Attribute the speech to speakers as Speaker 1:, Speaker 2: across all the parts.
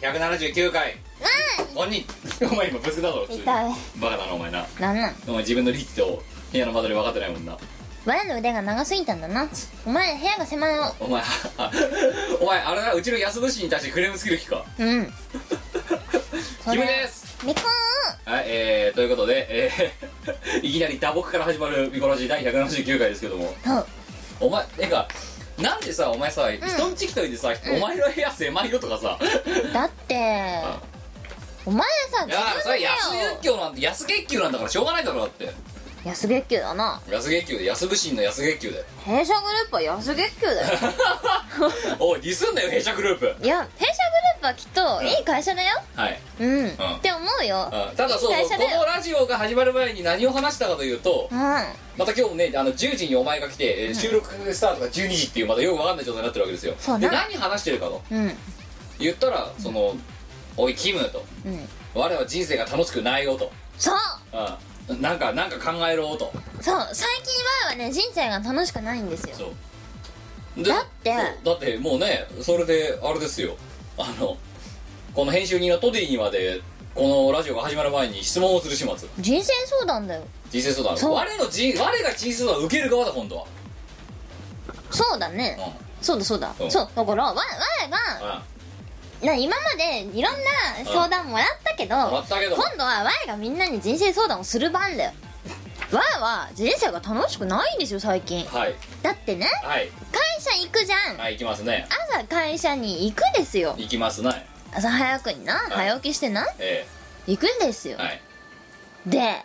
Speaker 1: 179回5人 お前今ぶつけたぞ普通に
Speaker 2: 痛い
Speaker 1: バカだなお前な
Speaker 2: なんなん
Speaker 1: お前自分のリッチと部屋の間取り分かってないもんな
Speaker 2: 我の腕が長すぎたんだなお前部屋が狭いの
Speaker 1: お前 お前あれだうちの安年に対してクレームつける気か
Speaker 2: うんそ
Speaker 1: キ
Speaker 2: れ
Speaker 1: ムです
Speaker 2: みこ
Speaker 1: はいえー、ということで、えー いきなり打撲から始まる見殺し第179回ですけども
Speaker 2: ーんそう
Speaker 1: お前てかなんでさお前さ、人んち来といてさ、お前の部屋狭いよとかさ、
Speaker 2: だってお前さ
Speaker 1: い
Speaker 2: 自
Speaker 1: や
Speaker 2: 分の
Speaker 1: それ安
Speaker 2: 部屋
Speaker 1: 月給なんて安月給なんだからしょうがないだろだって
Speaker 2: を安月給だな
Speaker 1: 安月給で安不審の安月給で
Speaker 2: 弊社グループは安月給だよ
Speaker 1: おいディスんだよ弊社グループ
Speaker 2: い や弊社グループはきっといい会社だよ
Speaker 1: はい
Speaker 2: うん、っ
Speaker 1: ん
Speaker 2: て思うよ
Speaker 1: あただそう
Speaker 2: いい
Speaker 1: そう
Speaker 2: 会社
Speaker 1: こ
Speaker 2: だよ
Speaker 1: のラジオが始まる前に何を話したかというと
Speaker 2: うん
Speaker 1: また今日もねあの10時にお前が来て、えー収録スタートが12時っていうまたよくわかんない状態になってるわけですよ
Speaker 2: そう
Speaker 1: で
Speaker 2: な
Speaker 1: 何話してるかと
Speaker 2: うん
Speaker 1: 言ったらその「おいキム」と
Speaker 2: うん
Speaker 1: 「我は人生が楽しくないよ」と
Speaker 2: そう
Speaker 1: うんなんかなんか考えろと
Speaker 2: そう最近はね人生が楽しくないんですよ
Speaker 1: そう
Speaker 2: だって
Speaker 1: そうだってもうねそれであれですよあのこの編集人のトディにまでこのラジオが始まる前に質問をする始末
Speaker 2: 人生相談だよ
Speaker 1: 人生相談
Speaker 2: そう
Speaker 1: 我の人我が人生相談を受ける側だ今度は
Speaker 2: そうだね
Speaker 1: うん
Speaker 2: そうだそうだ
Speaker 1: うん
Speaker 2: そうだからわ我が
Speaker 1: あ
Speaker 2: な今までいろんな相談もらったけど
Speaker 1: もらったけど
Speaker 2: 今度は我がみんなに人生相談をする番だよ我は人生が楽しくないんですよ最近
Speaker 1: はい
Speaker 2: だってね
Speaker 1: はい
Speaker 2: 会社行くじゃん
Speaker 1: はい行きますね
Speaker 2: 朝会社に行くですよ
Speaker 1: 行きますね
Speaker 2: 朝早くにな早起きしてな
Speaker 1: え
Speaker 2: 行くんです
Speaker 1: え
Speaker 2: よ
Speaker 1: はい
Speaker 2: で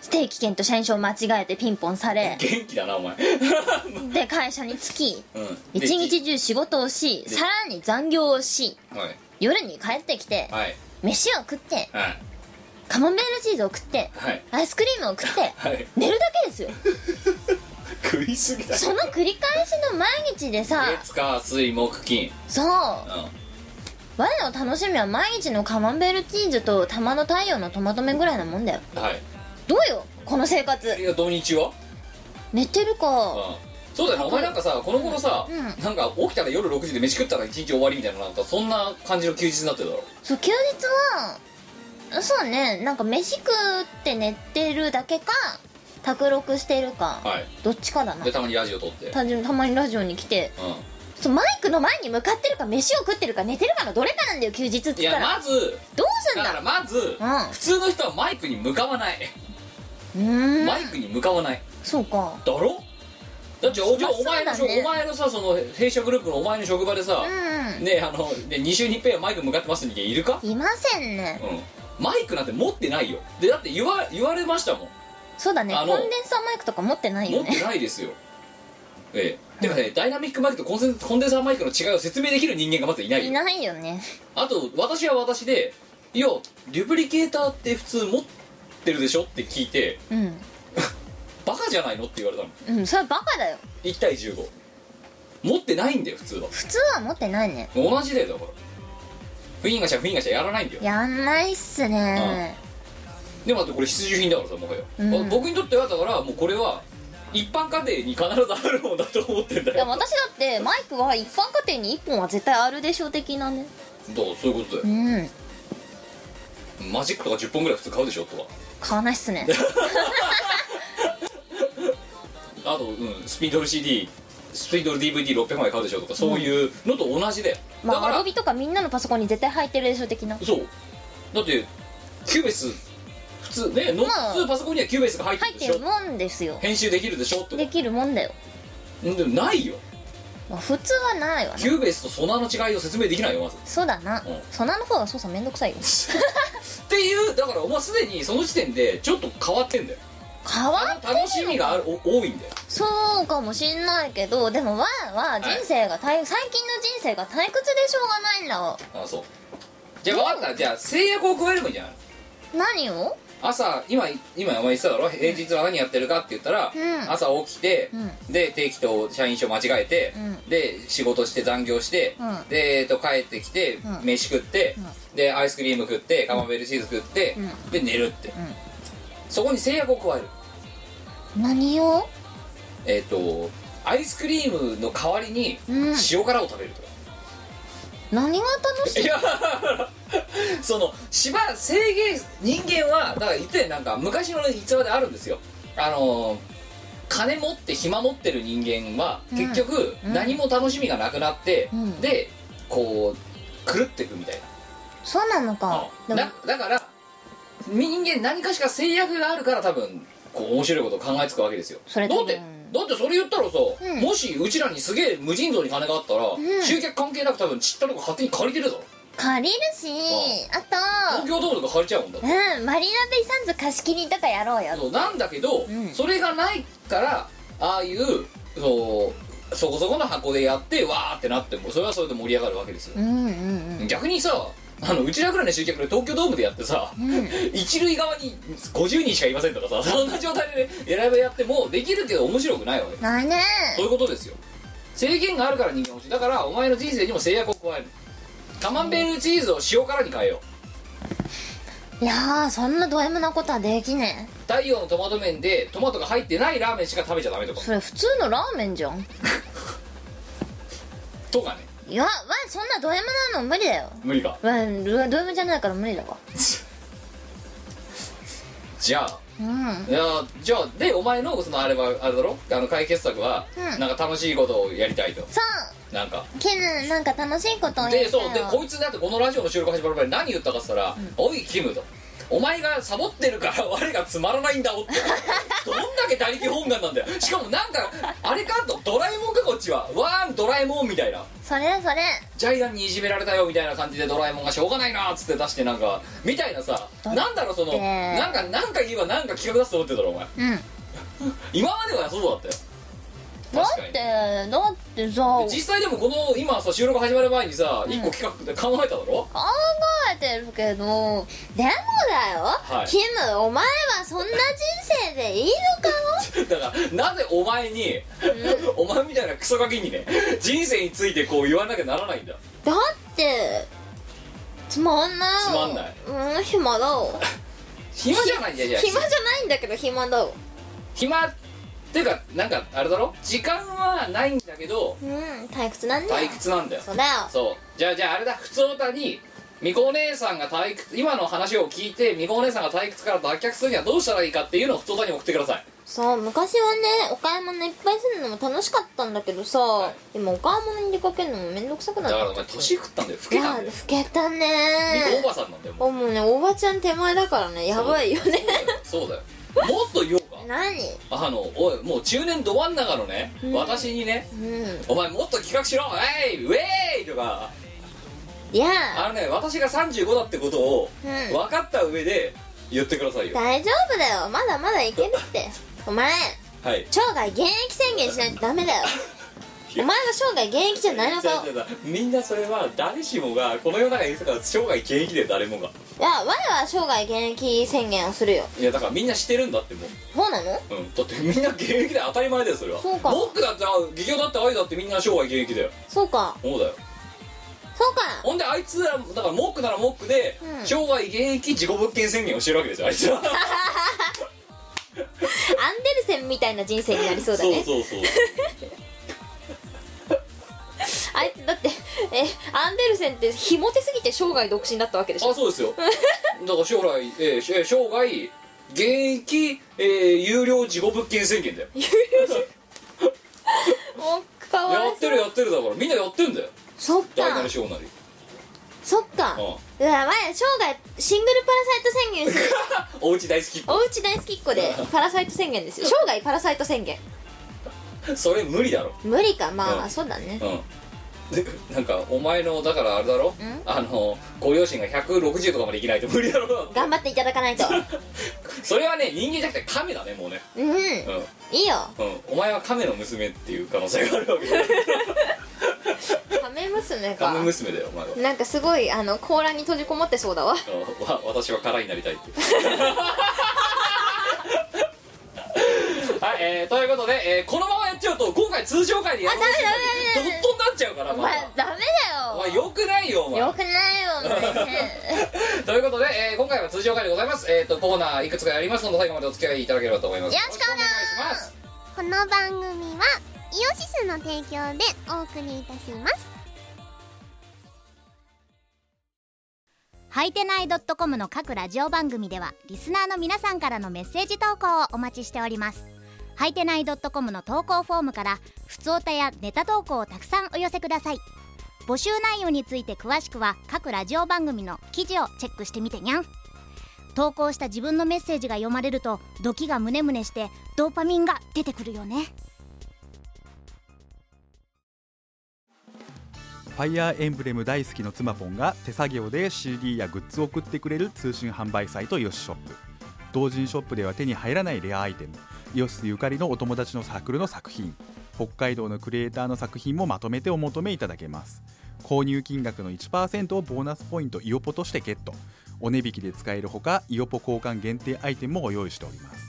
Speaker 2: ステーキ券と社員証間違えてピンポンされ
Speaker 1: 元気だなお前
Speaker 2: で会社に着き
Speaker 1: うんで
Speaker 2: 一日中仕事をし
Speaker 1: で
Speaker 2: さらに残業をし
Speaker 1: はい
Speaker 2: 夜に帰ってきて
Speaker 1: はい
Speaker 2: 飯を食って
Speaker 1: はい
Speaker 2: カマンベールチーズを食って
Speaker 1: はい
Speaker 2: アイスクリームを 食って
Speaker 1: はい
Speaker 2: 寝るだけですよ
Speaker 1: 食いすぎだ
Speaker 2: その繰り返しの毎日でさ
Speaker 1: 月火水木金
Speaker 2: そう
Speaker 1: う
Speaker 2: 我
Speaker 1: ん
Speaker 2: の楽しみは毎日のカマンベールチーズと玉の太陽のトマト麺ぐらいなもんだよ
Speaker 1: はい
Speaker 2: どうよこの生活
Speaker 1: いや土日は
Speaker 2: 寝てるか
Speaker 1: うんそうだよねお前なんかさこの頃さ、
Speaker 2: うん
Speaker 1: なんか起きたら夜6時で飯食ったら一日終わりみたいななんかそんな感じの休日になってるだろ
Speaker 2: そう休日はそうねなんか飯食って寝てるだけか宅録してるか、
Speaker 1: はい
Speaker 2: どっちかだな
Speaker 1: でたまにラジオ撮って
Speaker 2: 単純にたまにラジオに来て
Speaker 1: う
Speaker 2: そうマイクの前に向かってるか飯を食ってるか寝てるかのどれかなんだよ休日っつっ
Speaker 1: んい
Speaker 2: た
Speaker 1: や
Speaker 2: ら
Speaker 1: まず
Speaker 2: どうすん
Speaker 1: だから
Speaker 2: だ
Speaker 1: まず、
Speaker 2: うん
Speaker 1: 普通の人はマイクに向かわない、
Speaker 2: うーん
Speaker 1: マイクに向かわない
Speaker 2: そうか
Speaker 1: だろだっておじゃあ
Speaker 2: そ
Speaker 1: お
Speaker 2: うだ
Speaker 1: 前
Speaker 2: ね
Speaker 1: の職、お前のさその弊社グループのお前の職場でさ
Speaker 2: う、ん
Speaker 1: ねあのね2週に1遍はマイク向かってますって人間いるか
Speaker 2: いませんね
Speaker 1: うんマイクなんて持ってないよでだって言わ言われましたもん
Speaker 2: そうだね
Speaker 1: あ
Speaker 2: コ
Speaker 1: の
Speaker 2: ンデンサーマイクとか持ってない
Speaker 1: 持
Speaker 2: よ
Speaker 1: って
Speaker 2: ね
Speaker 1: ないですよええてかねダイナミックマイクとコンセンコンデンサーマイクの違いを説明できる人間がまずいない
Speaker 2: い
Speaker 1: よ
Speaker 2: ないよね
Speaker 1: あと私は私でいやデュプリケーターって普通持ってるでしょって聞いて
Speaker 2: うん
Speaker 1: バカじゃないのって言われたの
Speaker 2: うんそれバカだよ
Speaker 1: 1対15持ってないんだよ普通は
Speaker 2: 普通は持ってないね
Speaker 1: 同じだよだから不印がしゃ不印がしゃやらないんだよ
Speaker 2: やんないっすね
Speaker 1: でもだってこれ必需品だからさもはや、
Speaker 2: うん
Speaker 1: 僕にとってはだからもうこれは一般家庭に必ずあるもんだと思ってんだ
Speaker 2: いや
Speaker 1: よ
Speaker 2: 私だってマイクは一般家庭に1本は絶対あるでしょ的なね
Speaker 1: どうそういうことだよ
Speaker 2: うん
Speaker 1: マジックとか10本ぐらい普通買うでしょとか
Speaker 2: 買わないっ すね
Speaker 1: あと、うん、スピードル CD スピードル DVD600 枚買うでしょとかそういうのと同じで、
Speaker 2: ま
Speaker 1: だか
Speaker 2: あア
Speaker 1: ら
Speaker 2: ドビとかみんなのパソコンに絶対入ってるでしょ的な
Speaker 1: そうだってキューベース普通ねの、
Speaker 2: まあ
Speaker 1: 普通パソコンにはキューベースが入って
Speaker 2: 入
Speaker 1: る
Speaker 2: っ
Speaker 1: で
Speaker 2: て
Speaker 1: しょ
Speaker 2: るもんですよ
Speaker 1: 編集できるでしょって
Speaker 2: できるもんだよ、
Speaker 1: んでもないよ
Speaker 2: まあ、普通はないわ
Speaker 1: キ
Speaker 2: ね
Speaker 1: ューベースとソナーの違いを説明できないよまず
Speaker 2: そうだな、
Speaker 1: うん
Speaker 2: そんなの方が操作めんどくさいよ
Speaker 1: っていうだからお前すでにその時点でちょっと変わってんだよ
Speaker 2: 変わってる
Speaker 1: 楽しみがあるお多いんだよ
Speaker 2: そうかもしんないけどでもわーは人生が大、最近の人生が退屈でしょうがないんだわ
Speaker 1: あそうじゃあ分かったじゃあ制約を加えればいいんじゃない
Speaker 2: 何を
Speaker 1: 朝今今お前言ってただろ平日は何やってるかって言ったら、
Speaker 2: うん
Speaker 1: 朝起きて、
Speaker 2: う
Speaker 1: で定期と社員証間違えて、
Speaker 2: うん
Speaker 1: で仕事して残業して、
Speaker 2: うん
Speaker 1: で、えっと、帰ってきて、
Speaker 2: うん
Speaker 1: 飯食って、でアイスクリーム食ってカマンベールチーズ食って、
Speaker 2: うん
Speaker 1: で寝るって、
Speaker 2: ん
Speaker 1: そこに制約を加える
Speaker 2: 何を
Speaker 1: えっ、とアイスクリームの代わりに
Speaker 2: うん
Speaker 1: 塩辛を食べるとか、
Speaker 2: 何が楽しい
Speaker 1: いや その芝制限人間はだから言ってなんか昔の逸話であるんですよあのー金持って暇持ってる人間は
Speaker 2: うん
Speaker 1: 結局
Speaker 2: うん
Speaker 1: 何も楽しみがなくなって、
Speaker 2: うん
Speaker 1: でこう狂っていくみたい
Speaker 2: そうなのか
Speaker 1: な、
Speaker 2: で
Speaker 1: だ
Speaker 2: も
Speaker 1: だから人間何かしら制約があるから多分こう面白いことを考えつくわけですよ
Speaker 2: それ
Speaker 1: だ
Speaker 2: 多
Speaker 1: っ
Speaker 2: 分
Speaker 1: てだってそれ言ったらさ、
Speaker 2: うん
Speaker 1: もしうちらにすげえ無尽蔵に金があったら、
Speaker 2: ん
Speaker 1: 集客関係なく多分ちったとこ勝手に借りてるぞ
Speaker 2: 借りるしあ
Speaker 1: 東京ドームとか借りちゃうんだ
Speaker 2: とうんマリナベイサンズ貸し切りとかやろうよ
Speaker 1: そうなんだけど、
Speaker 2: うん
Speaker 1: それがないからああいうそうそこそこの箱でやってわーってなってもそれはそれで盛り上がるわけですよ
Speaker 2: う、んうんうん
Speaker 1: 逆にさあのうちらぐらいの集客で東京ドームでやってさ、
Speaker 2: うん
Speaker 1: 一塁側に50人しかいませんとかさそんな状態で、ね、選べやってもできるけど面白くないわけ
Speaker 2: ないね
Speaker 1: そういうことですよ制限があるから人間欲しいだからお前の人生にも制約を加えるカマンベールチーズを塩辛に変えよう
Speaker 2: いやーそんなド M なことはできね
Speaker 1: 太陽のトマト麺でトマトが入ってないラーメンしか食べちゃダメと
Speaker 2: え
Speaker 1: か
Speaker 2: それ普通のラーメンじゃん
Speaker 1: とかね
Speaker 2: いやわそんなド M なの無理だよ
Speaker 1: 無理か
Speaker 2: わド M じゃないから無理だわ
Speaker 1: じゃあ
Speaker 2: うん
Speaker 1: いやじゃあでお前のそのあれはあれだろあの解決策は、
Speaker 2: うん
Speaker 1: なんか楽しいことをやりたいと
Speaker 2: そう
Speaker 1: なんか
Speaker 2: ケンなんか楽しいことをやりたい
Speaker 1: でそうで
Speaker 2: わ
Speaker 1: こいつだってこのラジオの収録始まる前に何言ったかっつったら「おいキム」と「お前がサボってるから 我がつまらないんだお」ってどんだけ他力本願なんだよしかもなんかあれかとドラえもんかこっちは「ワンドラえもん」みたいな
Speaker 2: それそれ
Speaker 1: ジャイアンにいじめられたよみたいな感じでドラえもんがしょうがないなっつって出してなんかみたいなさ
Speaker 2: だって
Speaker 1: なんだろうそのなんかなんか言えばなんか企画出すと思ってたろお前
Speaker 2: うん
Speaker 1: 今まではそうだったよ
Speaker 2: だ
Speaker 1: 確か
Speaker 2: っ
Speaker 1: に
Speaker 2: てだってさ
Speaker 1: で実際でもこの今さ収録始まる前にさ
Speaker 2: ん
Speaker 1: 一個企画で考えただろ
Speaker 2: 考えてるけどでもだよ、
Speaker 1: はい
Speaker 2: キムお前はそんな人生でいいのか
Speaker 1: だからなぜお前に お前みたいなクソガキにね人生についてこう言わなきゃならないんだ
Speaker 2: だってつまんない
Speaker 1: つまんない
Speaker 2: うん暇だわ
Speaker 1: 暇じゃないんだよじゃあ
Speaker 2: 暇じゃないんだけど暇だわ
Speaker 1: 暇っていうかなんかあれだろ時間はないんだけど
Speaker 2: うん退屈なんだ
Speaker 1: 退
Speaker 2: よ
Speaker 1: 屈なんだよ
Speaker 2: そうだよ
Speaker 1: そうじゃあじゃああれだ普通歌にみこお姉さんが退屈今の話を聞いてみこお姉さんが退屈から脱却するにはどうしたらいいかっていうのを普通歌に送ってください
Speaker 2: そう昔はねお買い物いっぱいするのも楽しかったんだけどさ、
Speaker 1: はい
Speaker 2: 今お買い物に出かけるのもめんどくさくな
Speaker 1: だ
Speaker 2: っ
Speaker 1: か
Speaker 2: ちゃ
Speaker 1: ら
Speaker 2: っ
Speaker 1: お
Speaker 2: た
Speaker 1: 前年食ったんだよ老
Speaker 2: い
Speaker 1: けたん
Speaker 2: や
Speaker 1: だよ
Speaker 2: 老け
Speaker 1: みこ
Speaker 2: た
Speaker 1: お
Speaker 2: ね
Speaker 1: ばさんなんだよもう
Speaker 2: おもうねおばちゃん手前だからねやばいよね
Speaker 1: そうだよもっと言おうか
Speaker 2: 何
Speaker 1: あのおいもう中年ど真ん中のね、
Speaker 2: うん
Speaker 1: 私にね
Speaker 2: うん
Speaker 1: 「お前もっと企画しろえいウェイ!」とか
Speaker 2: いや
Speaker 1: あのね私が35だってことを
Speaker 2: うん
Speaker 1: 分かった上で言ってくださいよ、
Speaker 2: 大丈夫だよまだまだいけるってお前
Speaker 1: はい
Speaker 2: 生涯現役宣言しないとダメだ よお前は生涯現役じゃないのかいや
Speaker 1: 違う違う違うみんなそれは誰しもがこの世の中にいるから生涯現役で誰もが
Speaker 2: 我は生涯現役宣言をするよ
Speaker 1: いやだからみんなしてるんだっても
Speaker 2: そうなの
Speaker 1: う、うん、だってみんな現役で当たり前だよそれは
Speaker 2: そうか
Speaker 1: ロックだってあ企業だって愛だってみんな生涯現役だよ
Speaker 2: そうか
Speaker 1: そうだよ
Speaker 2: そうか
Speaker 1: ほんであいつらだからモックならモックで、
Speaker 2: うん
Speaker 1: 生涯現役自己物件宣言をしてるわけですよあいつら
Speaker 2: アンデルセンみたいな人生にな りそうだね
Speaker 1: そうそうそう
Speaker 2: あいつだってえアンデルセンってひもてすぎて生涯独身だったわけでしょ
Speaker 1: あそうですよだから将来、えーしえー生涯現役、えー有料事後物件宣言だよ
Speaker 2: もうかわいそう
Speaker 1: やってるやってるだからみんなやってんだよ
Speaker 2: そっ
Speaker 1: 大な
Speaker 2: か
Speaker 1: り小なり
Speaker 2: そっか
Speaker 1: うん
Speaker 2: うわ我生涯シングルパラサイト宣言する
Speaker 1: お家大好きっ子
Speaker 2: おうち大好きっ子でパラサイト宣言ですよ生涯パラサイト宣言
Speaker 1: それ無理だろ
Speaker 2: 無理かまあま
Speaker 1: う
Speaker 2: あ
Speaker 1: ん
Speaker 2: そうだね
Speaker 1: うんでなんかお前のだからあれだろ
Speaker 2: ん
Speaker 1: あのご両親が160とかまでいきないと無理だろ
Speaker 2: 頑張っていただかないと
Speaker 1: それはね人間じゃなくて亀だねもうね
Speaker 2: うん
Speaker 1: うん
Speaker 2: いいよ
Speaker 1: うん、お前は亀の娘っていう可能性があるわけだ
Speaker 2: 亀娘か
Speaker 1: 亀娘だよお前は
Speaker 2: なんかすごいあの甲羅に閉じこもってそうだわ
Speaker 1: うんわ私は空になりたいって はい、えーということで、えーこのままやっちゃうと今回通常回でやる
Speaker 2: あダメダメダメ
Speaker 1: ドットになっちゃうから
Speaker 2: お
Speaker 1: ま
Speaker 2: 前
Speaker 1: あ
Speaker 2: ダメだ
Speaker 1: お前
Speaker 2: よ
Speaker 1: よくないよお前
Speaker 2: よくないよお前 ね
Speaker 1: ということで、えー今回は通常回でございますえっ、とコーナーいくつかやりますので最後までお付き合いいただければと思います
Speaker 2: よろしくお願いし
Speaker 1: よろ
Speaker 2: ま
Speaker 1: し
Speaker 2: す
Speaker 1: くお願いし
Speaker 3: この番組はイオシスの提供でお送りいたしますはいてない .com の各ラジオ番組ではリスナーの皆さんからのメッセージ投稿をお待ちしておりますはいてない .com の投稿フォームからふつおたやネタ投稿をたくさんお寄せください募集内容について詳しくは各ラジオ番組の記事をチェックしてみてにゃん投稿した自分のメッセージが読まれるとドキがムネムネしてドーパミンが出てくるよね
Speaker 4: ファイアーエンブレム大好きの妻ポンが手作業で CD やグッズを送ってくれる通信販売サイトヨシショップ同人ショップでは手に入らないレアアイテムヨシスゆかりのお友達のサークルの作品北海道のクリエイターの作品もまとめてお求めいただけます購入金額の1%をボーナスポイントイオポとしてゲットお値引きで使えるほかイオポ交換限定アイテムもご用意しております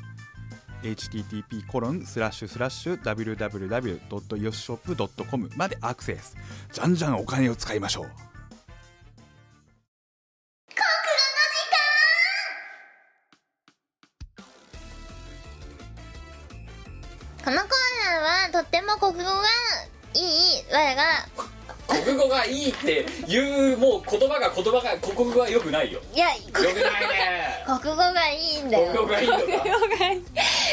Speaker 4: http コロンスラッシュスラッシュ www.yoshop.com までアクセスじゃんじゃんお金を使いましょう
Speaker 2: このコーナーはとっても国語がいい我が
Speaker 1: 国語がいいっていうもう言葉が言葉が国語が良くないよ
Speaker 2: いや
Speaker 1: 良くないね
Speaker 2: 国語がいいんだ
Speaker 1: 国
Speaker 2: よ
Speaker 1: 語がいいのか
Speaker 2: 国語がいい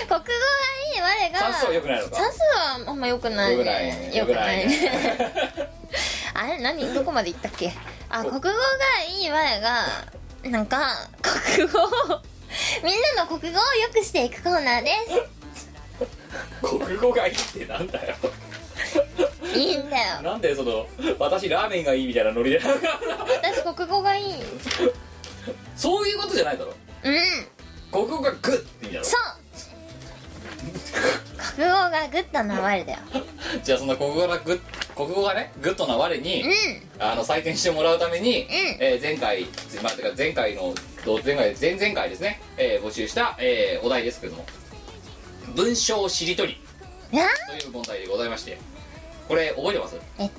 Speaker 2: 我が
Speaker 1: 算数は良くないのか
Speaker 2: 算数はあんま良くない
Speaker 1: 良くないね
Speaker 2: ね良くない
Speaker 1: 良く
Speaker 2: ね あれ何どこまで行ったっけあ国語がいい我がなんか国語をみんなの国語を良くしていくコーナーで
Speaker 1: 国語がいいってなんだよ
Speaker 2: すいいんだよ
Speaker 1: なんでその私ラーメンがいいみたいなノリで
Speaker 2: 私国語がいいうん
Speaker 1: そういうことじゃないだろ国語がグッっていいんだろ
Speaker 2: そう国語がグッドな我だよ
Speaker 1: じゃあそんな国語がグッ国語がねグッとな我に、
Speaker 2: う
Speaker 1: あの採点してもらうために、えー前回、まあ、てか前回のど前回前々回ですね、えー募集した、えーお題ですけども文章しりとり
Speaker 2: んいや
Speaker 1: という問題でございましてこれ覚えてます、
Speaker 2: えっと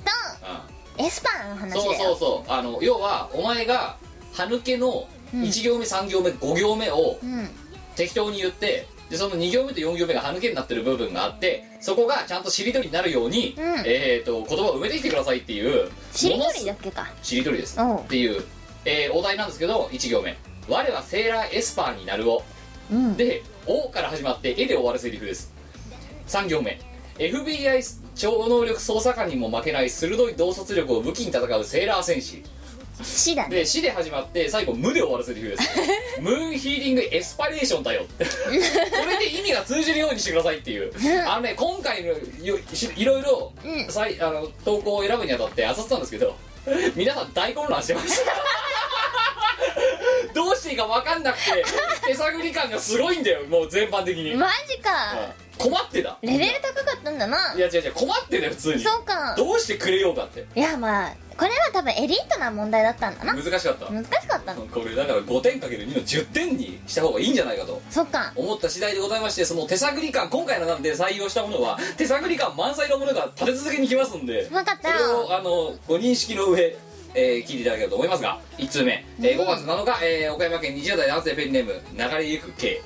Speaker 1: う
Speaker 2: エスパーの話
Speaker 1: ん、
Speaker 2: だよ
Speaker 1: そうそうそうあの要はお前が歯抜けの
Speaker 2: ん
Speaker 1: 1行目3行目5行目を
Speaker 2: うん
Speaker 1: 適当に言ってでその2行目と4行目が歯抜けになってる部分があってそこがちゃんとしりとりになるように、
Speaker 2: うん
Speaker 1: えー、と言葉を埋めてきてくださいっていう
Speaker 2: しり
Speaker 1: もの
Speaker 2: と
Speaker 1: す
Speaker 2: りだっけか
Speaker 1: しりとりです
Speaker 2: おう
Speaker 1: っていう、えーお題なんですけど1行目「我はセーラーエスパーになるを
Speaker 2: うん」
Speaker 1: で「お」から始まって「え」で終わるセリフです3行目 FBI 超能力捜査官にも負けない鋭い洞察力を武器に戦うセーラー戦士
Speaker 2: しだね
Speaker 1: で「死」で始まって最後「無」で終わるセリフです ムーンヒーリングエスパレーションだよってこれで意味が通じるようにしてくださいっていうあのね今回のよしいろいろ、
Speaker 2: うん
Speaker 1: さいあの投稿を選ぶにあたってあさってたんですけど皆さん大混乱してま したどうしていいか分かんなくて手探り感がすごいんだよもう全般的に、うん
Speaker 2: マジか
Speaker 1: 困ってた
Speaker 2: レベル高かったんだない
Speaker 1: や違う違う困ってたよ普通に
Speaker 2: そうか
Speaker 1: どうしてくれようかって
Speaker 2: いやまあこれは多分エリートな問題だったんだな
Speaker 1: 難しかった、
Speaker 2: 難しかったの
Speaker 1: これだから5点かける2の10点にした方がいいんじゃないかと
Speaker 2: そっか
Speaker 1: 思った次第でございましてその手探り感今回のなんで採用したものは手探り感満載のものが立て続けにきますんで
Speaker 2: 分かった
Speaker 1: それをあのご認識の上、えー聞いていただければと思いますが1通目、えー5月7日、えー岡山県20代男性ペンネーム流れゆく K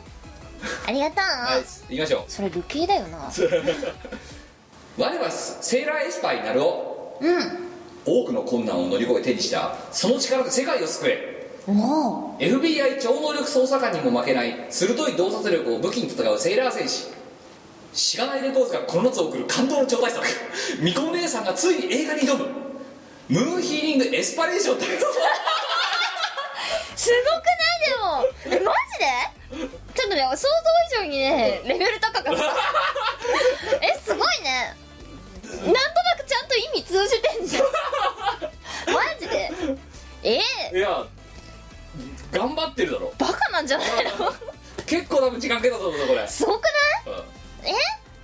Speaker 2: ありがとう、
Speaker 1: はいいきましょ
Speaker 2: それルキーだよな
Speaker 1: う我はセーラーエスパーになるを
Speaker 2: うん
Speaker 1: 多くの困難を乗り越え手にしたその力で世界を救え
Speaker 2: おお
Speaker 1: FBI 超能力捜査官にも負けない鋭い洞察力を武器に戦うセーラー戦士しがないレコーズがこの夏送る感動の超大作みこ姉さんがついに映画に挑むムーンヒーリングエスパレーション大作
Speaker 2: すごくないでもえマジでちょっとね想像以上にねレベ ル高かったえすごいねなんとなくちゃんと意味通じて んじゃんマジでえ
Speaker 1: いや頑張ってるだろ
Speaker 2: バカなんじゃないの
Speaker 1: 結構多分時間かけたと思うぞこれ、
Speaker 2: すごくない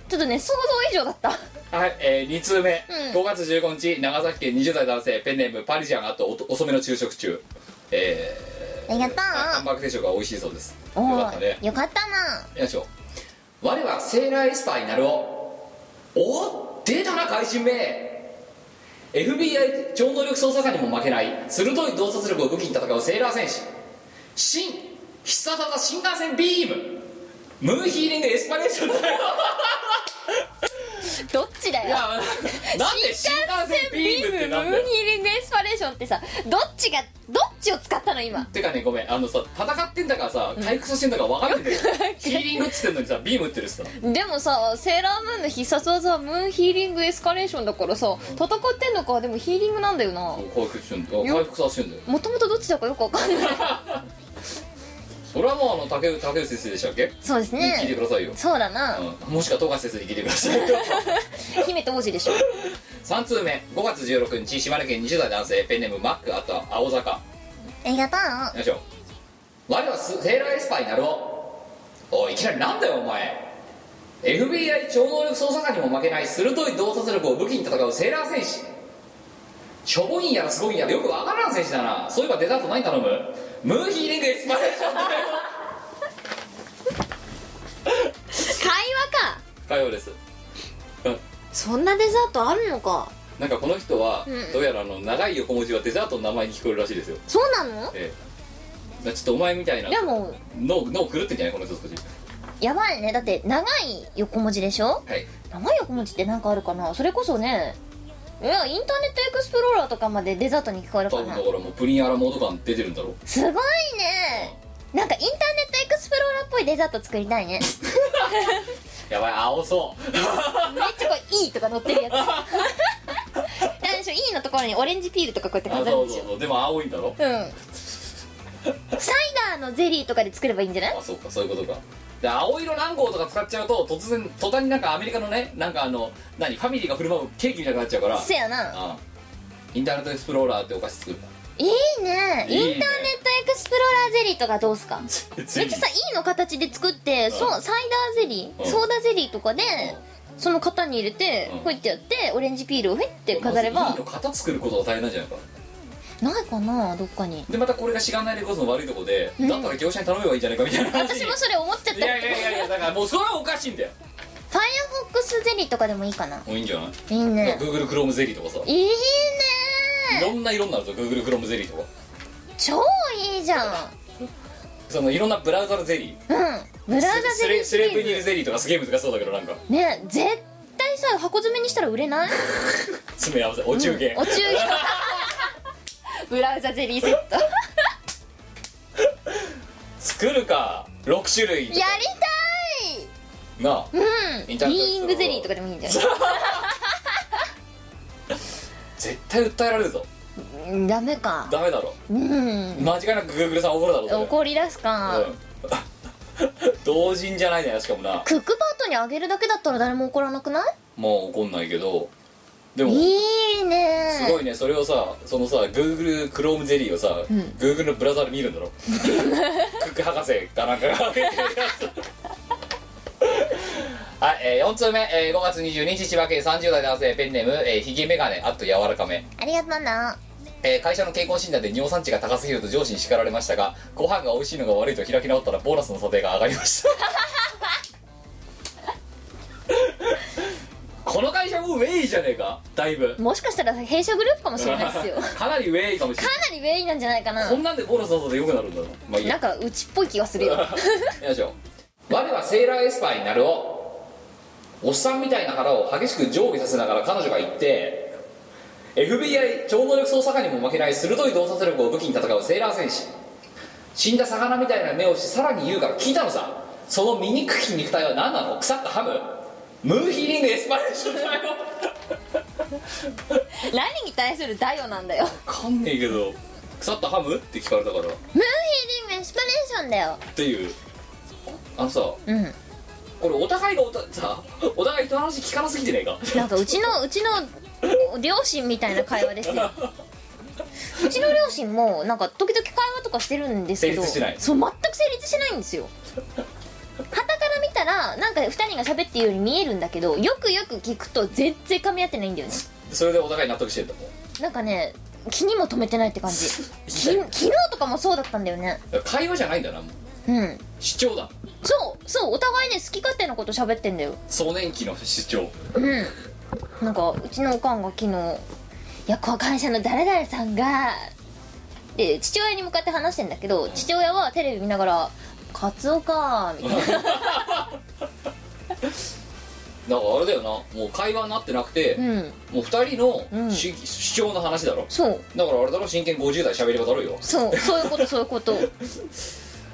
Speaker 2: ちょっとね想像以上だった
Speaker 1: うんはい、えー、2通目、
Speaker 2: うん
Speaker 1: 5月15日長崎県20代男性ペンネームパリジャンあとおと遅めの昼食中え
Speaker 2: ありがと
Speaker 1: ー、ハン
Speaker 2: う
Speaker 1: バーグ定食が美味しいそうですよ
Speaker 2: おお
Speaker 1: かったね
Speaker 2: よかったな
Speaker 1: よいしょ我はセーラーエスパーになるをおデータな怪人め FBI 超能力捜査官にも負けない鋭い洞察力を武器に戦うセーラー戦士新必殺技新幹線ビームムーンヒーリングエスパレーションだよ
Speaker 2: どっちだ
Speaker 1: い
Speaker 2: よ
Speaker 1: やなんで新幹線ビームってなん
Speaker 2: ム
Speaker 1: だ
Speaker 2: ー
Speaker 1: よ
Speaker 2: ンヒーリングエスパレーションってさどっちがどっちを使ったの今
Speaker 1: てかねごめんあのさ戦ってんだかさ退屈してんだか分かんないんだよヒーリングっつってんのにさビーム打ってるしさ
Speaker 2: でもさセーラームーンの必殺技はムーンヒーリングエスカレーションだからさ戦ってんのかでもヒーリングなんだよな
Speaker 1: 回復してんだよ回復させてんだよ
Speaker 2: もともとどっちだかよくわかんない
Speaker 1: それはもうあの竹内竹内先生でしたっけ、
Speaker 2: そうです
Speaker 1: に聞いて
Speaker 2: ね
Speaker 1: くださいよ、
Speaker 2: そうだな、
Speaker 1: うん、もしくは富樫先生に聞いてくださいよ
Speaker 2: 姫と王子でしょ
Speaker 1: 3通目5月16日島根県20代男性ペンネームマックあとは青坂
Speaker 2: ありがと
Speaker 1: よいしょ我はスセーラーエスパイになろうおいいきなりなんだよお前 FBI 超能力捜査官にも負けない鋭い洞察力を武器に戦うセーラー戦士しょぼいんやらすごいんやらよくわからん選手だなそういえばデザート何頼むムーヒーリングエスパイレーション だよ
Speaker 2: 会話か
Speaker 1: 会話です
Speaker 2: そんなデザートあるのか
Speaker 1: なんかこの人は、
Speaker 2: うん
Speaker 1: どうやらあの長い横文字はデザートの名前に聞こえるらしいですよ、
Speaker 2: そうなの
Speaker 1: ええ、だからちょっとお前みたいな
Speaker 2: でも
Speaker 1: 脳脳狂ってんじゃないこの人少し
Speaker 2: やばいねだって長い横文字でしょ
Speaker 1: はい
Speaker 2: 長い横文字って何かあるかなそれこそねいやインターネットエクスプローラーとかまでデザートに聞こえる
Speaker 1: 多
Speaker 2: か
Speaker 1: 分だ
Speaker 2: な
Speaker 1: からもうプリンアラモード感出てるんだろ
Speaker 2: すごいねなんかインターネットエクスプローラーっぽいデザート作りたいね
Speaker 1: やばい青そう
Speaker 2: めっちゃこう「いい」とか載ってる やつなんでしょ「いい」のところにオレンジピールとかこうやって
Speaker 1: あ
Speaker 2: 飾
Speaker 1: そ
Speaker 2: るん
Speaker 1: う
Speaker 2: です
Speaker 1: そう
Speaker 2: よ
Speaker 1: そうでも青いんだろ
Speaker 2: うんサイダーのゼリーとかで作ればいいんじゃない
Speaker 1: あそうかそういうことかで青色何号とか使っちゃうと突然途端になんかアメリカのねなんかあの何ファミリーが振る舞うケーキみたいになっちゃうから
Speaker 2: せやな
Speaker 1: あインターネットエクスプローラーってお菓子作る
Speaker 2: いいね
Speaker 1: いいね
Speaker 2: インターネットエクスプローラーゼリーとかどうすかめっちゃさ「いい」の形で作ってそうサイダーゼリ
Speaker 1: う
Speaker 2: ー
Speaker 1: ん
Speaker 2: ソーダゼリーとかでその型に入れて
Speaker 1: うん
Speaker 2: こうやってやってオレンジピールをふいって飾れ
Speaker 1: まずい
Speaker 2: ば
Speaker 1: いの型作ることが大変なんじゃないか
Speaker 2: ないかなどっかに
Speaker 1: でまたこれがしがないレコードの悪いとこで、
Speaker 2: うん
Speaker 1: だったら業者に頼めばいいんじゃないかみたいな話に
Speaker 2: 私もそれ思っちゃっ
Speaker 1: い
Speaker 2: た
Speaker 1: やいやいやいやだからもうそれはおかしいんだよ
Speaker 2: ファイアフォックスゼリーとかでもいいかな
Speaker 1: もういいんじゃない
Speaker 2: いいね
Speaker 1: Google クロームゼリーとかさ
Speaker 2: いいね
Speaker 1: いろんな色になるぞ Google クロームゼリーとか
Speaker 2: 超いいじゃん
Speaker 1: そのいろんなブラウザのゼリー
Speaker 2: うんブラウザ
Speaker 1: ス
Speaker 2: ゼ
Speaker 1: レ
Speaker 2: リ
Speaker 1: ブ
Speaker 2: ー
Speaker 1: ス
Speaker 2: シ
Speaker 1: レ
Speaker 2: リ
Speaker 1: ブニ
Speaker 2: ー
Speaker 1: ル
Speaker 2: ズ
Speaker 1: ゼリーとかすげえ難しそうだけどなんか
Speaker 2: ね絶対さ箱詰めにしたら売れない
Speaker 1: 詰め合わせお中元、
Speaker 2: お中元ブラウザゼリーセットや
Speaker 1: 作るか6種類と
Speaker 2: り
Speaker 1: かなあイン
Speaker 2: たいう
Speaker 1: ターネット
Speaker 2: んビーイングゼリーとかでもいいんじゃない
Speaker 1: 絶対訴えられるぞ
Speaker 2: うんダメか
Speaker 1: ダメだろ
Speaker 2: うん
Speaker 1: 間違いなく Google さん怒るだろそれ
Speaker 2: 怒り出すか、
Speaker 1: うん 同人じゃないじゃないしかもな
Speaker 2: クックパッドにあげるだけだったら誰も怒らなくない
Speaker 1: もう怒んないけどでも
Speaker 2: いいね
Speaker 1: すごいねそれをさそのさ Google クロームゼリーをさ、
Speaker 2: ん
Speaker 1: Google のブラウザで見るんだろクック博士かなんかが上げてるやつはい、えー、4通目、えー、5月22日千葉県30代男性ペンネーム、えー、ひげメガネあと柔らかめ
Speaker 2: ありがとうな
Speaker 1: えー会社の健康診断で尿酸値が高すぎると上司に叱られましたがご飯が美味しいのが悪いと開き直ったらボーナスの査定が上がりましたこの会社もうウェイじゃねえかだいぶ
Speaker 2: もしかしたら弊社グループかもしれないです よか
Speaker 1: かなりウェイかもしれない
Speaker 2: なりウェイなんじゃないかな
Speaker 1: こんなんでボーナスの査定良くなるんだろうまあいい
Speaker 2: な
Speaker 1: や
Speaker 2: んかうちっぽい気がする よ
Speaker 1: よいしょ我はセーラーエスパーになるをおっさんみたいな腹を激しく上下させながら彼女が言って FBI 超能力捜査官にも負けない鋭い洞察力を武器に戦うセーラー戦士死んだ魚みたいな目をしてさらに言うから聞いたのさその醜き肉体は何なの腐ったハムムーヒーリングエスパレーションだよ
Speaker 2: 何に対するだよなんだよム
Speaker 1: わかんねえけど腐ったハムって聞かれたからっ
Speaker 2: ーンヒーリングエスパレーションだよ
Speaker 1: ていうあのさ
Speaker 2: うん
Speaker 1: これお互いがおたさお互い人の話聞かなすぎてねえか
Speaker 2: なんかうちのうちの両親みたいな会話で すようちの両親もなんか時々会話とかしてるんですけど
Speaker 1: 成立しない
Speaker 2: そう全く成立しないんですよはたから見たらなんか2人が喋ってるように見えるんだけどよくよく聞くと全然噛み合ってないんだよね
Speaker 1: それでお互い納得してんだもん
Speaker 2: なんかね気にも留めてないって感じき昨日とかもそうだったんだよね
Speaker 1: だから会話じゃないんだなもう
Speaker 2: うん
Speaker 1: 主張だ
Speaker 2: そうそうお互いね好き勝手なこと喋ってんだよ
Speaker 1: 壮年期の主張
Speaker 2: うんなんかうちのおかんが昨日「いやこう会社の誰々さんが」で父親に向かって話してんだけど父親はテレビ見ながら「カツオか」みたいな
Speaker 1: なんかあれだよなもう会話になってなくて、
Speaker 3: うん
Speaker 1: もう2人の、
Speaker 3: うん
Speaker 1: 主主張の話だろ
Speaker 3: そう
Speaker 1: だからあれだろ真剣50代喋り方だろうよ
Speaker 3: そうそういうことそういうこと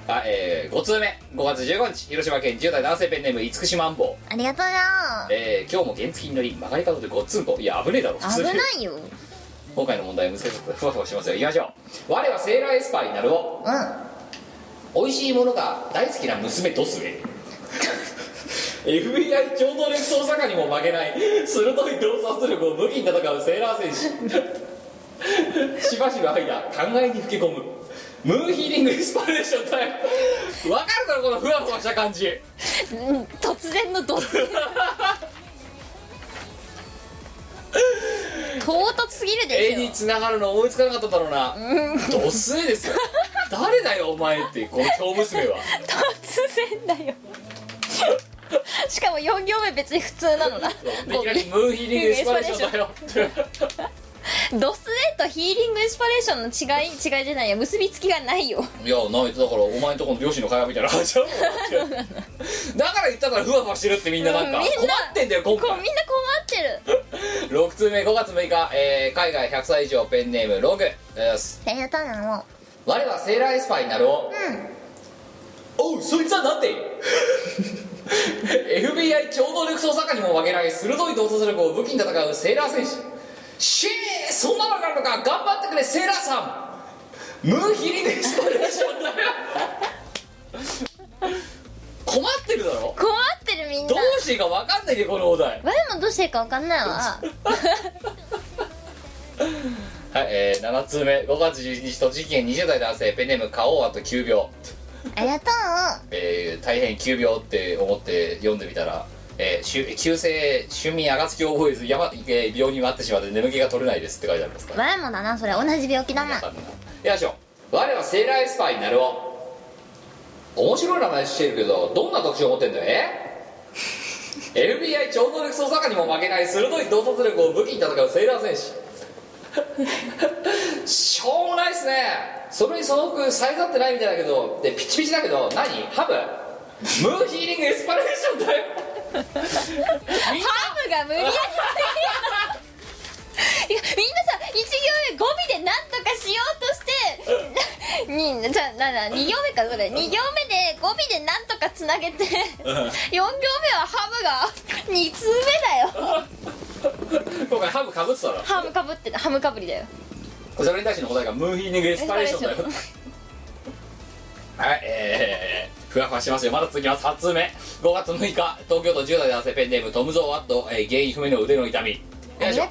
Speaker 1: はい、えー、5通目5月15日広島県10代男性ペンネーム厳島んぼ
Speaker 3: ありがとうな
Speaker 1: えー、今日も原付に乗り曲がり角でごっつんこいや危ねえだろ普
Speaker 3: 危
Speaker 1: 通に
Speaker 3: ないよ
Speaker 1: 今回の問題は難しくてふわふわしますよ行きましょう我はセーラーエスパーになるを
Speaker 3: うん
Speaker 1: 美味しいものが大好きな娘ドスへ FBI 超能力捜査官にも負けない鋭い洞察力を武器に戦うセーラー戦士しばしば間考えにふけ込むムーンヒーリングインスパレーションタイムわかるだろこのふわふわした感じ
Speaker 3: うん突然のドス唐突すぎる
Speaker 1: 絵
Speaker 3: で
Speaker 1: に
Speaker 3: し
Speaker 1: つながるの思いつかなかっただろうな
Speaker 3: ょうん突
Speaker 1: ドスえですよ誰だよお前ってこの小娘は
Speaker 3: 然だよしかも4行目別に普通なのだ
Speaker 1: でいきなりムーンヒーリングインスパレーションだよ
Speaker 3: ドスエとヒーリングインスパレーションの違い違いじゃないよ結びつきがないよ
Speaker 1: いやないだからお前んとこの両親の会話みたいな話だもんだってだから言ったからふわふわしてるってみんななんか
Speaker 3: うん
Speaker 1: 困
Speaker 3: みんな
Speaker 1: ってんだよ今
Speaker 3: こうみんな
Speaker 1: 回
Speaker 3: 困ってる
Speaker 1: 6通目5月6日、えー海外100歳以上ペンネームログです
Speaker 3: ありがとうなの
Speaker 1: 我はセーラーエスパーになろう、おうそいつはなんて FBI 超能力捜査官にも負けない鋭い洞察力を武器に戦うセーラー戦士シェーそんなのがあるのか頑張ってくれセーラーさんムーヒリでスパレーションだよ困ってるだろ
Speaker 3: 困ってるみんな
Speaker 1: どうしていいか分かんないでこのお題
Speaker 3: ワイもどうしていいか分かんない わ
Speaker 1: はい、えー、7通目5月11日栃木県20代男性ペンネーム花王あと9秒
Speaker 3: ありがと
Speaker 1: えー大変急病って思って読んでみたら、えーしゅ急性春眠あがつきを覚えずやば、えー病になってしまって眠気が取れないですって書いてありますから
Speaker 3: ワイもだなそれ同じ病気 だな
Speaker 1: わかんないよいしょ我はセーラーエスパーになるを面白い名前してるけどどんな特徴を持ってんだよえ FBI 超能力捜査官にも負けない鋭い洞察力を武器に戦うセーラー戦士しょうもないっすねそれにその服サイズ合ってないみたいだけどでピチピチだけど何ハブムーヒーリングエスパレーションだよみんな
Speaker 3: ハブが無理やり いやみんなさ1行目語尾で何とかしようとしてにじゃあなな2行目かそれ2行目で語尾で何とかつなげて4行目はハムが2通目だよ
Speaker 1: 今回ハブかぶってたら
Speaker 3: ハムかぶってたハムかぶりだよ
Speaker 1: それに対しての答えがムーンヒーリングエスパレーションだよ はいえー、ふわふわしますよまだ続きます8通目5月6日東京都10代男性ペンネームトム・ゾー・ワット、えー原因不明の腕の痛みよいしょ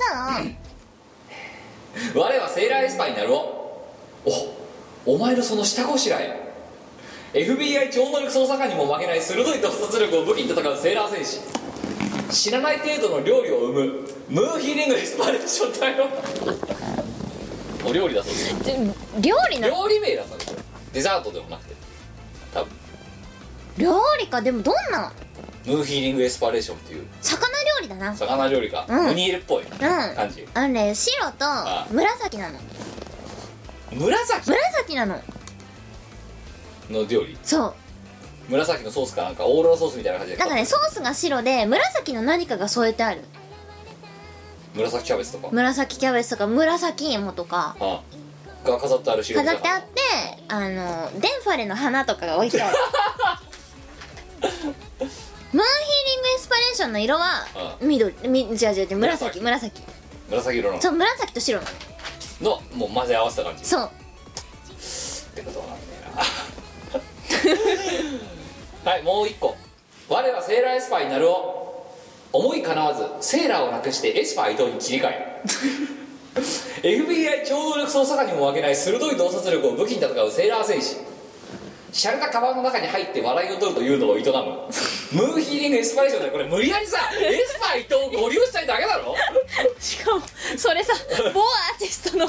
Speaker 1: 我はセーラーエスパーになるをおお前のその下ごしらえ FBI 超能力捜査官にも負けない鋭い洞察力を武器に戦うセーラー戦士死なない程度の料理を生むムーンヒーリングエスパレーションだよお料理だそうです
Speaker 3: で 料理なの
Speaker 1: 料理名だったんですよデザートでもなくて多分
Speaker 3: 料理かでもどんな
Speaker 1: ムーヒーリングエスパレーションっていう
Speaker 3: 魚料理だな
Speaker 1: 魚料理か、
Speaker 3: うん
Speaker 1: ムニエルっぽい
Speaker 3: うん
Speaker 1: 感じ、
Speaker 3: あのね白と
Speaker 1: あ
Speaker 3: 紫なの
Speaker 1: 紫
Speaker 3: 紫なの
Speaker 1: の料理
Speaker 3: そ
Speaker 1: 紫のソースかなんかオーロラソースみたいな感じ
Speaker 3: う
Speaker 1: で
Speaker 3: なんかねソースが白で紫の何かが添えてある
Speaker 1: 紫キャベツとか、
Speaker 3: 紫キャベツとか紫芋とか
Speaker 1: ああが飾ってある白身
Speaker 3: 飾
Speaker 1: 魚
Speaker 3: ってあってあのデンファレの花とかが置いてあるムーンヒーリングインスパレーションの色は
Speaker 1: あ
Speaker 3: 緑み違う違う違う
Speaker 1: 紫
Speaker 3: 紫紫
Speaker 1: 紫色の
Speaker 3: そう紫と白なの
Speaker 1: のもう混ぜ合わせた感じ
Speaker 3: そう
Speaker 1: ってことなんだよな はいもう一個我はセーラーエスパーになるを思いかなわずセーラーをなくしてエスパー伊藤に切り替 え FBI 超能力捜査官にも負けない鋭い洞察力を武器に戦うセーラー戦士シャレたカバンの中に入って笑いを取るというのを営むムーヒーリングエスパレーションだよこれ無理やりさエスパー伊藤をご利用したいだけだろ
Speaker 3: しかもそれさ 某アーティストの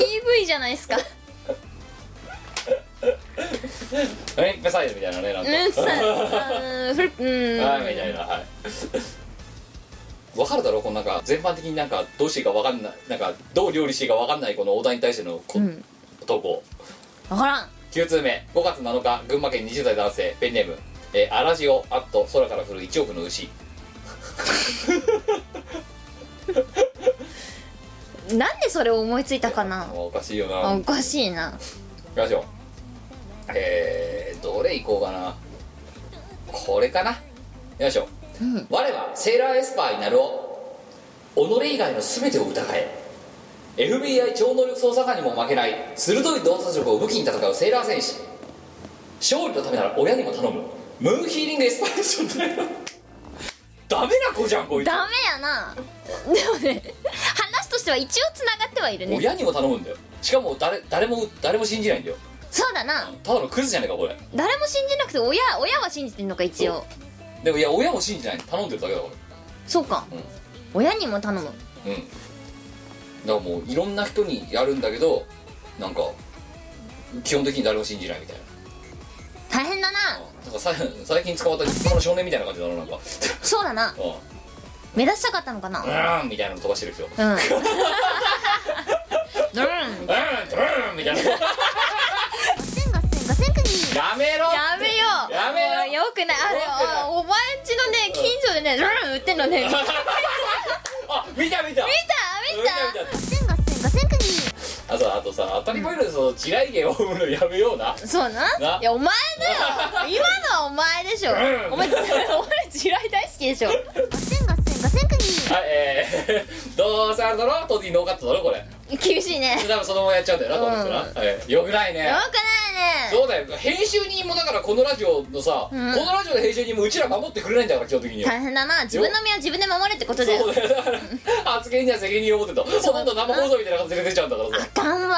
Speaker 3: PV じゃないですか
Speaker 1: えメサイドみたいなねなんか
Speaker 3: うん さうんふるうん
Speaker 1: はいみたいなはい分かるだろうこのなんか全般的になんかどうしていいか分かんないなんかどう料理していいか分かんないこのお題に対してのこ、
Speaker 3: うん
Speaker 1: 投稿
Speaker 3: 分からん
Speaker 1: 9通目5月7日群馬県20代男性ペンネームえー、アラジオアット空から降る1億の牛
Speaker 3: なんでそれを思いついたかな
Speaker 1: あおかしいよな
Speaker 3: あおかしいな
Speaker 1: ラジオえー、どれ行こうかなこれかなよいしょ、
Speaker 3: うん
Speaker 1: 我はセーラーエスパーになるを己以外の全てを疑え FBI 超能力捜査官にも負けない鋭い洞察力を武器に戦うセーラー戦士勝利のためなら親にも頼むムーンヒーリングエスパレーションだよダメな子じゃんこいつ
Speaker 3: ダメやなでもね話としては一応つながってはいるね
Speaker 1: 親にも頼むんだよしかも誰誰も誰も信じないんだよ
Speaker 3: そうだな
Speaker 1: ただのクズじゃねえかこれ
Speaker 3: 誰も信じなくて親親は信じてんのか一応
Speaker 1: でもいや親も信じない頼んでるだけだから
Speaker 3: そうか、
Speaker 1: うん
Speaker 3: 親にも頼む
Speaker 1: うんだからもういろんな人にやるんだけどなんか基本的に誰も信じないみたいな
Speaker 3: 大変だな
Speaker 1: なんかさ最近捕まった立派な少年みたいな感じだななんか
Speaker 3: そうだな
Speaker 1: うんう
Speaker 3: 目指したかったのかなうん
Speaker 1: ーんみたいなの飛ばしてる人う
Speaker 3: ド
Speaker 1: ーんう
Speaker 3: ーン
Speaker 1: ーんみたいな
Speaker 5: 千五千五千国
Speaker 1: やめろ
Speaker 3: やめよう
Speaker 1: やめろ
Speaker 3: もうよくないあれおお前んちのね近所でねドーン売ってんのね見た見
Speaker 1: あ見た見た
Speaker 3: た見た
Speaker 5: 千五千五千国
Speaker 1: あそうあとさ当たり前のようにその地雷芸を生むのやめような
Speaker 3: そうな
Speaker 1: ない
Speaker 3: やお前 だよ今のはお前でしょ
Speaker 1: うん
Speaker 3: お前 お前地雷大好きでしょ
Speaker 5: 千五千五千国
Speaker 1: はいえー、どうせあれだろ当時ノーカットだろこれ
Speaker 3: 厳しいねよ
Speaker 1: 多分そのままやっちゃうんだよなと思ってな、はいよくないね
Speaker 3: くないね
Speaker 1: そうだよ編集人もだからこのラジオのさ、
Speaker 3: うん
Speaker 1: このラジオの編集人もうちら守ってくれないんだから基本的には
Speaker 3: 大変だな自分の身は自分で守れってことだ
Speaker 1: そ
Speaker 3: よ
Speaker 1: うだよだから発言には責任を持ってとその後生放送みたいな形で出ちゃうんだから
Speaker 3: あ
Speaker 1: さ
Speaker 3: かんわ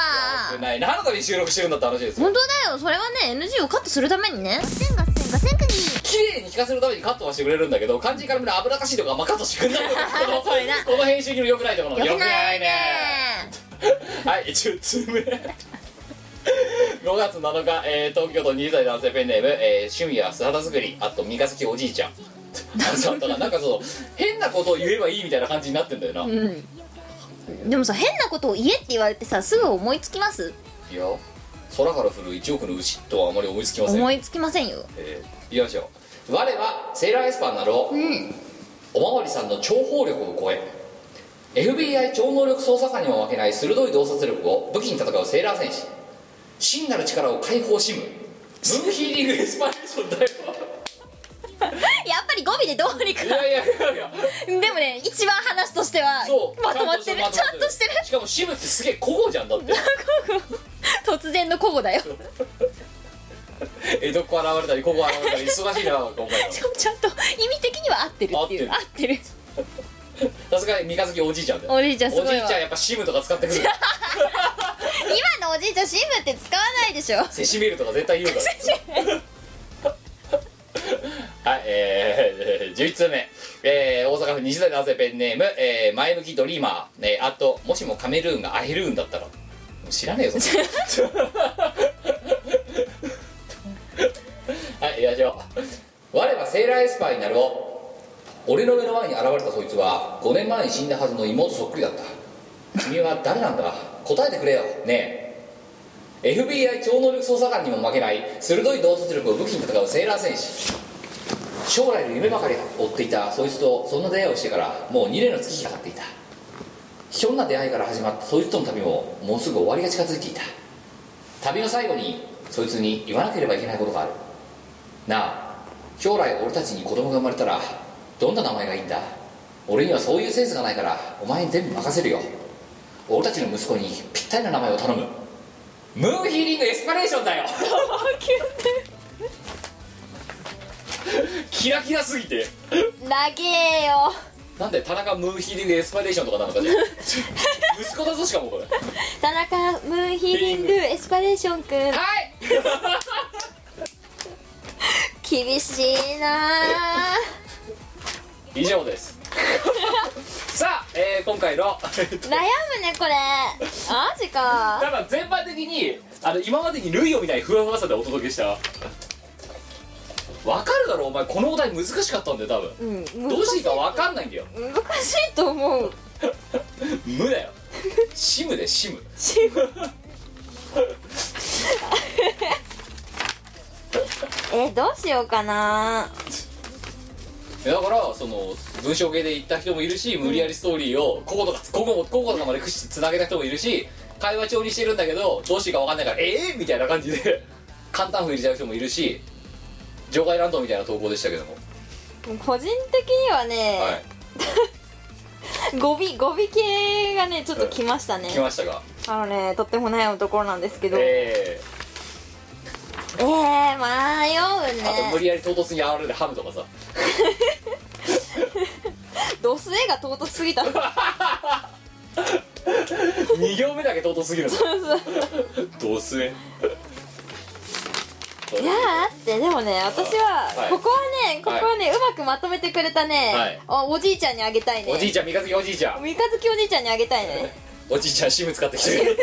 Speaker 1: よくない何のために収録してるんだって話ですよ
Speaker 3: 本当だよそれはね NG をカットするためにね
Speaker 5: 千五千五千国
Speaker 1: 綺麗に聞かせるためにカットはしてくれるんだけど肝心から見る油かしいとかあんまカットしてくれないのこ
Speaker 3: そうだ
Speaker 1: のこの編集人の良くないところ
Speaker 3: よ
Speaker 1: 良
Speaker 3: くないね
Speaker 1: はい10通目5月7日、えー東京都20代男性ペンネーム、えー趣味は素肌作りあと三日月おじいちゃんあそうだからなんかその変なことを言えばいいみたいな感じになってんだよな、い
Speaker 3: うんでもさ変なことを言えって言われてさすぐ思いつきます
Speaker 1: や空から降る1億の牛とはあまり思いつきません
Speaker 3: 思いつきませんよ
Speaker 1: えー、よいしょ我はセーラーエスパーなろう、
Speaker 3: ん
Speaker 1: おまわりさんの超法力を超え FBI 超能力捜査官にも負けない鋭い洞察力を武器に戦うセーラー戦士真なる力を解放しむムーンヒーリングエスパレーションだよ
Speaker 3: やっぱり語尾でどうにか
Speaker 1: いやいやいやいや
Speaker 3: でもね一番話としては
Speaker 1: そう
Speaker 3: まとまってるちゃんとしてる
Speaker 1: しかもシムってすげえ古語じゃんだって
Speaker 3: 突然の古語だよ
Speaker 1: 江戸っ子現れたり古語現れたり忙しいな今回は
Speaker 3: しかもちゃんと意味的には合ってるっていう合
Speaker 1: 合
Speaker 3: ってる
Speaker 1: さすがに三日月おじいちゃんだよ
Speaker 3: おじいちゃんすごいわ
Speaker 1: おじいちゃんやっぱシムとか使ってくるよ
Speaker 3: 今のおじいちゃん新聞って使わないでしょ
Speaker 1: セシミルとか絶対言うからはいえー、11通目、えー、大阪府西代男性ペンネーム、えー前向きドリーマー、えーあともしもカメルーンがアヘルーンだったら知らねえ よそんなはいよいしょ我はセーラーエスパーになるを俺の目の前に現れたそいつは5年前に死んだはずの妹そっくりだった君は誰なんだ答えてくれよねえ FBI 超能力捜査官にも負けない鋭い洞察力を武器に戦うセーラー戦士将来の夢ばかり追っていたそいつとそんな出会いをしてからもう2年の月日が経っていたひょんな出会いから始まったそいつとの旅ももうすぐ終わりが近づいていた旅の最後にそいつに言わなければいけないことがあるなあ将来俺たちに子供が生まれたらどんな名前がいいんだ俺にはそういうセンスがないからお前に全部任せるよ俺たちの息子にぴったりな名前を頼むムーンヒーリングエスパレーションだよ キラキラすぎて
Speaker 3: なげえよ
Speaker 1: なんで田中ムーンヒーリングエスパレーションとかなのかじゃん息子だぞしかもこれは
Speaker 3: 田中ムーンヒーリングエスパレーションくん
Speaker 1: い
Speaker 3: 厳しいなあ
Speaker 1: 以上です さあ、えー今回の
Speaker 3: 悩むねこれマジか
Speaker 1: ただ全般的にあの今までに類を見ないふわふわさでお届けしたわかるだろお前このお題難しかったんだよ多分
Speaker 3: うん
Speaker 1: どうしていいかわかんないんだよ
Speaker 3: 難しいと思う
Speaker 1: 無だよシムでシム
Speaker 3: えどうしようかな
Speaker 1: だからその文章系で言った人もいるし無理やりストーリーをこことかここもこことかまでつつなげた人もいるし会話調にしてるんだけどどうしていいか分かんないからええー、みたいな感じで 簡単譜入れちゃう人もいるし場外乱闘みたいな投稿でしたけども
Speaker 3: 個人的にはね、
Speaker 1: はい
Speaker 3: 語尾語尾系がねちょっと来ましたね
Speaker 1: 来ましたが
Speaker 3: あのねとっても悩むところなんですけどえ
Speaker 1: え
Speaker 3: ー、迷う
Speaker 1: ー、あと無
Speaker 3: ね
Speaker 1: 理やり唐突に R でハムとかさ
Speaker 3: ドス絵が唐突す ぎた
Speaker 1: 2行目だけ唐突すぎる どうすえ
Speaker 3: いやーってでもね私は、
Speaker 1: はい
Speaker 3: ここはねここはね、うまくまとめてくれたね、
Speaker 1: はい
Speaker 3: あおじいちゃんにあげたいね
Speaker 1: おじいちゃん三日月おじいちゃん
Speaker 3: 三日月おじいちゃんにあげた いね
Speaker 1: おじいちゃんシム使ってきて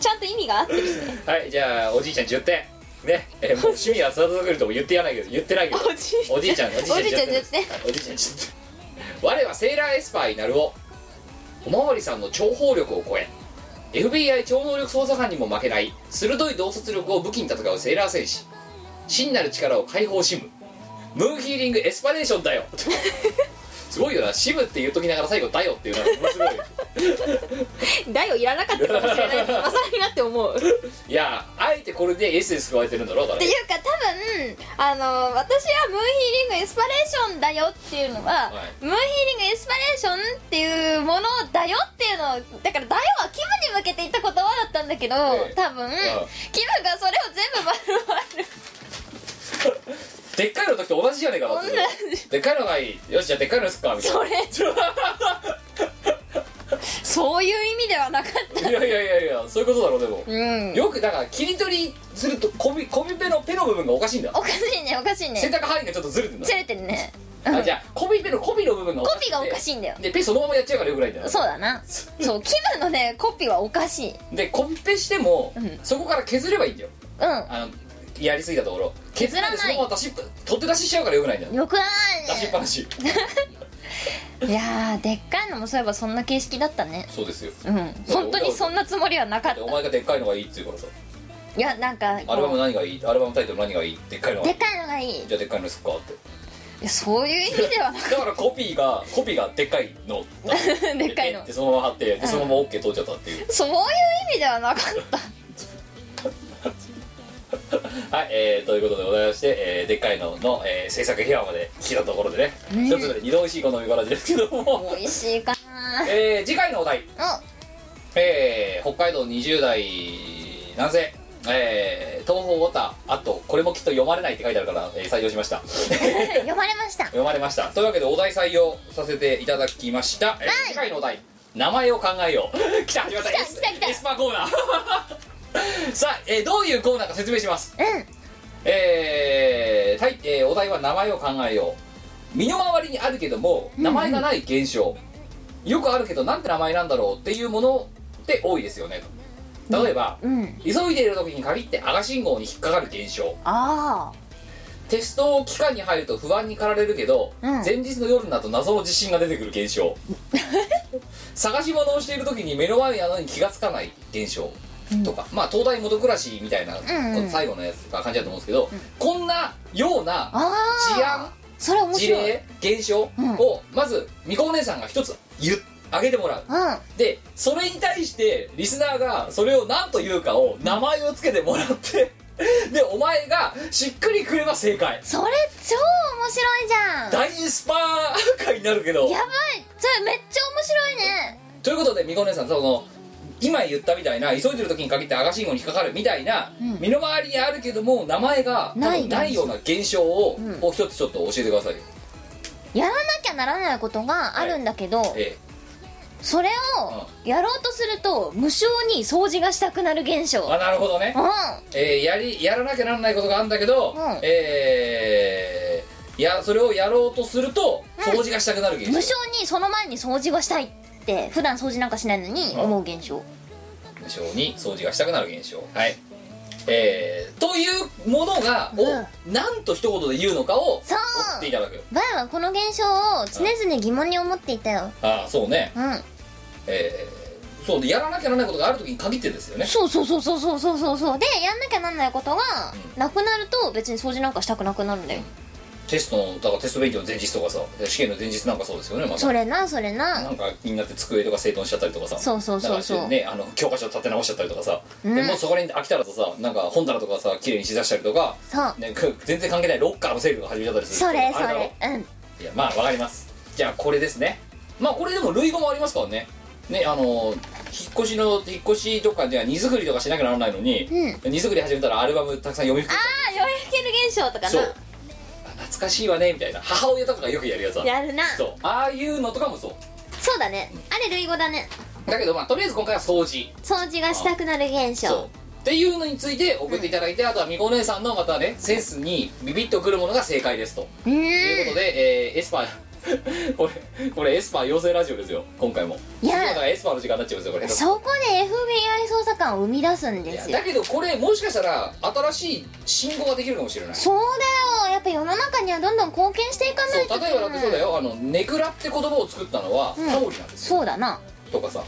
Speaker 3: ちゃんと意味があってるしね
Speaker 1: はいじゃあおじいちゃん10点ねえーもう趣味は育てるとも言ってやないけど言ってないけど
Speaker 3: おじい
Speaker 1: おじいちゃんおじいちゃん
Speaker 3: おじいちゃん
Speaker 1: 10点はいおじいちゃん10点我はセーラーエスパーになるをおまわりさんの諜報力を超え FBI 超能力捜査官にも負けない鋭い洞察力を武器に戦うセーラー戦士真なる力を解放シムムーンヒーリングエスパレーションだ よすごいよなシムって言うときながら最後「だよ」っていうのが面白い
Speaker 3: だよいらなかったかもしれ ない今更になって思う
Speaker 1: いやあえてこれでエッセンス加えてるんだろうだ
Speaker 3: っ
Speaker 1: か
Speaker 3: て
Speaker 1: ら
Speaker 3: いうか多分あの私はムーンヒーリングエスパレーションだよっていうのは、
Speaker 1: はい
Speaker 3: ムーンヒーリングエスパレーションっていうものだよっていうのをだから「だよ」は気分に向けて言った言葉だったんだけど、
Speaker 1: ええ
Speaker 3: 多分、
Speaker 1: ああ
Speaker 3: 気分がそれを全部丸々
Speaker 1: でっかいの時と同じじゃねえかなって
Speaker 3: 同
Speaker 1: でっかいのがいいよしじゃあでっかいのすっかみたいな
Speaker 3: それそういう意味ではなかっ た
Speaker 1: いやいやいやいやそういうことだろうでも、
Speaker 3: うん
Speaker 1: よくだから切り取りするとコミコミペのペの部分がおかしいんだ
Speaker 3: おかしいねおか しい
Speaker 1: 選
Speaker 3: ね
Speaker 1: 択範囲がちょっとずれてんだ
Speaker 3: ずれてるね
Speaker 1: あじゃあコミペのコミの部分がお
Speaker 3: コ
Speaker 1: かし
Speaker 3: ピ
Speaker 1: い
Speaker 3: ーがおかしいんだよ
Speaker 1: でペそのままやっちゃうからよくないんだよ
Speaker 3: そうだなそう気分のねコピーはおかしい
Speaker 1: でコミペしても、
Speaker 3: うん
Speaker 1: そこから削ればいいんだよ
Speaker 3: う
Speaker 1: あのやりすぎたところ
Speaker 3: 削らない
Speaker 1: 削ってそのまま出しっぱ取って出ししちゃうからよくないんだよ
Speaker 3: んよくない
Speaker 1: 出しっ
Speaker 3: ね
Speaker 1: ぱなし
Speaker 3: いやーでっかいのもそういえばそんな形式だったね
Speaker 1: そうですよ
Speaker 3: うん本当にそんなつもりはなかっ
Speaker 1: で
Speaker 3: た
Speaker 1: お前がでっかいのがいいって言うからさ
Speaker 3: いやなんかこう
Speaker 1: アルバム何がいいアルバムタイトル何がいいでっかいのがい
Speaker 3: で
Speaker 1: い
Speaker 3: っかいのがいいい
Speaker 1: じゃあでっかいのにすっかって
Speaker 3: やそういう意味で はなかっ
Speaker 1: だからコピーがコピーがでっかいの
Speaker 3: た でっかいの
Speaker 1: でそのまま貼ってでそのまま OK 取っちゃったっていう、
Speaker 3: そういう意味ではなかった
Speaker 1: はい、えーということでございまして、えーでっかいのの、えー制作秘話まで来たところでね
Speaker 3: うん
Speaker 1: 一つ目で二度おいしい好み話ですけども、
Speaker 3: 美味しいかな
Speaker 1: えー次回のお題、
Speaker 3: う
Speaker 1: えー北海道20代男性えー東方ウォーターあとこれもきっと読まれないって書いてあるから、えー採用しました
Speaker 3: ん読まれました
Speaker 1: 読まれましたというわけでお題採用させていただきました、えー次回のお題名前を考えよう 来た始まった
Speaker 3: 来た
Speaker 1: エス
Speaker 3: 来た来た
Speaker 1: エスパーコーナー さあ、えーどういうコーナーか説明します
Speaker 3: うん
Speaker 1: えーたいえーお題は名前を考えよう身の回りにあるけども名前がない現象、よくあるけどなんて名前なんだろうっていうものって多いですよね例えば、
Speaker 3: うん
Speaker 1: 急いでいる時に限って赤信号に引っかかる現象
Speaker 3: あ
Speaker 1: テスト期間に入ると不安に駆られるけど、
Speaker 3: うん
Speaker 1: 前日の夜になると謎の自信が出てくる現 象探し物をしている時に目の前にあのに気がつかない現象とか、まあ東大元暮らしみたいな、
Speaker 3: んうん
Speaker 1: 最後のやつが感じだと思うんですけど、こんなような
Speaker 3: ああ
Speaker 1: 事案
Speaker 3: あそれ面
Speaker 1: 事
Speaker 3: 白いうん
Speaker 1: 例現象
Speaker 3: うん
Speaker 1: をまずみこお姉さんが一つ言っ挙げてもらうでそれに対してリスナーがそれを何と言うかを名前をつけてもらってでお前がしっくりくれば正解
Speaker 3: それ超面白いじゃん
Speaker 1: 大エスパー会になるけど
Speaker 3: やばいそれめっちゃ面白いね
Speaker 1: ということでみこお姉さんその今言ったみたいな急いでる時に限って赤信号に引っかかるみたいな、
Speaker 3: うん
Speaker 1: 身の回りにあるけども名前が多
Speaker 3: ない
Speaker 1: 分ないような現象を
Speaker 3: うん
Speaker 1: を一つちょっと教えてくださいよ、
Speaker 3: やらなきゃならないことがあるんだけど、
Speaker 1: え
Speaker 3: それをやろうとすると無性に掃除がしたくなる現象
Speaker 1: え、あなるほどね、
Speaker 3: うん
Speaker 1: えーやりやらなきゃならないことがあるんだけど、
Speaker 3: うん
Speaker 1: えーいやそれをやろうとすると掃除がしたくなる現
Speaker 3: 無
Speaker 1: 象
Speaker 3: 性にその前に掃除がしたいって普段掃除なんかしないのに思う現象
Speaker 1: 無性に掃除がしたくなる現象はいえーというものが、をなんと一言で言うのかを
Speaker 3: そう
Speaker 1: 追っていただく
Speaker 3: バイはこの現象を常々疑問に思っていたよ
Speaker 1: ああそうね
Speaker 3: うん
Speaker 1: えそうでやらなきゃならないことがある時に限ってですよね
Speaker 3: そうそうそうそうそうそうそうそうでやんなきゃなんないことがなくなると別に掃除なんかしたくなくなるんだよ
Speaker 1: テストのだからテスト勉強の前日とかさで試験の前日なんかそうですよねまた
Speaker 3: それなそれ
Speaker 1: な
Speaker 3: なん
Speaker 1: か気になって机とか整頓しちゃったりとかさ
Speaker 3: そうそうそうそう
Speaker 1: なんかねあの教科書立て直しちゃったりとかさ、
Speaker 3: う
Speaker 1: で
Speaker 3: ん
Speaker 1: もうそこに飽きたらとさなんか本棚とかさ綺麗にしだしたりとか、
Speaker 3: そう
Speaker 1: ね、く全然関係ないロッカーの整理が始めちゃったりする
Speaker 3: それ
Speaker 1: あ
Speaker 3: そ
Speaker 1: だろ
Speaker 3: れうん
Speaker 1: いやまあわかりますじゃあこれですねまあこれでも類語もありますからねねあの引っ越しの引っ越しとかでは荷造りとかしなきゃならないのに、
Speaker 3: う
Speaker 1: 荷造り始めたらアルバムたくさん読み
Speaker 3: あ
Speaker 1: 込
Speaker 3: あ酔いふける現象とか
Speaker 1: むそうあ懐かしいわねみたいな母親とかがよくやるやつだ
Speaker 3: なやるな
Speaker 1: そうああいうのとかもそう
Speaker 3: そうだねあれ類語だね
Speaker 1: だけどまあとりあえず今回は掃除
Speaker 3: 掃除がしたくなる現
Speaker 1: そう
Speaker 3: 象
Speaker 1: っていうのについて送っていただいて、あとはみこお姉さんのまたねセンスにビビッとくるものが正解ですと、
Speaker 3: う
Speaker 1: というこ
Speaker 3: ー
Speaker 1: と
Speaker 3: ん
Speaker 1: で、えーエスパー これこれエスパー養成ラジオですよ今回も
Speaker 3: いや
Speaker 1: 次はだからエスパーの時間になっちゃいますよこれ
Speaker 3: そこで FBI 捜査官を生み出すん
Speaker 1: い
Speaker 3: で
Speaker 1: や
Speaker 3: すよ
Speaker 1: だけどこれもしかしたら新しい信号ができるかもしれないそ
Speaker 3: そうだよやっぱ世の中にはどんどん貢献していかないと
Speaker 1: う例えばだってそうだよあのネクラって言葉を作ったのは
Speaker 3: うん
Speaker 1: タモリなんですよ、
Speaker 3: そうだな
Speaker 1: とかさ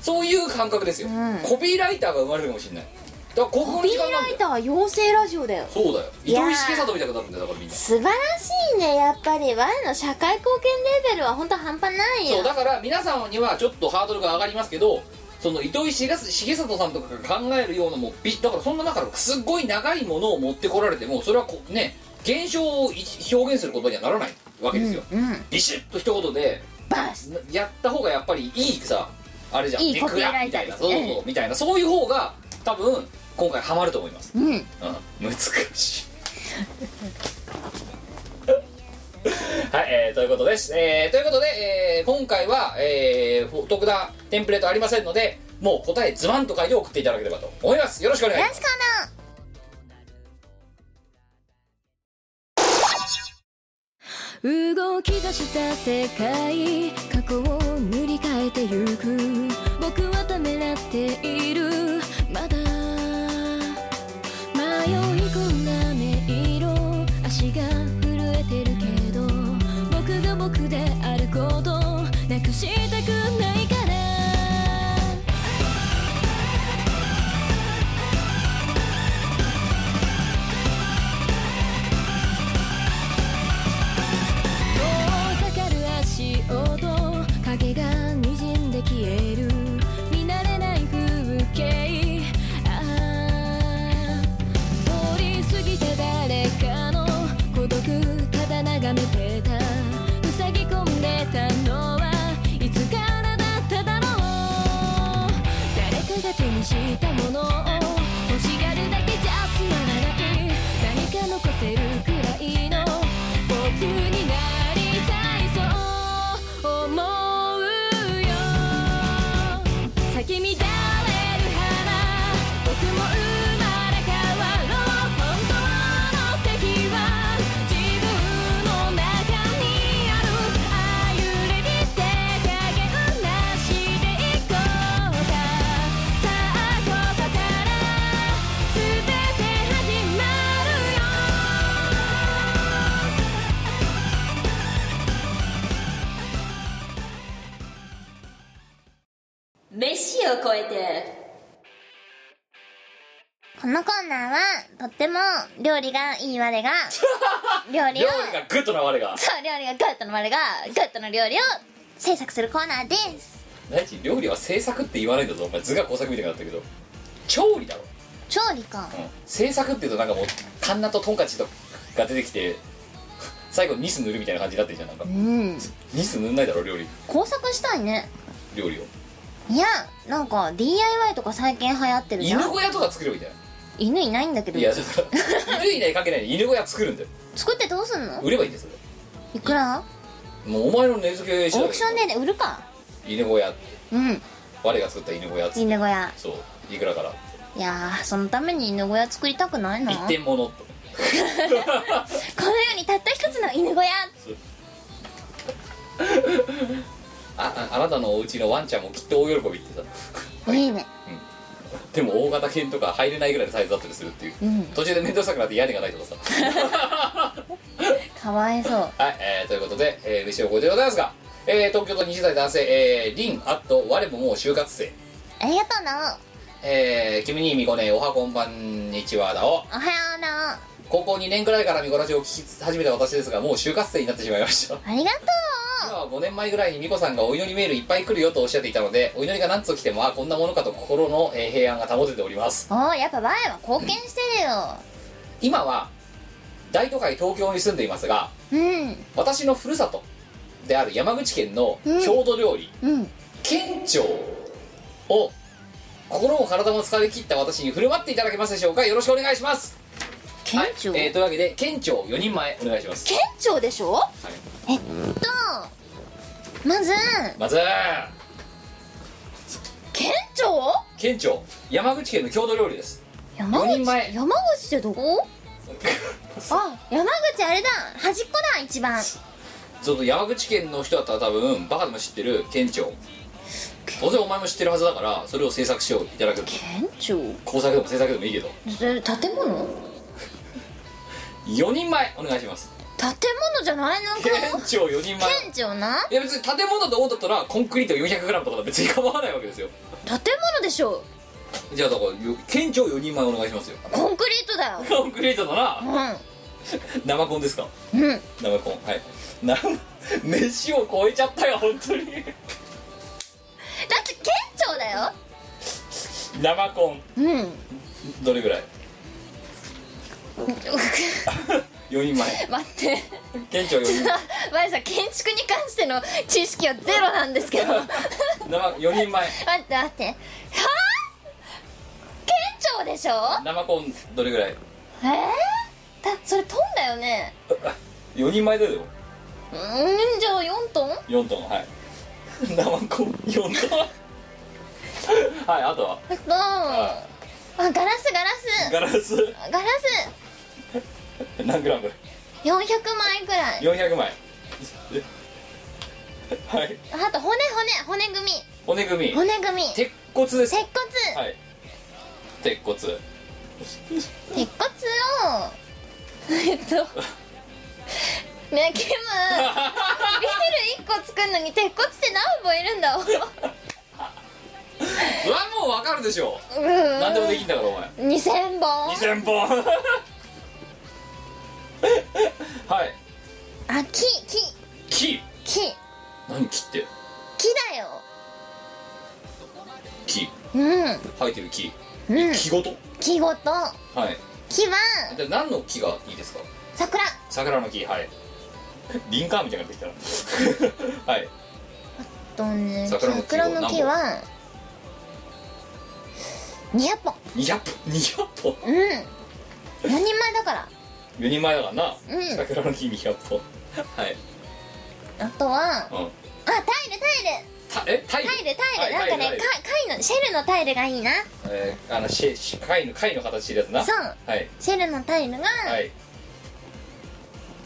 Speaker 1: そういう感覚ですよ、
Speaker 3: うん
Speaker 1: コピーライターが生まれるかもしれないだから国語
Speaker 3: コ
Speaker 1: の
Speaker 3: ピ
Speaker 1: 時
Speaker 3: ー
Speaker 1: 間なん
Speaker 3: ラ
Speaker 1: だ
Speaker 3: イ
Speaker 1: よ
Speaker 3: ターは養成ラジオだよ
Speaker 1: そうだよ
Speaker 3: いやー
Speaker 1: 糸井重里みたいなことになるんだよだからみんな
Speaker 3: 素晴らしいねやっぱり我の社会貢献レベルは本当半端ない
Speaker 1: そう
Speaker 3: よ
Speaker 1: だから皆さんにはちょっとハードルが上がりますけどその糸井重里さんとかが考えるようなもうびだからそんな中からすっごい長いものを持ってこられてもそれはこうね現象を一表現することにはならないわけですよ、
Speaker 3: うん
Speaker 1: ビシッと一言で
Speaker 3: バス
Speaker 1: やった方がやっぱりいいさあれじゃん
Speaker 3: いいコピーラ
Speaker 1: み
Speaker 3: イ
Speaker 1: た
Speaker 3: ター
Speaker 1: い
Speaker 3: で
Speaker 1: な
Speaker 3: す
Speaker 1: そうそうみたいなそういう方が多分今回ハマると思います、
Speaker 3: うん
Speaker 1: うん、難しい はい、えーということです、えーということで、えー今回は、えー特段テンプレートありませんのでもう答えズバンと書いて送っていただければと思いますよろしくお願いします
Speaker 6: 動き出した世界過去を塗り替えてゆく僕はためらっているまだ迷い込んだ音色足が震えてるけど僕が僕であることなくしたくないから遠ざかる足音影が滲んで消える見慣れない風景ああ通り過ぎた誰かの孤独ただ眺めてた塞ぎ込んでたのはいつからだっただろう誰かが手にしたものを欲しがるだけじゃつまらない何か残せるくらいの僕になりたいそう思うよ咲き乱れる花僕も生まれ変わろう本当の敵は自分の中にあるあゆれに手加減なしでいこうかさあここから全て始まるよ
Speaker 2: 飯を超えて
Speaker 3: このコーナーはとっても料理がいい我 が料理
Speaker 1: 料理
Speaker 3: を
Speaker 1: がグッとな我が
Speaker 3: そう料理がグッドの我がグッドの料理を制作するコーナーです
Speaker 1: 何料理は制作って言わないんだぞお前図画工作みたいになったけど調理だろ、
Speaker 3: 調理か
Speaker 1: うん、制作っていうとなんかもうカンナとトンカチとが出てきて最後ニス塗るみたいな感じになってんじゃんなんか
Speaker 3: うん
Speaker 1: ニス塗んないだろ料理
Speaker 3: 工作したいね
Speaker 1: 料理を
Speaker 3: いやなんか DIY とか最近流行ってるじゃ
Speaker 1: 犬
Speaker 3: ん
Speaker 1: 小屋とか作るみたいな
Speaker 3: 犬いないんだけど
Speaker 1: いやだから犬以内かけないで犬小屋作るんだよ
Speaker 3: 作ってどうすんの
Speaker 1: 売ればいいんですよ
Speaker 3: いくら
Speaker 1: もうお前の値付け次
Speaker 3: オー
Speaker 1: 第
Speaker 3: クションでね売るか
Speaker 1: 犬小屋
Speaker 3: うん
Speaker 1: 我が作った犬小屋っつって
Speaker 3: 犬小屋
Speaker 1: そういくらから
Speaker 3: いやーそのために犬小屋作りたくないな
Speaker 1: 一
Speaker 3: この世
Speaker 1: 点物
Speaker 3: にたった一つの犬小屋
Speaker 1: あああなたのお家のワンちゃんもきっと大喜びってさ
Speaker 3: いいね
Speaker 1: でも大型犬とか入れないぐらいのサイズだったりするっていう、
Speaker 3: うん
Speaker 1: 途中で面倒くさくなって屋根がないとかさ
Speaker 3: かわいそう
Speaker 1: はい、えーということで、えー、飯を超えてでございますが、えー東京都20代男性、えー、リン、あと、我ももう就活生。
Speaker 3: ありがとうな
Speaker 1: えー、君にみこね、おはこんばんにちはだお。
Speaker 3: おはような
Speaker 1: 高校2年くらいからミコラジを聞き始めた私ですが、もう就活生になってしまいました。
Speaker 3: ありがと
Speaker 1: 今は5年前ぐらいにミコさんがお祈りメールいっぱい来るよとおっしゃっていたので、お祈りが何通来ても、あ、こんなものかと心のえー平安が保てております。
Speaker 3: うおーやっぱ前は貢献してるよ
Speaker 1: 今は大都会東京に住んでいますが
Speaker 3: うん
Speaker 1: 私のふるさとである山口県の
Speaker 3: うん
Speaker 1: 郷土料理、
Speaker 3: うん
Speaker 1: 県庁を心も体も疲れ切った私に振る舞っていただけますでしょうかよろしくお願いします
Speaker 3: 県庁、
Speaker 1: はいえーというわけで県庁4人前お願いします
Speaker 3: 県庁でしょえっとまず
Speaker 1: まず
Speaker 3: 県庁
Speaker 1: 県庁山口県の郷土料理です
Speaker 3: 山
Speaker 1: 四
Speaker 3: 口
Speaker 1: 人前
Speaker 3: 山口ってど こあ山口あれだ端っこだ一番
Speaker 1: ちょっと山口県の人だったら多分バカでも知ってる県庁当然お前も知ってるはずだからそれを制作しよういただく
Speaker 3: 県庁
Speaker 1: 工作でも制作でもいいけど
Speaker 3: それ建物
Speaker 1: 4人前お願いします
Speaker 3: 建物じゃないのか
Speaker 1: 県庁4人前
Speaker 3: 県庁ない
Speaker 1: や別に建物と思うんだったらコンクリート 400g とか別に構わないわけですよ
Speaker 3: 建物でしょ
Speaker 1: じゃあだからよ県庁4人前お願いしますよ
Speaker 3: コンクリートだよ
Speaker 1: コンクリートなら生コンですか
Speaker 3: うんうん
Speaker 1: 生コンはいな飯を超えちゃったよ本当に
Speaker 3: だって県庁だよ
Speaker 1: 生コン
Speaker 3: うん
Speaker 1: どれぐらい4人前
Speaker 3: 待って
Speaker 1: 県庁4人前
Speaker 3: マリさん建築に関しての知識はゼロなんです けど待
Speaker 1: 生4人前
Speaker 3: って待ってはあ県庁でしょ
Speaker 1: 生コンどれぐらい
Speaker 3: えー、だそれトンだよね
Speaker 1: 4人前だよ
Speaker 3: うーんじゃあ4トン
Speaker 1: 4トンはい生コン4トンはいあとは
Speaker 3: えっとあ
Speaker 1: あ
Speaker 3: ガラスガラス
Speaker 1: ガラス
Speaker 3: ガラス
Speaker 1: 何グラム
Speaker 3: 400枚ぐらい
Speaker 1: 400枚はい
Speaker 3: あと骨骨骨組
Speaker 1: 骨組
Speaker 3: み
Speaker 1: み
Speaker 3: 骨組み
Speaker 1: 鉄骨です
Speaker 3: 鉄
Speaker 1: は
Speaker 3: 骨
Speaker 1: い鉄骨
Speaker 3: 鉄骨をえっとね えキムビール1個作るのに鉄骨って何本いるんだ
Speaker 1: うわもうわかるでしょ
Speaker 3: うーん
Speaker 1: 何でもできんだからお前
Speaker 3: 2000本
Speaker 1: 2000本 はい
Speaker 3: あ木木
Speaker 1: 木
Speaker 3: 木木
Speaker 1: 何木って
Speaker 3: だよ
Speaker 1: 木
Speaker 3: うん
Speaker 1: 生えてる木
Speaker 3: うん
Speaker 1: 木ごと
Speaker 3: 木ごと
Speaker 1: はい
Speaker 3: 木は
Speaker 1: で何の木がいいですか
Speaker 3: 桜
Speaker 1: 桜の木はいリンカーンみたいになってきたな はい
Speaker 3: とね
Speaker 1: 桜の木
Speaker 3: 桜の木は200本
Speaker 1: 200本200本
Speaker 3: うん4人前だから
Speaker 1: 4人前だからな、
Speaker 3: うん
Speaker 1: 桜の木200本はい
Speaker 3: あとはあ
Speaker 1: うん
Speaker 3: タイルタイル
Speaker 1: たえタイル
Speaker 3: タイルタイル
Speaker 1: は
Speaker 3: ないんかね
Speaker 1: タイル
Speaker 3: か貝のシェルのタイルがいいな
Speaker 1: えーあのシェシ貝の貝の形してるやつな
Speaker 3: そう
Speaker 1: はい
Speaker 3: シェルのタイルが
Speaker 1: はい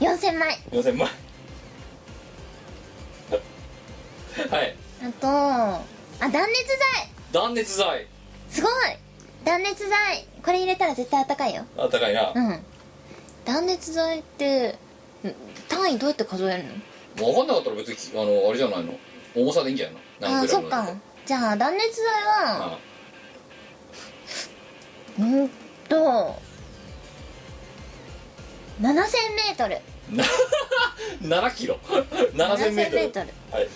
Speaker 3: 4000枚
Speaker 1: 4000万はい
Speaker 3: あとあ断熱材
Speaker 1: 断熱材
Speaker 3: すごい断熱材これ入れたら絶対あったかいよ
Speaker 1: あったかいな、
Speaker 3: うん断熱材ってん単位どうやって数えるの
Speaker 1: 分かんなかったら別にきあのあれじゃないの重さでいいんじゃないの
Speaker 3: あ
Speaker 1: 何
Speaker 3: あ
Speaker 1: グラ
Speaker 3: そっ
Speaker 1: ムだ
Speaker 3: かじゃあ断熱材は
Speaker 1: あ
Speaker 3: うんと 7000m
Speaker 1: な7キロ7000メートルはい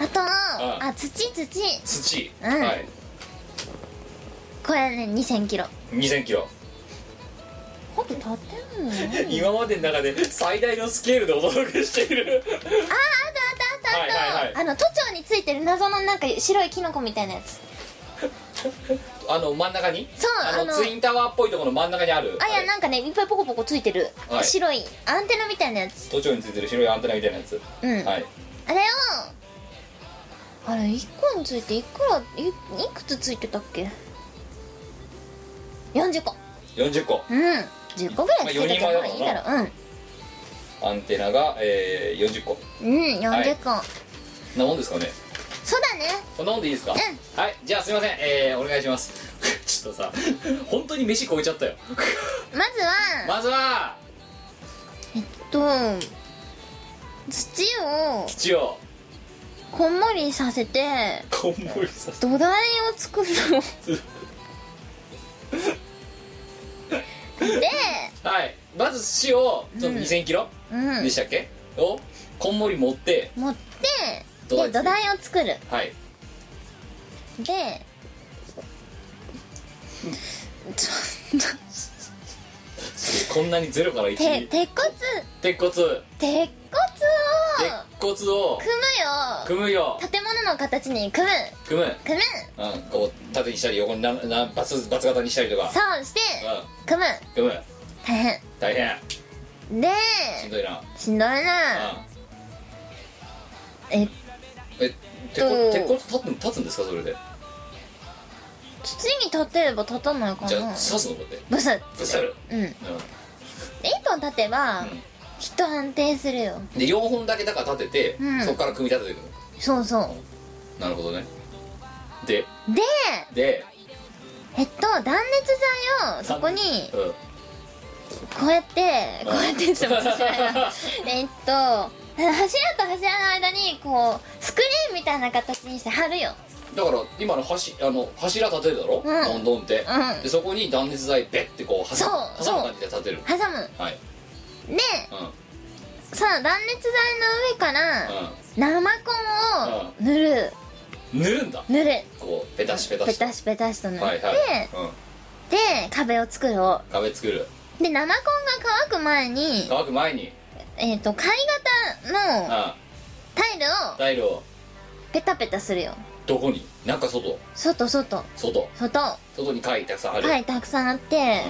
Speaker 3: あと
Speaker 1: あ
Speaker 3: あ土土
Speaker 1: 土、
Speaker 3: うん
Speaker 1: はい
Speaker 3: これね 2000kg
Speaker 1: 2000キロ
Speaker 3: ほんと建物あった
Speaker 1: 今までの中で最大のスケールでお届けしている
Speaker 3: あった
Speaker 1: はいはい
Speaker 3: あ
Speaker 1: は
Speaker 3: っ
Speaker 1: い
Speaker 3: たあの都庁についてる謎のなんか白いキノコみたいなやつ
Speaker 1: あの真ん中に
Speaker 3: そう
Speaker 1: あの
Speaker 3: あの
Speaker 1: ツインタワーっぽいところの真ん中にある
Speaker 3: あい
Speaker 1: は
Speaker 3: や
Speaker 1: い
Speaker 3: なんかねいっぱいポコポコついてる、
Speaker 1: はい
Speaker 3: 白いアンテナみたいなやつ
Speaker 1: 都庁についてる白いアンテナみたいなやつ、
Speaker 3: うん、
Speaker 1: はい
Speaker 3: あれをあれ1個についていくらいいくつついてたっけ40個
Speaker 1: 40個
Speaker 3: うん10個ぐらいつけとけ
Speaker 1: まあ
Speaker 3: ば
Speaker 1: 四
Speaker 3: いい
Speaker 1: 人前だ
Speaker 3: だろう
Speaker 1: アンテナが、えー、40個
Speaker 3: うんうん40個、
Speaker 1: なもんですかね
Speaker 3: そうだね
Speaker 1: こんなもんでいいですか、
Speaker 3: う
Speaker 1: はいじゃあすいませんえー、お願いします ちょっとさ本当に飯 超えちゃったよ
Speaker 3: まずは、
Speaker 1: まずは
Speaker 3: えっと土を
Speaker 1: 土を
Speaker 3: こんもりさせて
Speaker 1: こんもりさせ
Speaker 3: 土台を作る ので
Speaker 1: はいまず土をその2 0 0 0キロ
Speaker 3: うん
Speaker 1: でしたっけ、をこんもり持って
Speaker 3: 持って
Speaker 1: 土台
Speaker 3: で土台を作る
Speaker 1: はい
Speaker 3: でち ょっと
Speaker 1: こんなにゼロから
Speaker 3: て
Speaker 1: 1
Speaker 3: 鉄骨
Speaker 1: 鉄骨
Speaker 3: 鉄骨を
Speaker 1: 鉄骨を
Speaker 3: 組むよ
Speaker 1: 組むよ
Speaker 3: 建物の形に組む
Speaker 1: 組む
Speaker 3: 組む
Speaker 1: うんこう縦にしたり横にななバツバツ型にしたりとか
Speaker 3: そうして
Speaker 1: う
Speaker 3: 組む
Speaker 1: ん組む
Speaker 3: 大変
Speaker 1: 大変
Speaker 3: で
Speaker 1: しんどいな
Speaker 3: しんどいな
Speaker 1: う
Speaker 3: え
Speaker 1: んえ鉄
Speaker 3: え
Speaker 1: 骨
Speaker 3: っと
Speaker 1: 鉄骨立つ立つんですかそれで
Speaker 3: 土に立てれば立たないか
Speaker 1: じゃあ刺
Speaker 3: な
Speaker 1: すのこうやって
Speaker 3: ブスッ
Speaker 1: ぶつかる
Speaker 3: うん
Speaker 1: う
Speaker 3: で
Speaker 1: ん
Speaker 3: 一本立てば
Speaker 1: うん
Speaker 3: きっと安定するよ
Speaker 1: で4本だけだから立てて、
Speaker 3: うん
Speaker 1: そこから組み立てていく
Speaker 3: そうそ
Speaker 1: のなるほどねで
Speaker 3: うで
Speaker 1: で
Speaker 3: えっと断熱材をそこに
Speaker 1: うん
Speaker 3: こうやってこうやってっても
Speaker 1: うん
Speaker 3: 知らないなえっと柱と柱の間にこうスクリーンみたいな形にして貼るよ
Speaker 1: だから今の柱あの柱立てるだろ、
Speaker 3: うん
Speaker 1: どんどんって、
Speaker 3: うん
Speaker 1: でそこに断熱材ベッてこう挟む
Speaker 3: そう
Speaker 1: 挟む感じで立てる
Speaker 3: 挟む
Speaker 1: はいう
Speaker 3: で
Speaker 1: ん
Speaker 3: その断熱材の上から生コンを塗る
Speaker 1: うん塗るんだ
Speaker 3: 塗る
Speaker 1: こうペタシペタシ
Speaker 3: ペタシペタシと塗って、
Speaker 1: はいはい、うん、
Speaker 3: で壁を作ろ
Speaker 1: 壁作る
Speaker 3: うで生コンが乾く前に、
Speaker 1: 乾く前に
Speaker 3: えっと貝
Speaker 1: うん
Speaker 3: 型のタイルを
Speaker 1: タイルを
Speaker 3: ペタペタするよ
Speaker 1: どこに中外
Speaker 3: 外外
Speaker 1: 外
Speaker 3: 外
Speaker 1: 外に貝たくさんある、
Speaker 3: 貝たくさんあって、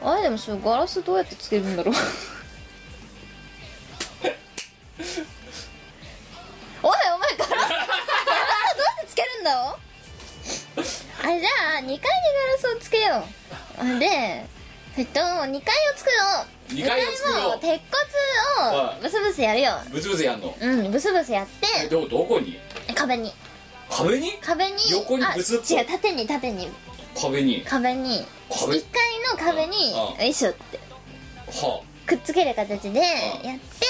Speaker 3: あれでもそれガラスどうやってつけるん だろうおいお前ガラスガラスどうやってつけるんだろあれじゃあ2階にガラスをつけようでえっと2階を作ろう
Speaker 1: 二階を作ろう
Speaker 3: 二階も鉄骨
Speaker 1: は
Speaker 3: を
Speaker 1: い
Speaker 3: ブスブスやるよ
Speaker 1: ブツブツやんの
Speaker 3: うんブスブスやっ
Speaker 1: え
Speaker 3: て
Speaker 1: どどこに
Speaker 3: 壁に
Speaker 1: 壁に
Speaker 3: 壁に
Speaker 1: 横にブスッと
Speaker 3: あ違う縦に縦に
Speaker 1: 壁に
Speaker 3: 壁に1
Speaker 1: 壁
Speaker 3: 階の壁に
Speaker 1: うんうん
Speaker 3: よいしょって
Speaker 1: は
Speaker 3: くっつける形で
Speaker 1: うん
Speaker 3: やって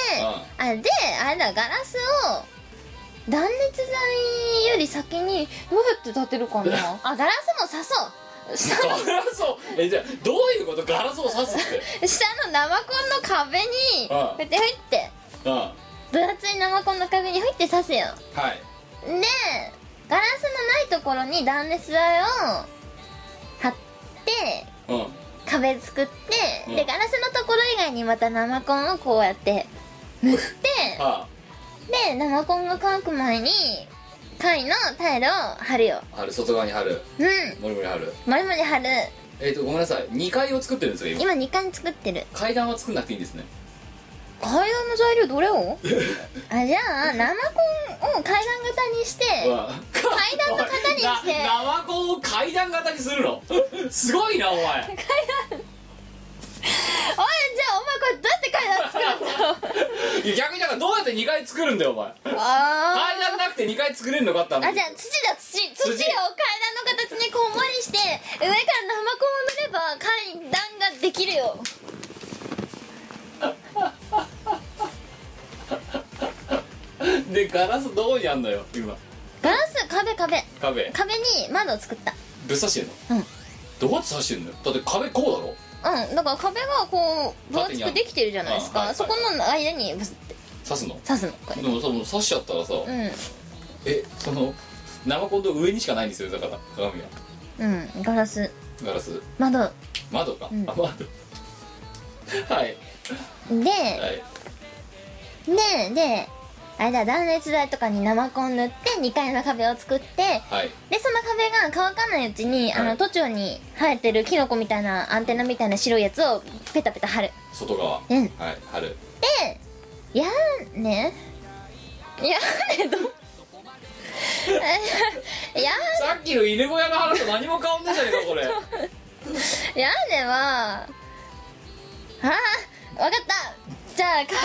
Speaker 3: あであれだガラスを断熱材より先にどうやって立てるかなあガラスも刺そう下
Speaker 1: あガラスを えじゃあどういうことガラスを刺すって
Speaker 3: 下の生コンの壁に
Speaker 1: ん
Speaker 3: こうやってふいって
Speaker 1: うんは
Speaker 3: 分厚い生コンの壁にふいって刺すよ
Speaker 1: い
Speaker 3: でガラスのないところに断熱材を貼って
Speaker 1: うん
Speaker 3: 壁作って、
Speaker 1: うん
Speaker 3: でガラスのところ以外にまた生コンをこうやって塗って
Speaker 1: は
Speaker 3: で生コンが乾く前に貝のタイルを貼るよ
Speaker 1: あ貼る外側に貼る
Speaker 3: うん
Speaker 1: もりもり貼る
Speaker 3: まりまり貼る
Speaker 1: えっ、とごめんなさい2階を作ってるんですよ今
Speaker 3: 今2階作ってる
Speaker 1: 階段は作んなくていいんですね
Speaker 3: 階段の材料どれを あじゃあ生コンを階段型にして
Speaker 1: 階
Speaker 3: 段の型 にして
Speaker 1: 生子を階段型にするの すごいなお前
Speaker 3: おいじゃあお前これどうやって階段作るんだろう
Speaker 1: いや逆にだからどうやって2階作るんだよお前
Speaker 3: あ
Speaker 1: 階段なくて2階作れるのかった
Speaker 3: ー
Speaker 1: の
Speaker 3: あじゃあ土だ土土を階段の形にこんもりして上から生コンを塗れば階段ができるよ
Speaker 1: でガラスどこにあんのよ今
Speaker 3: ガラス壁壁
Speaker 1: 壁
Speaker 3: 壁に窓を作った
Speaker 1: ぶっ刺してんの、
Speaker 3: うん
Speaker 1: どうやって刺してんのよだって壁こうだろ
Speaker 3: うんだから壁がこう分厚くできてるじゃないですか、
Speaker 1: あはいはい
Speaker 3: そこの間にブスって
Speaker 1: 刺すの
Speaker 3: 刺すのこれ
Speaker 1: でもその刺しちゃったらさ、
Speaker 3: う
Speaker 1: えその生コンの上にしかないんですよだから鏡が
Speaker 3: んうんガラス
Speaker 1: ガラス
Speaker 3: 窓
Speaker 1: 窓か、
Speaker 3: うん
Speaker 1: あ窓はい
Speaker 3: で、
Speaker 1: はい
Speaker 3: でであれだ断熱材とかに生コン塗って2階の壁を作って
Speaker 1: はい
Speaker 3: でその壁が乾かないうちに、あ
Speaker 1: は
Speaker 3: の
Speaker 1: い
Speaker 3: 都庁に生えてるキノコみたいなアンテナみたいな白いやつをペタペタ貼る
Speaker 1: 外側、
Speaker 3: うん
Speaker 1: はい貼る
Speaker 3: で屋根屋根 ど屋
Speaker 1: さっきの犬小屋の話と何も変わんないじゃねえかこれ
Speaker 3: 屋根はああわかったじゃあ壁の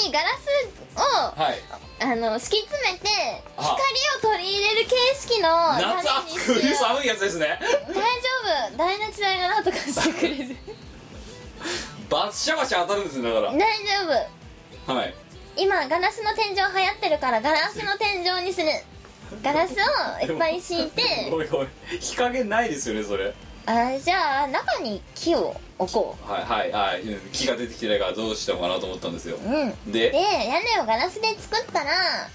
Speaker 3: 上にガラスを
Speaker 1: はい
Speaker 3: あの敷き詰めて
Speaker 1: あ
Speaker 3: 光を取り入れる形式の
Speaker 1: 夏
Speaker 3: 屋根に
Speaker 1: 暑く
Speaker 3: し
Speaker 1: 冬
Speaker 3: よう
Speaker 1: 寒いやつですね
Speaker 3: 大丈夫大熱代がなんとかし てくれる
Speaker 1: バッシャバシャ当たるんですねだか
Speaker 3: 大丈夫
Speaker 1: らはい
Speaker 3: 今ガラスの天井流行ってるからガラスの天井にするガラスをいっぱい敷い て
Speaker 1: おいおい日陰ないですよねそれ
Speaker 3: あじゃあ中に木を置こ
Speaker 1: はいはいはいうん木が出てきてないからどうしたのかなと思ったんですよ
Speaker 3: ううん
Speaker 1: で
Speaker 3: で屋根をガラスで作ったら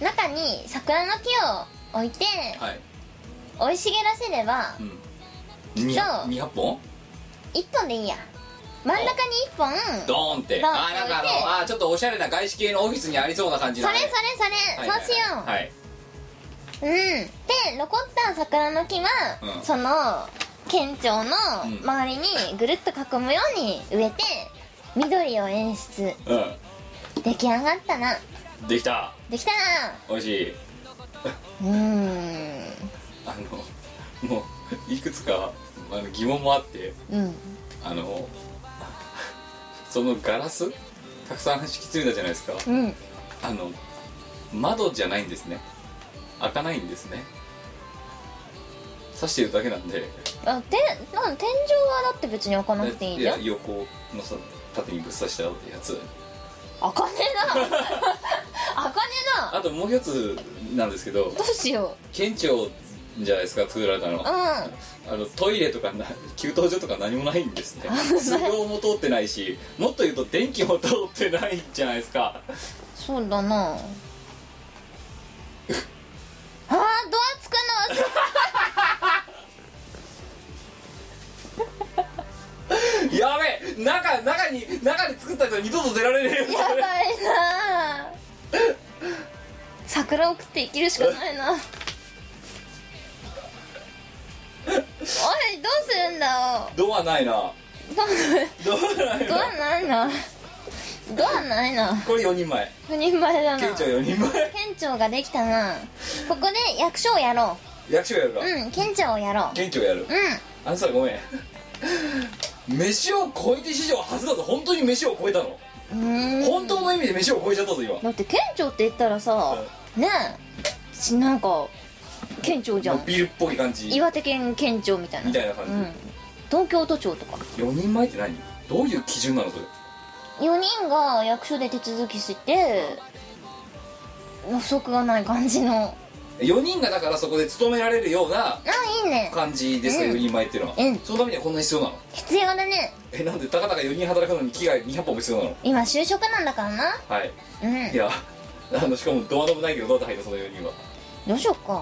Speaker 3: 中に桜の木を置いて
Speaker 1: はい、
Speaker 3: 生い茂らせれば
Speaker 1: うん、に
Speaker 3: そう
Speaker 1: 200本
Speaker 3: 1本でいいや真ん中に1本
Speaker 1: ドーンって
Speaker 3: ドーン
Speaker 1: あーなんかあ
Speaker 3: 置いて
Speaker 1: のあーちょっとおしゃれな外資系のオフィスにありそうな感じ
Speaker 3: そ
Speaker 1: の
Speaker 3: れそれそ
Speaker 1: はい
Speaker 3: れ、
Speaker 1: はいはい
Speaker 3: そうしよう、
Speaker 1: はい
Speaker 3: うんで残った桜の木は、
Speaker 1: うん
Speaker 3: その県庁の
Speaker 1: うん
Speaker 3: 周りにぐるっと囲むように植えて緑を演出出来上がったな
Speaker 1: うんできた
Speaker 3: できた
Speaker 1: 美味しい
Speaker 3: なうーん
Speaker 1: あのもういくつかあの疑問もあって
Speaker 3: うん
Speaker 1: あのそのガラスたくさん敷き詰めたじゃないですか
Speaker 3: うん
Speaker 1: あの窓じゃないんですね開かないんですね刺してるだけなんで
Speaker 3: あてなん天井はだって別に開かなくていいじゃん
Speaker 1: や横のさ縦にぶっ刺したやつ
Speaker 3: 開かねえな開かねえな
Speaker 1: あともう一つなんですけど
Speaker 3: どうしよ
Speaker 1: 県庁じゃないですか作られたの
Speaker 3: ううんあ
Speaker 1: あのトイレとかな 給湯所とか何もないんです ね水道も通ってないしもっと言うと電気も通ってないじゃないです か
Speaker 3: そうだなああードアつくの忘れ
Speaker 1: やべえ中中に中に作った人二度と出られねえよ
Speaker 3: やばいなあ桜を食って生きるしかないなおいどうするんだよ
Speaker 1: ドアないなドアない
Speaker 3: ドア
Speaker 1: な
Speaker 3: ないなドアないな
Speaker 1: これ4人前
Speaker 3: 不人前だな
Speaker 1: 県庁4人前
Speaker 3: 県庁ができたなここで役所をやろ
Speaker 1: 役所やるか
Speaker 3: ううん県庁をやろ
Speaker 1: 県庁やる
Speaker 3: ううん
Speaker 1: あのさごめん飯を超えて史上初だぞ本当に飯を超えたの
Speaker 3: うーん
Speaker 1: 本当の意味で飯を超えちゃったぞ今
Speaker 3: だって県庁って言ったらさねえしなんか県庁じゃ
Speaker 1: もうんビールっぽい感じ
Speaker 3: 岩手県県庁みたいな
Speaker 1: みたいな感じ
Speaker 3: うん、東京都庁とか
Speaker 1: 4人前って何どういう基準なのそれ
Speaker 3: 4人が役所で手続きして不足がない感じの
Speaker 1: 4人がだからそこで勤められるような
Speaker 3: あいいね
Speaker 1: 感じですか
Speaker 3: うん
Speaker 1: 4人前っていうのは、
Speaker 3: うん
Speaker 1: そのためにはこんな必要なの
Speaker 3: 必要だね
Speaker 1: えなんでたかたか4人働くのに機械200本も必要なの
Speaker 3: 今就職なんだからな
Speaker 1: はい
Speaker 3: うん
Speaker 1: いやあのしかもドアノブないけどどうやって入るのその4人は
Speaker 3: どうしよっか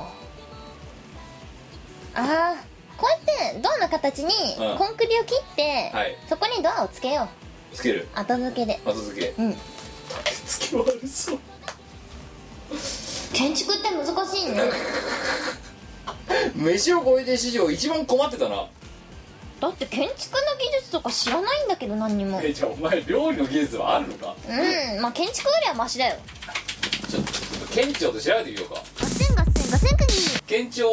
Speaker 3: ああこうやってドアの形に
Speaker 1: うん
Speaker 3: コンクリを切って、
Speaker 1: はい
Speaker 3: そこにドアをつけよ
Speaker 1: つける
Speaker 3: う後付けで
Speaker 1: 後付け
Speaker 3: うん
Speaker 1: つけ悪そう
Speaker 3: 建築って難し いね
Speaker 1: 飯を超えて史上一番困ってたな
Speaker 3: だって建築の技術とか知らないんだけど何にも
Speaker 1: えじゃあお前料理の技術はあるのか
Speaker 3: うんまあ建築よりはマシだよ
Speaker 1: ちょっと県庁と調べてみようか
Speaker 5: ガセンガセンガセンクニー
Speaker 1: 県庁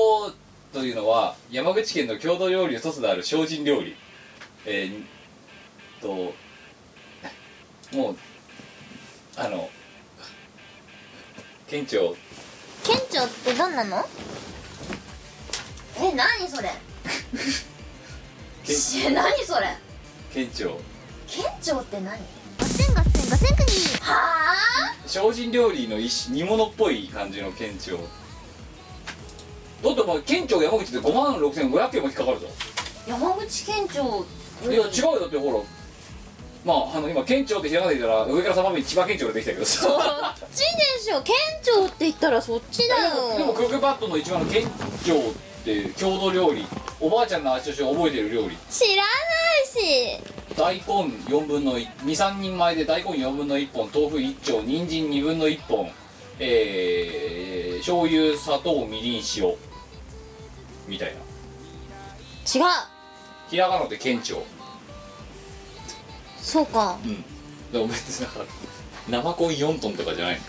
Speaker 1: というのは山口県の郷土料理の一つである精進料理えー、ともうあの県庁
Speaker 3: 県庁ってどんなのえ何それ
Speaker 1: 県
Speaker 3: し何それ
Speaker 1: 県庁
Speaker 3: 県庁って何
Speaker 5: ガセンガセンガセンクニー
Speaker 3: はあ
Speaker 1: 精進料理の一種煮物っぽい感じの県庁だってお前県庁山口で5万6500円も引っかかるぞ
Speaker 3: 山口県庁
Speaker 1: いや違うよだってほらまああの今県庁ってひらがなで言ったら上から3番目に千葉県庁ができたけどさ
Speaker 3: そっちでしょ県庁って言ったらそっちだよ
Speaker 1: でもクックパッドの一番の県庁って郷土料理おばあちゃんの味として覚えてる料理
Speaker 3: 知らないし
Speaker 1: 大根4分の23人前で大根4分の1本豆腐1丁人参2分の1本えー、醤油砂糖みりん塩みたいな
Speaker 3: 違う
Speaker 1: ひらがなで県庁
Speaker 3: そうか
Speaker 1: うんでも別にだから生コン4トンとかじゃない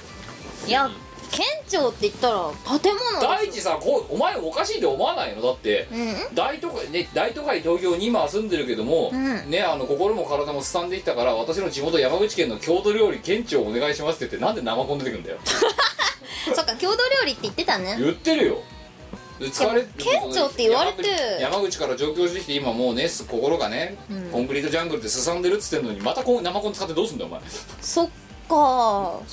Speaker 3: いや県庁って言ったら建物
Speaker 1: 第一さこうお前おかしいって思わないのだって
Speaker 3: うん
Speaker 1: 大都会ね大都会東京に今住んでるけども、
Speaker 3: うん
Speaker 1: ねあの心も体もすさんできたから私の地元山口県の郷土料理県庁お願いしますって言ってなんで生コン出てくるんだよ
Speaker 3: そっか郷土料理って言ってたね
Speaker 1: 言ってるよで疲れ
Speaker 3: でも県庁って言われて
Speaker 1: 山口から上京してきて今もうねす心がね、
Speaker 3: うん
Speaker 1: コンクリートジャングルですさんでるっつってんのにまたこう生コン使ってどうすんだよお前
Speaker 3: そっかそっ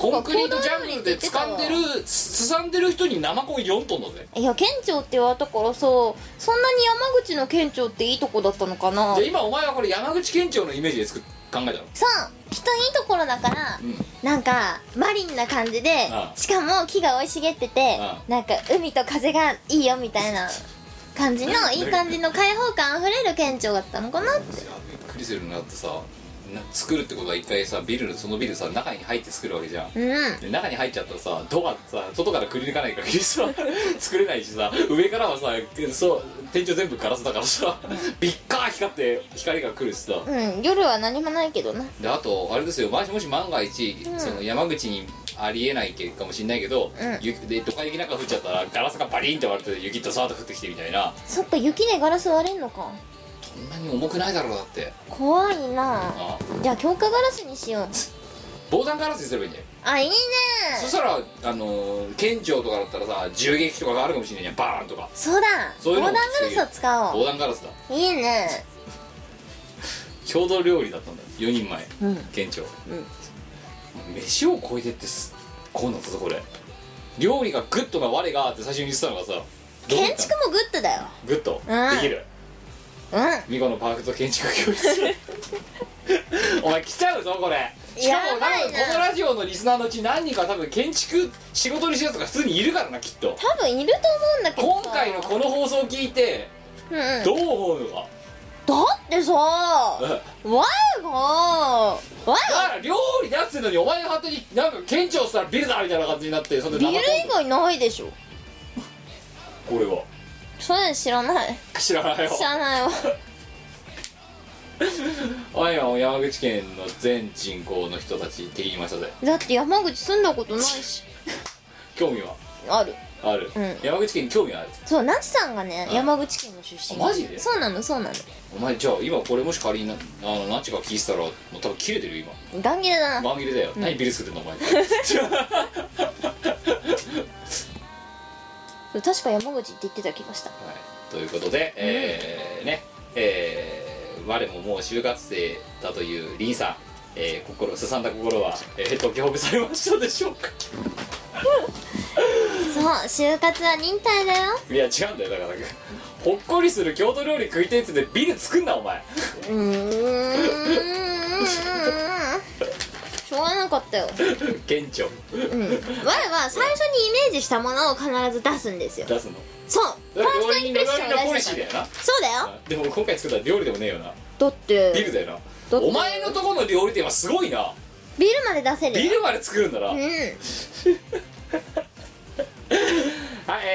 Speaker 1: コ
Speaker 3: か
Speaker 1: ンクリートジャングルで
Speaker 3: 東大
Speaker 1: 掴ん
Speaker 3: よ
Speaker 1: で
Speaker 3: りって言って
Speaker 1: るすすさんでる人に生コン4トンだぜ
Speaker 3: たわいや県庁って言われたからさそんなに山口の県庁っていいとこだったのかな
Speaker 1: じゃあ今お前はこれ山口県庁のイメージで作っ考えたの
Speaker 3: そう人いいところだから、
Speaker 1: うん
Speaker 3: なんかマリンな感じで
Speaker 1: ああ
Speaker 3: しかも木が生い茂ってて
Speaker 1: あ
Speaker 3: なんか海と風がいいよみたいな感じのいい感じの開放感あふれる県庁だったのかなって
Speaker 1: いやびっくりするなってさな作るってことは一回さビルのそのビルさ中に入って作るわけじゃん
Speaker 3: うん
Speaker 1: で中に入っちゃったらさドアさ外からくり抜かないからさ 作れないしさ上からはさそう天井全部ガラスだからさ ビッカー光って光が来るしさ
Speaker 3: うん夜は何もないけどな
Speaker 1: であとあれですよもしもし万が一、その山口にありえないけかもしれないけど、
Speaker 3: うん
Speaker 1: 雪でどか雪なんか降っちゃったらガラスがバリンって割れて雪とさーっと降ってきてみたいな
Speaker 3: そっか雪でガラス割れんのか
Speaker 1: そんなに重くないだろうだって
Speaker 3: 怖いな
Speaker 1: あ
Speaker 3: じゃあ強化ガラスにしよう
Speaker 1: 防弾ガラスにすればいいんじゃない
Speaker 3: あいいね
Speaker 1: そしたらあのー県庁とかだったらさ銃撃とかがあるかもしれないじゃんバーンとか
Speaker 3: そうだ
Speaker 1: そういう
Speaker 3: 防
Speaker 1: のも
Speaker 3: 弾ガラスを使お
Speaker 1: 防
Speaker 3: う
Speaker 1: 弾ガラスだ
Speaker 3: いいね
Speaker 1: 郷土料理だったんだよ4人前、
Speaker 3: うん
Speaker 1: 県庁、飯を超えてってすこうなったぞこれ料理がグッドが我がって最初に言ってたのがさどうなっ
Speaker 3: 建
Speaker 1: た
Speaker 3: 築もグッドだよ
Speaker 1: グッド、
Speaker 3: うん
Speaker 1: できる
Speaker 3: うん
Speaker 1: ミコのパーフェクト建築教室 お前来ちゃうぞこれしかも
Speaker 3: やばい
Speaker 1: ん
Speaker 3: な
Speaker 1: かこのラジオのリスナーのうち何人か多分建築仕事にしてるやつが普通にいるからなきっと
Speaker 3: 多分いると思うんだけど
Speaker 1: 今回のこの放送を聞いて
Speaker 3: うんうん
Speaker 1: どう思うのか、
Speaker 3: だってさ我
Speaker 1: うん
Speaker 3: が我
Speaker 1: だ
Speaker 3: が
Speaker 1: から料理出すのにお前のハートになんか県庁したらビルだみたいな感じになってそれで
Speaker 3: ビー
Speaker 1: 生
Speaker 3: ル
Speaker 1: ト
Speaker 3: 以外ないでしょ
Speaker 1: これは
Speaker 3: それ知らない
Speaker 1: 知らないよ
Speaker 3: 知らないわ
Speaker 1: お前は山口県の全人口の人たちって言いましたぜ
Speaker 3: だって山口住んだことないし
Speaker 1: 興味は
Speaker 3: ある
Speaker 1: ある、
Speaker 3: うん
Speaker 1: 山口県に興味ある
Speaker 3: そうなちさんがね
Speaker 1: うん
Speaker 3: 山口県の出身
Speaker 1: あマジで
Speaker 3: そうなのそうな
Speaker 1: お前じゃあ今これもし仮になあのナチが聞いてたらもう多分切れてるよ
Speaker 3: のガンギレだ
Speaker 1: 今
Speaker 3: な
Speaker 1: 番切れだよ、何ビル作ってんのお前
Speaker 3: そう確か山口って言ってた気がした
Speaker 1: はい、ということで、えーねえー我ももう就活生だというリンさん、えー心すさんだ心は、えー解きほぐされましたでしょうか
Speaker 3: そう就活は忍耐だよ
Speaker 1: いや違うんだよだからほっこりする郷土料理食いてえっつってビル作んなお 前
Speaker 3: うーんしょうがなかったよ、
Speaker 1: 県庁
Speaker 3: うん、我は最初にイメージしたものを必ず出すんですよ
Speaker 1: 出すの
Speaker 3: そうファ
Speaker 1: だ
Speaker 3: ー
Speaker 1: から
Speaker 3: スト
Speaker 1: 料
Speaker 3: イ
Speaker 1: 理
Speaker 3: ン
Speaker 1: の
Speaker 3: プレッ
Speaker 1: 料
Speaker 3: ション
Speaker 1: 理のポリ
Speaker 3: を出
Speaker 1: シ
Speaker 3: し
Speaker 1: ーだ
Speaker 3: た
Speaker 1: よな
Speaker 3: そうだよ
Speaker 1: あでも今回作った料理でもねえよな
Speaker 3: だって
Speaker 1: ビルだよな
Speaker 3: だって
Speaker 1: お前のとこの料理店はすごいな
Speaker 3: ビルまで出せる
Speaker 1: ビ
Speaker 3: よ
Speaker 1: ルまで作るんだな
Speaker 3: う
Speaker 1: はい、
Speaker 3: ん
Speaker 1: え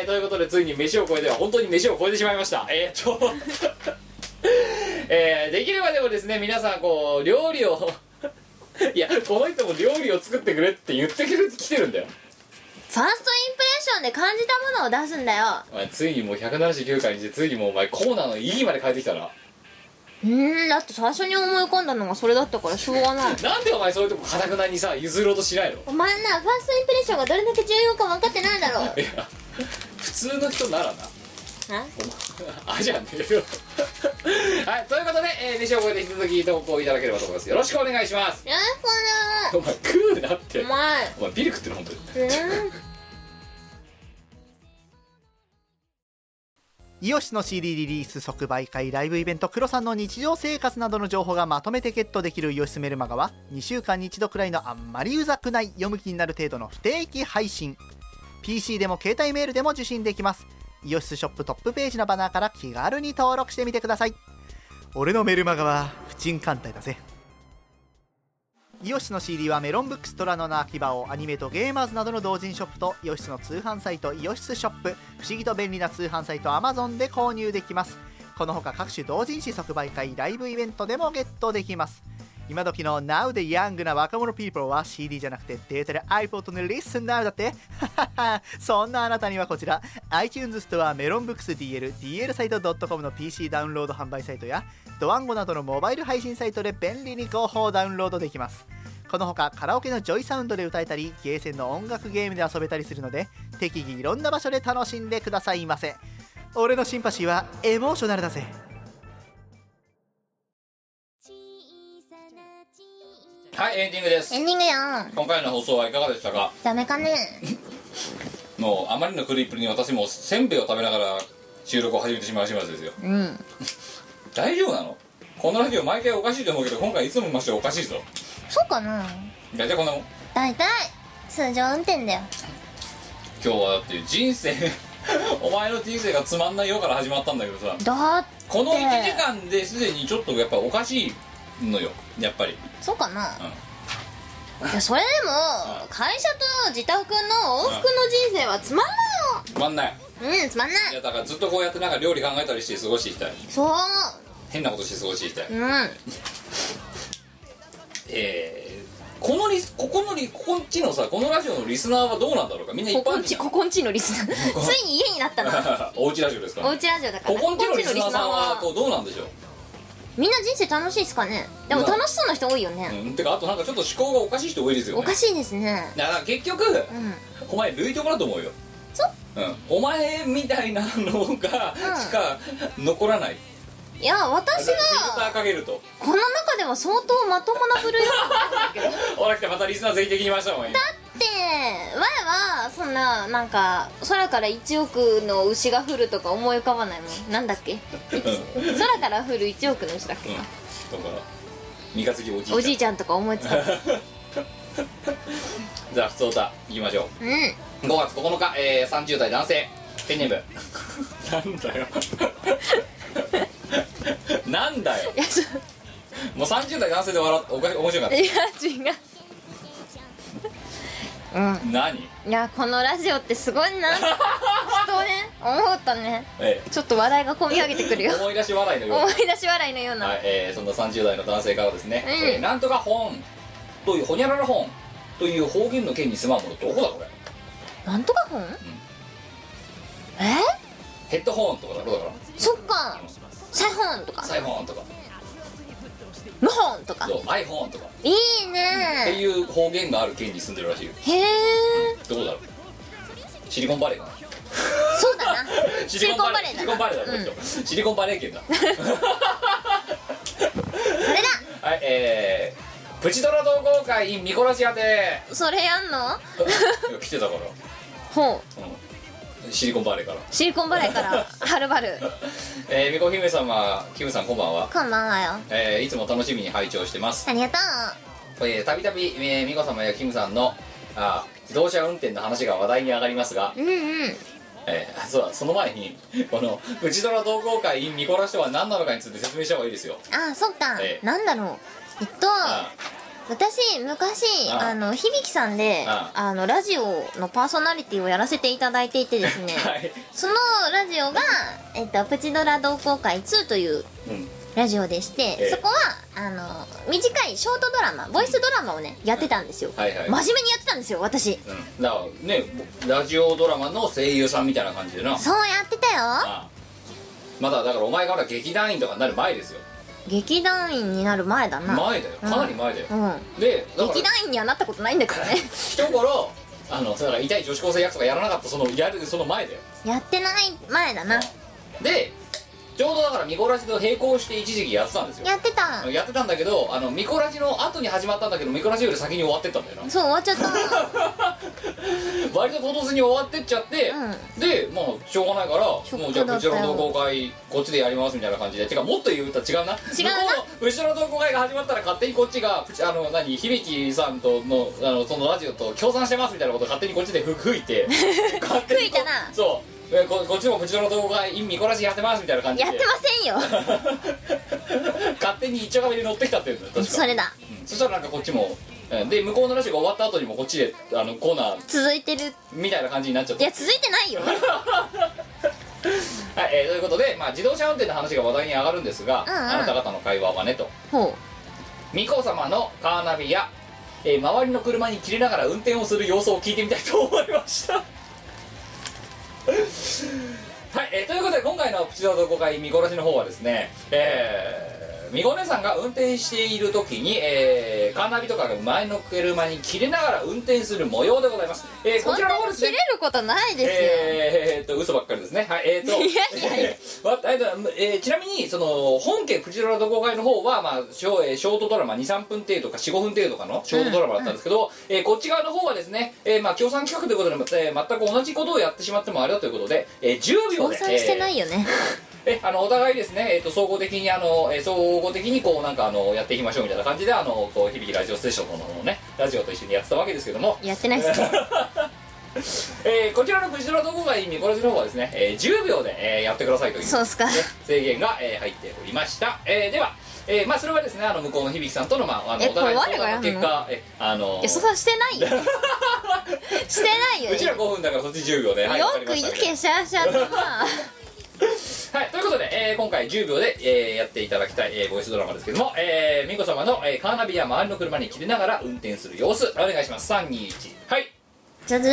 Speaker 1: ーということでついに飯を超えては本当に飯を超えてしまいましたえー、っと えーできればでもですね皆さんこう料理を いやこの人も料理を作ってくれって言ってくれてきてるんだよ
Speaker 3: ファーストインプレッションで感じたものを出すんだよ
Speaker 1: お前ついにもう179回にしてついにもうお前コーナーの意義まで変えてきたな
Speaker 3: うーんだって最初に思い浮かんだのがそれだったからしょうがない
Speaker 1: なんでお前そういうとこかたくなにさ譲ろうとしないの
Speaker 3: お前なファーストインプレッションがどれだけ重要か分かってないだろう
Speaker 1: いや普通の人ならな
Speaker 3: あ
Speaker 1: あじゃねえよ はいということで、えー、西尾越えで引き続き投稿いただければと思いますよろしくお願いします
Speaker 3: なる
Speaker 1: お前食うなって
Speaker 3: ほどお前
Speaker 1: お前ビル食ってる本当に
Speaker 3: うーん
Speaker 7: イオシスの CD リリース即売会ライブイベントクロさんの日常生活などの情報がまとめてゲットできるイオシスメルマガは2週間に1度くらいのあんまりうざくない読む気になる程度の不定期配信 PC でも携帯メールでも受信できますイオシスショップトップページのバナーから気軽に登録してみてください俺のメルマガは不沈艦隊だぜイオシスの CD はメロンブックストラノの秋葉をアニメとゲーマーズなどの同人ショップとイオシスの通販サイトイオシスショップ不思議と便利な通販サイト Amazon で購入できますこのほか各種同人誌即売会ライブイベントでもゲットできます今時の Now でヤングな若者 people は CD じゃなくてデータで iPod の Listen Now だってそんなあなたにはこちら iTunes ストアメロンブックス DL、DL サイト .com の PC ダウンロード販売サイトやドワンゴなどのモバイル配信サイトで便利に広報ダウンロードできますこのほかカラオケのジョイサウンドで歌えたりゲーセンの音楽ゲームで遊べたりするので適宜いろんな場所で楽しんでくださいませ俺のシンパシーはエモーショナルだぜ
Speaker 1: はい、はいエンディングです
Speaker 3: エンディングやん
Speaker 1: 今回の放送はいかがでしたか
Speaker 3: ダメかね
Speaker 1: もうあまりのクリップに私もせんべいを食べながら収録を始めてしまう始末ですよ
Speaker 3: うん
Speaker 1: 大丈夫なのこのラジオ毎回おかしいと思うけど今回いつもましておかしいぞ
Speaker 3: そうかな
Speaker 1: 大体こんなもん
Speaker 3: 大体通常運転だよ
Speaker 1: 今日はだって人生 お前の人生がつまんないよから始まったんだけどさ
Speaker 3: だっ
Speaker 1: この1時間ですでにちょっとやっぱおかしいのよやっぱり
Speaker 3: そうかな、いやそれでも会社と自宅の往復の人生はつまん
Speaker 1: つまんない
Speaker 3: ないようんつまんないい
Speaker 1: やだからずっとこうやってなんか料理考えたりして過ごしていきたい
Speaker 3: そう
Speaker 1: 変なことして過ごしていきたい、
Speaker 3: うん
Speaker 1: えー、このリスここのリここんちのさこのラジオのリスナーはどうなんだろうかみんな一
Speaker 3: ここ
Speaker 1: 般
Speaker 3: んち
Speaker 1: 人
Speaker 3: ここんちのリスナーついに家になっ たな
Speaker 1: おうちラジオですか
Speaker 3: お
Speaker 1: ら
Speaker 3: うちラジオだから
Speaker 1: ここんちのリスナーさんは
Speaker 3: こ
Speaker 1: こ
Speaker 3: んち
Speaker 1: う
Speaker 3: のリスナーは
Speaker 1: どうなんでしょう
Speaker 3: みんな人生楽しいっすかねでも
Speaker 1: うん
Speaker 3: 楽しそうな人多いよね、
Speaker 1: うん、てかあとなんかちょっと思考がおかしい人多いですよね
Speaker 3: おかしいですね
Speaker 1: だから結局、
Speaker 3: うん
Speaker 1: お前抜いてもらうと思うよ
Speaker 3: そう
Speaker 1: うん、お前みたいなのが
Speaker 3: うん
Speaker 1: しか残らない、
Speaker 3: いや私
Speaker 1: フィルター
Speaker 3: は
Speaker 1: かけると
Speaker 3: この中では相当まともな部類だと思うんだけどだっ
Speaker 1: ほら来てまたリスナー全員的に回した方がいい
Speaker 3: て前はそんななんか空から1億の牛が降るとか思い浮かばないもんなんだっ け
Speaker 1: うん
Speaker 3: 空から降る1億の牛だっけ、
Speaker 1: だから三日月おじいちゃん
Speaker 3: おじいちゃんとか思いつかない
Speaker 1: じゃあ普通歌いきましょ
Speaker 3: うん
Speaker 1: う5月9日、えー、30代男性ペンネームなんだよ なんだよ
Speaker 3: いやそう
Speaker 1: もう30代男性で笑っておかし面白かっ
Speaker 3: いや違ううん
Speaker 1: た何
Speaker 3: いやこのラジオってすごい な人をね思ったね
Speaker 1: え
Speaker 3: ちょっと笑いがこみ上げてくる
Speaker 1: え
Speaker 3: よ
Speaker 1: 思い出し笑いのよう
Speaker 3: 思い出し笑いのような、
Speaker 1: はいえーそんな30代の男性からですね、
Speaker 3: うん
Speaker 1: えーなんとか本というほにゃらら本という方言の件に住まうものどこだこれ
Speaker 3: なんとか本、え
Speaker 1: ヘッドホーンとかだろだか
Speaker 3: そっからサイホンとか
Speaker 1: サイフォンとか
Speaker 3: 無本とか
Speaker 1: そう iPhone とか
Speaker 3: いい
Speaker 1: って
Speaker 3: ね
Speaker 1: いう方言がある県に住んでるらしいよ
Speaker 3: へえ
Speaker 1: どこだろうシリコンバレーかな
Speaker 3: そうだなシリコンバレー
Speaker 1: シ
Speaker 3: だ
Speaker 1: リコンバ
Speaker 3: な
Speaker 1: レーだこっちシリコンバレー県だ
Speaker 3: それ
Speaker 1: はいえープチドラ同好会 in ミコラシア で
Speaker 3: だそれやんの
Speaker 1: 来てたから、
Speaker 3: ほう
Speaker 1: うん、シリコンバレーから、
Speaker 3: シリコンバレーから はるばる
Speaker 1: えー、ミコ姫様キムさんこんばんは、
Speaker 3: こんばんはよ
Speaker 1: えーいつも楽しみに拝聴してます
Speaker 3: ありがと
Speaker 1: えーたびたびえー美子様やキムさんのあー自動車運転の話が話題に上がりますが
Speaker 3: う、うんうん
Speaker 1: えーそうだその前に この「プチドラ同好会 in ミコラシ」とは何なのかについて説明した方がいいですよ
Speaker 3: あそっか、
Speaker 1: ええ
Speaker 3: なんだろうえっと
Speaker 1: あ
Speaker 3: 私昔
Speaker 1: ああ
Speaker 3: あの響さんで
Speaker 1: あ
Speaker 3: あのラジオのパーソナリティをやらせていただいていてですね
Speaker 1: ーはい、
Speaker 3: そのラジオが、えっと「プチドラ同好会2」という
Speaker 1: うん、
Speaker 3: ラジオでして、
Speaker 1: ええ
Speaker 3: そこはあの短いショートドラマボイスドラマをねやってたんですよ、
Speaker 1: はいはい
Speaker 3: 真面目にやってたんですよ私
Speaker 1: うん、だからねぼラジオドラマの声優さんみたいな感じでな
Speaker 3: そうやってたよ
Speaker 1: あーまだだからお前から劇団員とかになる前ですよ
Speaker 3: 劇団員になる前だな
Speaker 1: 前だよかなり前だよ、
Speaker 3: うん
Speaker 1: でだから
Speaker 3: 劇団員にはなったことないんだけどね
Speaker 1: 人頃あのだから痛い女子高生役とかやらなかったそのやるその前だよ
Speaker 3: やってない前だな
Speaker 1: でちょうどだからミコラジと並行して一時期やってたんですよ
Speaker 3: やってた
Speaker 1: やってたんだけどあのミコラジの後に始まったんだけどミコラジより先に終わってったんだよな
Speaker 3: そう終わっちゃった
Speaker 1: 割と唐突に終わってっちゃって、
Speaker 3: う
Speaker 1: でまあしょうがないから
Speaker 3: ショック
Speaker 1: もうじゃあ
Speaker 3: だ
Speaker 1: こ
Speaker 3: っ
Speaker 1: ち
Speaker 3: たよ
Speaker 1: らの同好会こっちでやりますみたいな感じでてかもっと言うと違うな
Speaker 3: 違うな
Speaker 1: 向こうの後ろの同好会が始まったら勝手にこっちがプチあの何響さんとのあのそのラジオと協賛してますみたいなこと勝手にこっちでふ吹いて勝手に
Speaker 3: 吹いたな
Speaker 1: そうえここっちもプチの同好会インミコラジやってますみたいな感じで
Speaker 3: やってません よ
Speaker 1: 勝手に一丁壁に乗ってきたっていうんだよ確か
Speaker 3: それだ
Speaker 1: うんそしたらなんかこっちもうんで向こうのラジオが終わった後にもこっちであのコーナー
Speaker 3: 続いてる
Speaker 1: みたいな感じになっちゃっ
Speaker 3: い
Speaker 1: た
Speaker 3: や続いてないよ
Speaker 1: はい、えーということで、まあ、自動車運転の話が話題に上がるんですが、
Speaker 3: うんうん
Speaker 1: あなた方の会話はねと
Speaker 3: ほ
Speaker 1: 巫女様のカーナビや、えー周りの車に切れながら運転をする様子を聞いてみたいと思いました はい、えーということで今回のプチドラ同好会見殺しの方はですねえー、みごねさんが運転している時に、えーカーナビとかが前の車に切れながら運転する模様でございます、えー
Speaker 3: う
Speaker 1: こ
Speaker 3: そん
Speaker 1: ちらの
Speaker 3: な
Speaker 1: 方で
Speaker 3: に
Speaker 1: す
Speaker 3: 切れ
Speaker 1: ね
Speaker 3: ることないですよ、
Speaker 1: えー、えーっとと嘘ばっかりですねはいえー、とえーわえーとえーちなみにその本家藤原同好会の方は、まあ、ショーえーショートドラマ23分程度か45分程度かのショートドラマだったんですけど、えーこっち側の方はですね、えーまあ、協賛企画ということで、えー全く同じことをやってしまってもあれだということで、えー10秒
Speaker 3: 協
Speaker 1: で
Speaker 3: 賛してないよね
Speaker 1: えあのお互いですね、えっと総合的にあの、え総合的にこうなんかあのやっていきましょうみたいな感じであのこう響きラジオステーションの方のねラジオと一緒にやってたわけですけども、
Speaker 3: やってないっすね
Speaker 1: えーこちらのクジラどこがいいミコラジの方はですね、えー10秒で、えーやってくださいという
Speaker 3: そうっすか
Speaker 1: ね制限が、えー入っておりました、えーでは、えーまあそれはですねあの向こうの響さんとのまああの
Speaker 3: え
Speaker 1: お互いの
Speaker 3: これ我
Speaker 1: 相
Speaker 3: が家
Speaker 1: 談の結果えあの
Speaker 3: いやそんなしてな いよしてないよ
Speaker 1: うちら5分だからそっち10秒で、はい、
Speaker 3: よ
Speaker 1: わかりま
Speaker 3: く
Speaker 1: した
Speaker 3: 行けシャーシャーとまあ
Speaker 1: はい、ということで、えー今回10秒で、えーやっていただきたい、えーボイスドラマですけども、えー、みこ様の、えーカーナビや周りの車に切れながら運転する様子お願いします321はい
Speaker 3: ちょちょちょと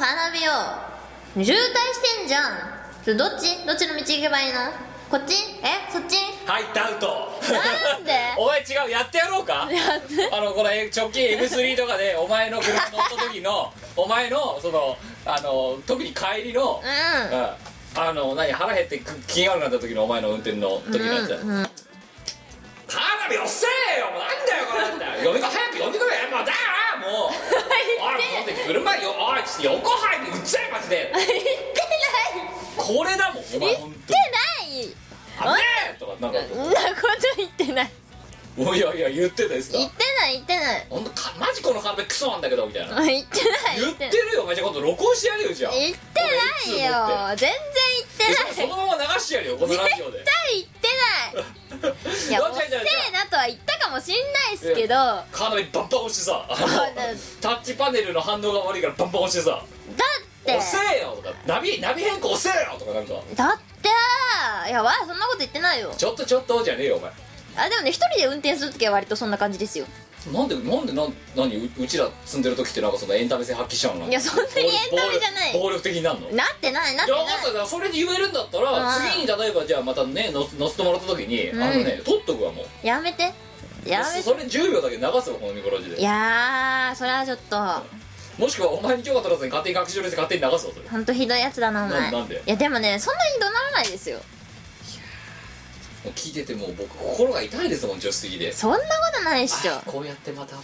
Speaker 3: 花火を渋滞してんじゃんそれどっちどっちの道行けばいいのこっちえそっち
Speaker 1: はいダウト
Speaker 3: なんで
Speaker 1: お前違うやってやろうかあのこのえー直近 M3 とかでお前の車乗った時 のお前のそのあの特に帰りの、
Speaker 3: うん
Speaker 1: うんあの何腹減ってく気が悪くなった時のお前の運転の時のやつ、
Speaker 3: うんうん
Speaker 1: カーナビ遅えよもうなんだよこれなんだよ読みこ早く読み込めもうだから もうあれ持って車よおいちょっと横入ってうっちゃいマジで
Speaker 3: 言って
Speaker 1: これだもんお前本当に
Speaker 3: ない言って
Speaker 1: 危ねえとかなんか
Speaker 3: ないそんなこと言ってない
Speaker 1: おいやいや言ってたやつだ
Speaker 3: 言ってない言ってない
Speaker 1: ほんとかマジこのカーナビクソなんだけどみたいな
Speaker 3: あ言ってない
Speaker 1: 言ってるよお前じゃあ今度録音してやるよじゃあ
Speaker 3: 言ってないよ全然
Speaker 1: でし
Speaker 3: 言
Speaker 1: かも
Speaker 3: って
Speaker 1: そ
Speaker 3: ない
Speaker 1: のまま流してやるよこのラジオで
Speaker 3: 絶対言ってない いや
Speaker 1: ど
Speaker 3: お
Speaker 1: う
Speaker 3: っ
Speaker 1: じ
Speaker 3: せ
Speaker 1: ゃじゃじゃ
Speaker 3: えなとは言ったかもしんないっすけどだ
Speaker 1: カーナビバンバン押してさあ
Speaker 3: そうだ
Speaker 1: のタッチパネルの反応が悪いからバンバン押してさ「
Speaker 3: って
Speaker 1: 押せよ」とか「ナビナビ変更押せよ」とかなんか
Speaker 3: だっていやわあそんなこと言ってないよ
Speaker 1: 「ちょっとちょっと」じゃねえよお前
Speaker 3: あでもね一人で運転するときは割とそんな感じですよ
Speaker 1: なんでなんでなん何ううちら住んでる時ってなんかそのエンタメ性発揮しちゃうの
Speaker 3: いやそんなにエンタメじゃない
Speaker 1: 暴力暴力的になるのい
Speaker 3: なってないなって
Speaker 1: や
Speaker 3: ない
Speaker 1: 分かっただからそれで言えるんだったら
Speaker 3: うん
Speaker 1: 次に例えばじゃあまたね乗せ乗せてもらった時に、
Speaker 3: うん
Speaker 1: あのね取っとくわもう
Speaker 3: やめてやめて
Speaker 1: それ10秒だけ流すわこのミコラジ
Speaker 3: い
Speaker 1: で
Speaker 3: やーそれはちょっと
Speaker 1: もしくはお前に許可取らずに勝手に学習して勝手に流すわそれ
Speaker 3: ほんとひどいやつだなお
Speaker 1: な
Speaker 3: 前
Speaker 1: なんで
Speaker 3: いやでもねそんなに怒鳴らないですよ
Speaker 1: もう聞いててもう僕心が痛いですもん助手席で
Speaker 3: そんなことないっしょ
Speaker 1: あこうやってまた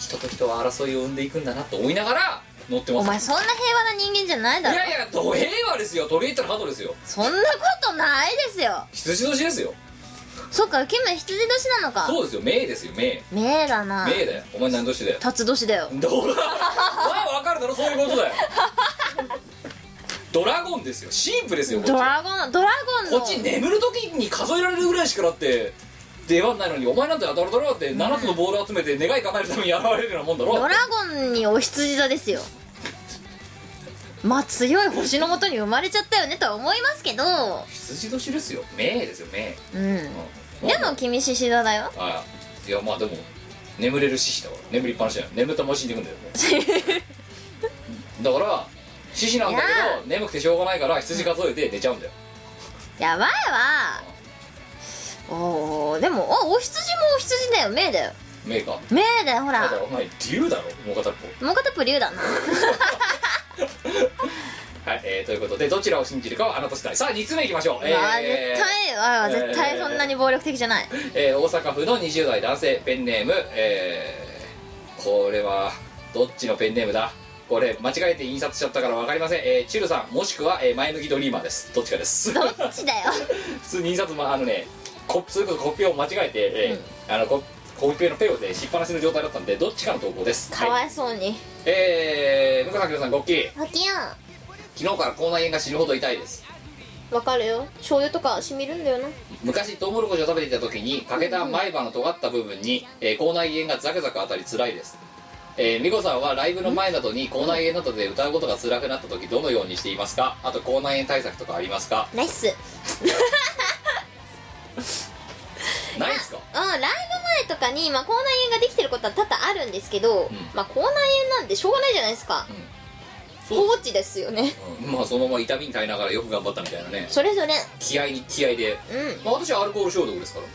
Speaker 1: 人と人は争いを生んでいくんだなと思いながら乗ってます
Speaker 3: お前そんな平和な人間じゃないだ
Speaker 1: い
Speaker 3: ろ
Speaker 1: やいやど平和ですよ取り入ったらハードですよ
Speaker 3: そんなことないですよ
Speaker 1: 羊年ですよ
Speaker 3: そっかキム羊年なのか
Speaker 1: そうですよ名ですよ名
Speaker 3: めえだな
Speaker 1: 名だよお前何年だよ
Speaker 3: 辰年だよ
Speaker 1: どうだ まあ分かるだろそういうことだよドラゴンですよシンプルですよこっち
Speaker 3: ド
Speaker 1: は
Speaker 3: ラゴンドラゴン
Speaker 1: こ
Speaker 3: の
Speaker 1: っち眠る時に数えられるぐらいしかだって出番ないのにお前なんてドロドロって7つのボール集めて願い叶えるために現れるようなもんだろ
Speaker 3: ドラゴンにお羊座ですよまあ強い星のもとに生まれちゃったよねとは思いますけど
Speaker 1: 羊年ですよ名ですよ名
Speaker 3: うん
Speaker 1: うん
Speaker 3: でも君獅子座だよ
Speaker 1: ああいやまあでも眠れる獅子だから眠りっぱなしだよ眠ったま死んでいく んだよだから獅子なんだ
Speaker 3: い
Speaker 1: けど眠くてしょうがないから羊数えて寝ちゃうんだよ
Speaker 3: やばいわおーでもあお羊もお羊だよ明だよ
Speaker 1: メーカー
Speaker 3: 明だよほ
Speaker 1: た
Speaker 3: ら
Speaker 1: だお前竜だろもう片っ
Speaker 3: もう片っぽ竜だな
Speaker 1: ぽはい、えー、ということでどちらを信じるかはあなた次第さあ2つ目いきましょう
Speaker 3: うわ絶対わあ絶対そんなに暴力的じゃない
Speaker 1: えー大阪府の20代男性ペンネーム、えーこれはどっちのペンネームだこれ間違えて印刷しちゃったから分かりません、えーチュルさんもしくは、えー前向きドリーマーですどっちかです
Speaker 3: どっちだよ
Speaker 1: 普通に印刷もあのねコそれこそコピペを間違えて、えーあのココピペのペをでしっぱなしの状態だったんでどっちかの投稿です
Speaker 3: かわ
Speaker 1: はい、
Speaker 3: いそうに
Speaker 1: えー、向井さん木村さんごっき
Speaker 3: ハキヤ
Speaker 1: 昨日から口内炎が死ぬほど痛いです
Speaker 3: ンわかるよ醤油とか染みるんだよな
Speaker 1: 昔トウモロコシを食べていた時に欠けた前歯の尖った部分に、えー口内炎がザクザク当たり辛いですえー、美子さんはライブの前などに口内炎などで歌うことが辛くなった時どのようにしていますかあと口内炎対策とかありますか
Speaker 3: ナイス
Speaker 1: ないですか
Speaker 3: うん、ライブ前とかに、まあ、口内炎ができてることは多々あるんですけど、
Speaker 1: ん
Speaker 3: まあ、口内炎なんてしょうがないじゃないですか、
Speaker 1: そう
Speaker 3: 放置ですよね
Speaker 1: うんまあそのまま痛みに耐えながらよく頑張ったみたいなね
Speaker 3: それぞれ
Speaker 1: 気合に気合で
Speaker 3: うん
Speaker 1: まあ、私はアルコール消毒ですから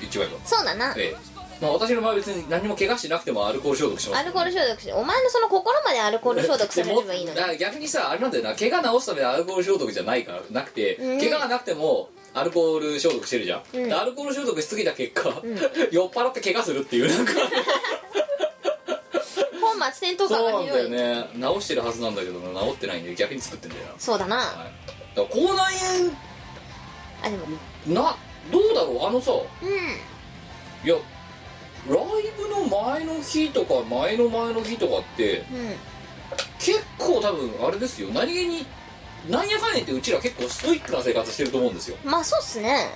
Speaker 1: 言っちまえば
Speaker 3: そうだな
Speaker 1: ええまあ、私の場合は別に何も怪我してなくてもアルコール消毒します
Speaker 3: アルコール消毒してお前のその心までアルコール消毒されればいいの
Speaker 1: で
Speaker 3: に
Speaker 1: もだから逆にさあれなんだよな怪我治すためのアルコール消毒じゃないからなくて、
Speaker 3: うん
Speaker 1: 怪我がなくてもアルコール消毒してるじゃん、
Speaker 3: うん
Speaker 1: でアルコール消毒しすぎた結果、
Speaker 3: ん
Speaker 1: 酔っ払って怪我するっていう なんか
Speaker 3: 本末転倒感
Speaker 1: そう
Speaker 3: が
Speaker 1: なん
Speaker 3: ひ
Speaker 1: だ
Speaker 3: どい
Speaker 1: よね治してるはずなんだけどな治ってないんで逆に作ってんだよな、
Speaker 3: そうだな、
Speaker 1: はい、だから口内
Speaker 3: あでもうん
Speaker 1: 炎などうだろうあのさいやライブの前の日とか前の前の日とかって
Speaker 3: うん
Speaker 1: 結構多分あれですよ何気になんやかんや言ってうちら結構ストイックな生活してると思うんですよ、
Speaker 3: まあそうっすね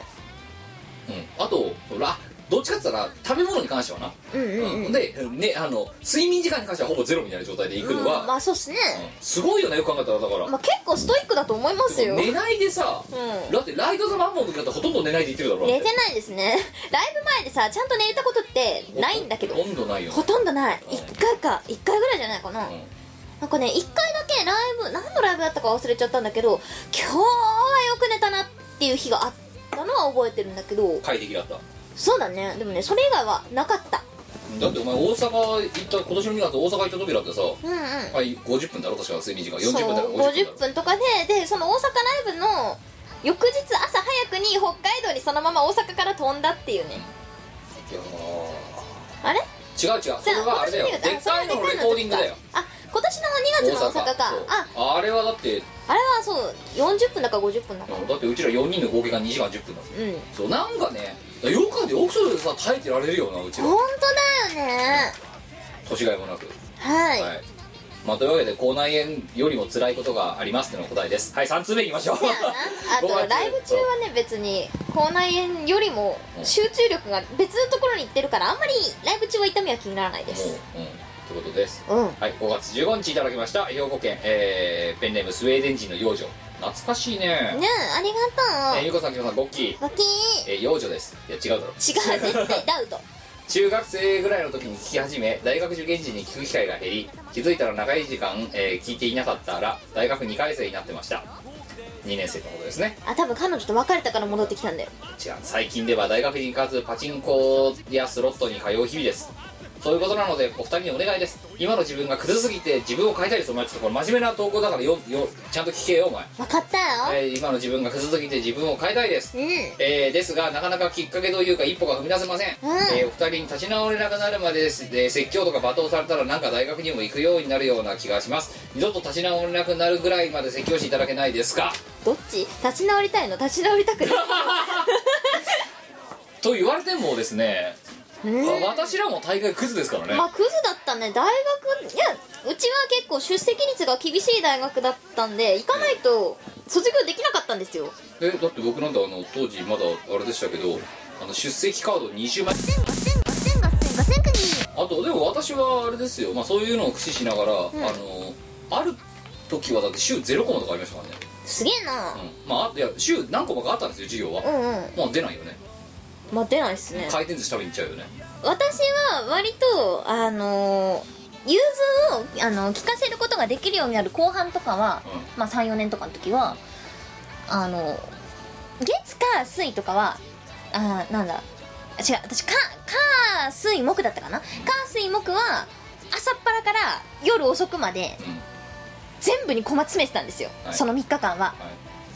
Speaker 1: うん、あとそらどっちかっつったら食べ物に関してはな、
Speaker 3: うんうんうん、
Speaker 1: で、ね、あの睡眠時間に関してはほぼゼロみたいな状態で行くのは、
Speaker 3: うんまあそうっすね、
Speaker 1: うんすごいよねよく考えたらだから、
Speaker 3: まあ結構ストイックだと思いますよ、
Speaker 1: 寝ないでさ、
Speaker 3: うん
Speaker 1: だってライト・ザ・マンモンの時だってほとんど寝ないで行ってるだろだっ
Speaker 3: 寝てないですねライブ前でさちゃんと寝れたことってないんだけど
Speaker 1: ほとんどないよね
Speaker 3: ほとんどない
Speaker 1: うん
Speaker 3: 1回か1回ぐらいじゃないかな、
Speaker 1: うん
Speaker 3: なんかね1回だけライブ何のライブだったか忘れちゃったんだけど今日はよく寝たなっていう日があったのは覚えてるんだけど
Speaker 1: 快適だった
Speaker 3: そうだねでもねそれ以外はなかった
Speaker 1: だってお前大阪行った今年の2月大阪行った時だってさ、
Speaker 3: うんうん
Speaker 1: はい、50分だろ確か睡眠時間
Speaker 3: そう
Speaker 1: 40分だろ50分
Speaker 3: 50分とかででその大阪ライブの翌日朝早くに北海道にそのまま大阪から飛んだっていうね
Speaker 1: だろ
Speaker 3: あれ
Speaker 1: いやー違う違うそれはあれだよ
Speaker 3: 今年の
Speaker 1: でっかいののレコーディングだよ
Speaker 3: あ今年の2月の大阪か
Speaker 1: そう
Speaker 3: あ
Speaker 1: あれはだって
Speaker 3: あれはそう40分だか50分だか
Speaker 1: だってうちら4人の合計が2時間10分だもん
Speaker 3: うん
Speaker 1: そうなんかねよくでよくそれでさ耐えてられるよなうちら
Speaker 3: 本当だよね
Speaker 1: 年がいもなく
Speaker 3: はい、
Speaker 1: はいまあというわけで口内炎よりも辛いことがありますっていうのが答えですはい3通目いきましょう
Speaker 3: せやなあ
Speaker 1: 五
Speaker 3: と
Speaker 1: 月
Speaker 3: ライブ中はね別に口内炎よりも集中力が別のところに行ってるからあんまりライブ中は痛みは気にならないです
Speaker 1: もううんということです
Speaker 3: うん
Speaker 1: はい、5月15日いただきました兵庫県、えーペンネームスウェーデン人の幼女懐かしいね
Speaker 3: ねえありが
Speaker 1: えー
Speaker 3: と
Speaker 1: ゆうこさんきょさんごっきー
Speaker 3: うわきー
Speaker 1: えー幼女ですいや違うだろ
Speaker 3: 違う絶対ダウト
Speaker 1: 中学生ぐらいの時に聞き始め大学受験時に聞く機会が減り気づいたら長い時間、えー聞いていなかったら大学2回生になってました2年生のことですね
Speaker 3: あ多分彼女と別れたから戻ってきたんだよ
Speaker 1: 違う最近では大学に行かずパチンコやスロットに通う日々ですそういうことなのでお二人にお願いです今の自分がクズすぎて自分を変えたいですお前ちょっとこれ真面目な投稿だからよよちゃんと聞けよお前
Speaker 3: 分かったよ、
Speaker 1: えー今の自分がクズすぎて自分を変えたいです、
Speaker 3: うん
Speaker 1: えーですがなかなかきっかけというか一歩が踏み出せません、
Speaker 3: うん
Speaker 1: えーお二人に立ち直れなくなるまでです、えー説教とか罵倒されたらなんか大学にも行くようになるような気がします二度と立ち直れなくなるぐらいまで説教していただけないですか
Speaker 3: どっち立ち直りたいの立ち直りたくない
Speaker 1: と言われてもですね、
Speaker 3: うん
Speaker 1: わ私らも大概クズですからね、
Speaker 3: まあクズだったね大学いやうちは結構出席率が厳しい大学だったんで行かないと卒業できなかったんですよ
Speaker 1: えだって僕なんてあの当時まだあれでしたけどあの出席カード20枚
Speaker 5: 千五千五千五千五千国
Speaker 1: あとでも私はあれですよ、まあ、そういうのを駆使しながら、あのある時はだって週0コマとかありましたからね
Speaker 3: すげえな
Speaker 1: うんまああいや週何個もかあったんですよ授業は、
Speaker 3: うんうん
Speaker 1: まあ出ないよね
Speaker 3: まあ出ないっすね
Speaker 1: 回転寿司食べに行っちゃうよね
Speaker 3: 私は割とあの融通をあの聞かせることができるようになる後半とかは、
Speaker 1: う
Speaker 3: まあ34年とかの時はあの月か水とかはあーなんだ違う私か火水木だったかな火水木は朝っぱらから夜遅くまで
Speaker 1: うん
Speaker 3: 全部にコマ詰めてたんですよ、
Speaker 1: はい
Speaker 3: その3日間は
Speaker 1: は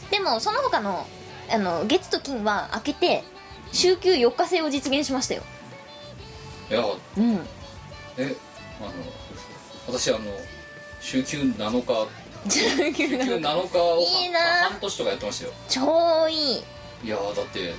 Speaker 1: い
Speaker 3: でもその他のあの月と金は開けて週休4日制を実現しましたよ
Speaker 1: いや
Speaker 3: うん
Speaker 1: えあの私あの週休7日 週
Speaker 3: 19
Speaker 1: 休7日を
Speaker 3: いいなぁ
Speaker 1: 半年とかやってましたよ
Speaker 3: 超いい
Speaker 1: いやだって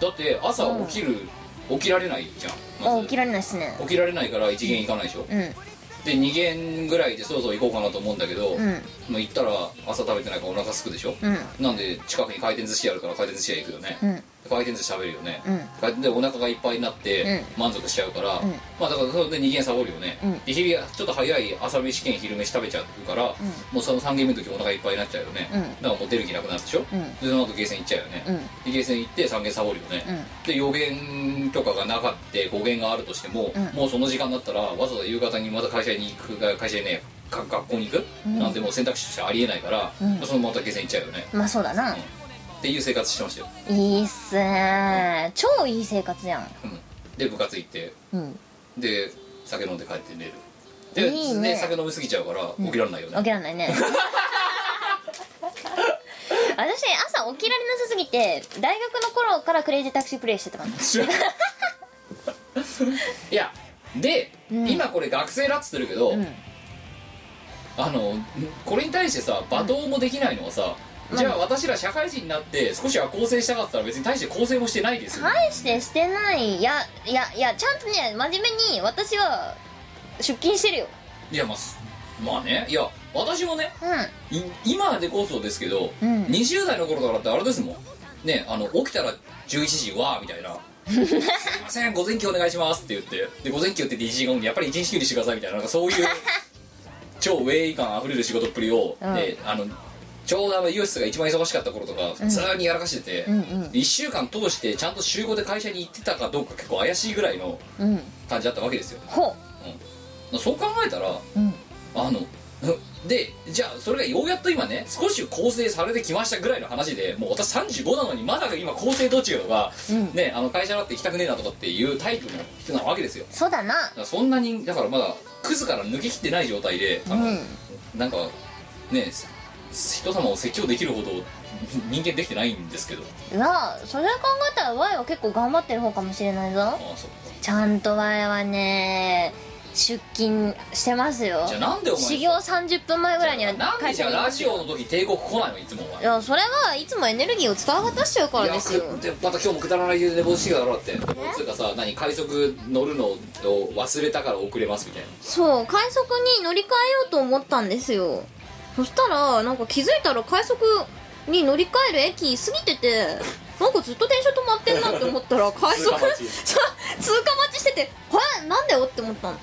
Speaker 1: だって朝起きる、起きられないじゃんま
Speaker 3: あ
Speaker 1: ず
Speaker 3: 起きられないっすね
Speaker 1: 起きられないから1限行かないでしょ、
Speaker 3: うん
Speaker 1: で2限ぐらいでそろそろ行こうかなと思うんだけど、
Speaker 3: うん
Speaker 1: まあ行ったら朝食べてないからお腹空くでしょ、
Speaker 3: うん
Speaker 1: なんで近くに回転寿司屋あるから回転寿司屋行くよね、
Speaker 3: うん
Speaker 1: 回転寿司食べるよね、
Speaker 3: うん
Speaker 1: 回転でお腹がいっぱいになって満足しちゃうから、
Speaker 3: ん
Speaker 1: まあだからそれで2軒サボるよね、
Speaker 3: うん
Speaker 1: で昼ちょっと早い朝飯兼昼飯食べちゃうから、もうその3軒目の時お腹いっぱいになっちゃうよね、
Speaker 3: うん
Speaker 1: だからもう出る気なくなるでしょ、
Speaker 3: うん
Speaker 1: でその後ゲーセン行っちゃうよね、
Speaker 3: うん
Speaker 1: でゲーセン行って3軒サボるよね、
Speaker 3: うん
Speaker 1: で予言とかがなかって5限があるとしても、
Speaker 3: うん
Speaker 1: もうその時間だったらわざわざ夕方にまた会社に行く会社にねか学校に行く、
Speaker 3: ん
Speaker 1: なんてもう選択肢としてありえないから、
Speaker 3: うん
Speaker 1: そのままたゲーセン行っちゃうよね、
Speaker 3: まあそうだな
Speaker 1: っていう生活してましたよ、
Speaker 3: いいっすね超いい生活やん
Speaker 1: うんで部活行って
Speaker 3: うん
Speaker 1: で酒飲んで帰って寝るで
Speaker 3: いいね
Speaker 1: で酒飲みすぎちゃうから起きられないよね、
Speaker 3: 起きらんない ね私朝起きられなさすぎて大学の頃からクレイジータクシープレイしてたから
Speaker 1: いやで、
Speaker 3: うん
Speaker 1: 今これ学生だっつってるけど、
Speaker 3: うん
Speaker 1: あのこれに対してさ罵倒もできないのはさ、じゃあ私ら社会人になって少しは更生したかったら別に大して更生もしてないですよ、
Speaker 3: 大してしてないいやいやいやちゃんとね真面目に私は出勤してるよ
Speaker 1: い、やまあすまあねいや私もね
Speaker 3: う
Speaker 1: い今でこそですけど、
Speaker 3: うん
Speaker 1: 20代の頃からってあれですもんねあの起きたら11時わーみたいな「すいません午前休お願いします」って言ってで午前休って言って1時間後にやっぱり1日休にしてくださいみたいななんかそういう超ウェイ感あふれる仕事っぷりを、
Speaker 3: うん
Speaker 1: であのちょうどあの美容室が一番忙しかった頃とか普通にやらかしてて、
Speaker 3: んうん
Speaker 1: 1週間通してちゃんと週5で会社に行ってたかどうか結構怪しいぐらいの
Speaker 3: うんうん
Speaker 1: 感じだったわけですよ
Speaker 3: ほ
Speaker 1: そう考えたら
Speaker 3: ううん
Speaker 1: あのでじゃあそれがようやっと今ね少し構成されてきましたぐらいの話でもう私35なのにまだ今構成途中とか、
Speaker 3: うん
Speaker 1: ね、あの会社だって行きたくねえなとかっていうタイプの人なわけですよ
Speaker 3: そうだな
Speaker 1: だからそんなにだからまだクズから抜けきってない状態であ
Speaker 3: う
Speaker 1: の、
Speaker 3: ん
Speaker 1: なんかね人様を説教できるほど人間できてないんですけど
Speaker 3: いやそれ考えたら Y は結構頑張ってる方かもしれないぞ
Speaker 1: ああそう
Speaker 3: ちゃんと Y はね出勤してますよ
Speaker 1: じゃあなんでお前
Speaker 3: 始業30分前ぐらいには
Speaker 1: なんで
Speaker 3: 会
Speaker 1: じゃ
Speaker 3: 社
Speaker 1: あ
Speaker 3: にいま
Speaker 1: ラ
Speaker 3: す
Speaker 1: ジオの時帝国来ないのいつもお前
Speaker 3: いやそれはいつもエネルギーを使い果たしちゃうか
Speaker 1: い
Speaker 3: ら
Speaker 1: や
Speaker 3: ですよ
Speaker 1: くでまた今日もくだらない理由で寝坊してきただろだってつうかさ何快速乗るのを忘れたから遅れますみたいな
Speaker 3: そう快速に乗り換えようと思ったんですよそしたらなんか気づいたら快速に乗り換える駅過ぎててなんかずっと電車止まってんなって思ったら快速
Speaker 1: 通過待ち
Speaker 3: そう通過待ちしてて「はなんでよ」って思ったの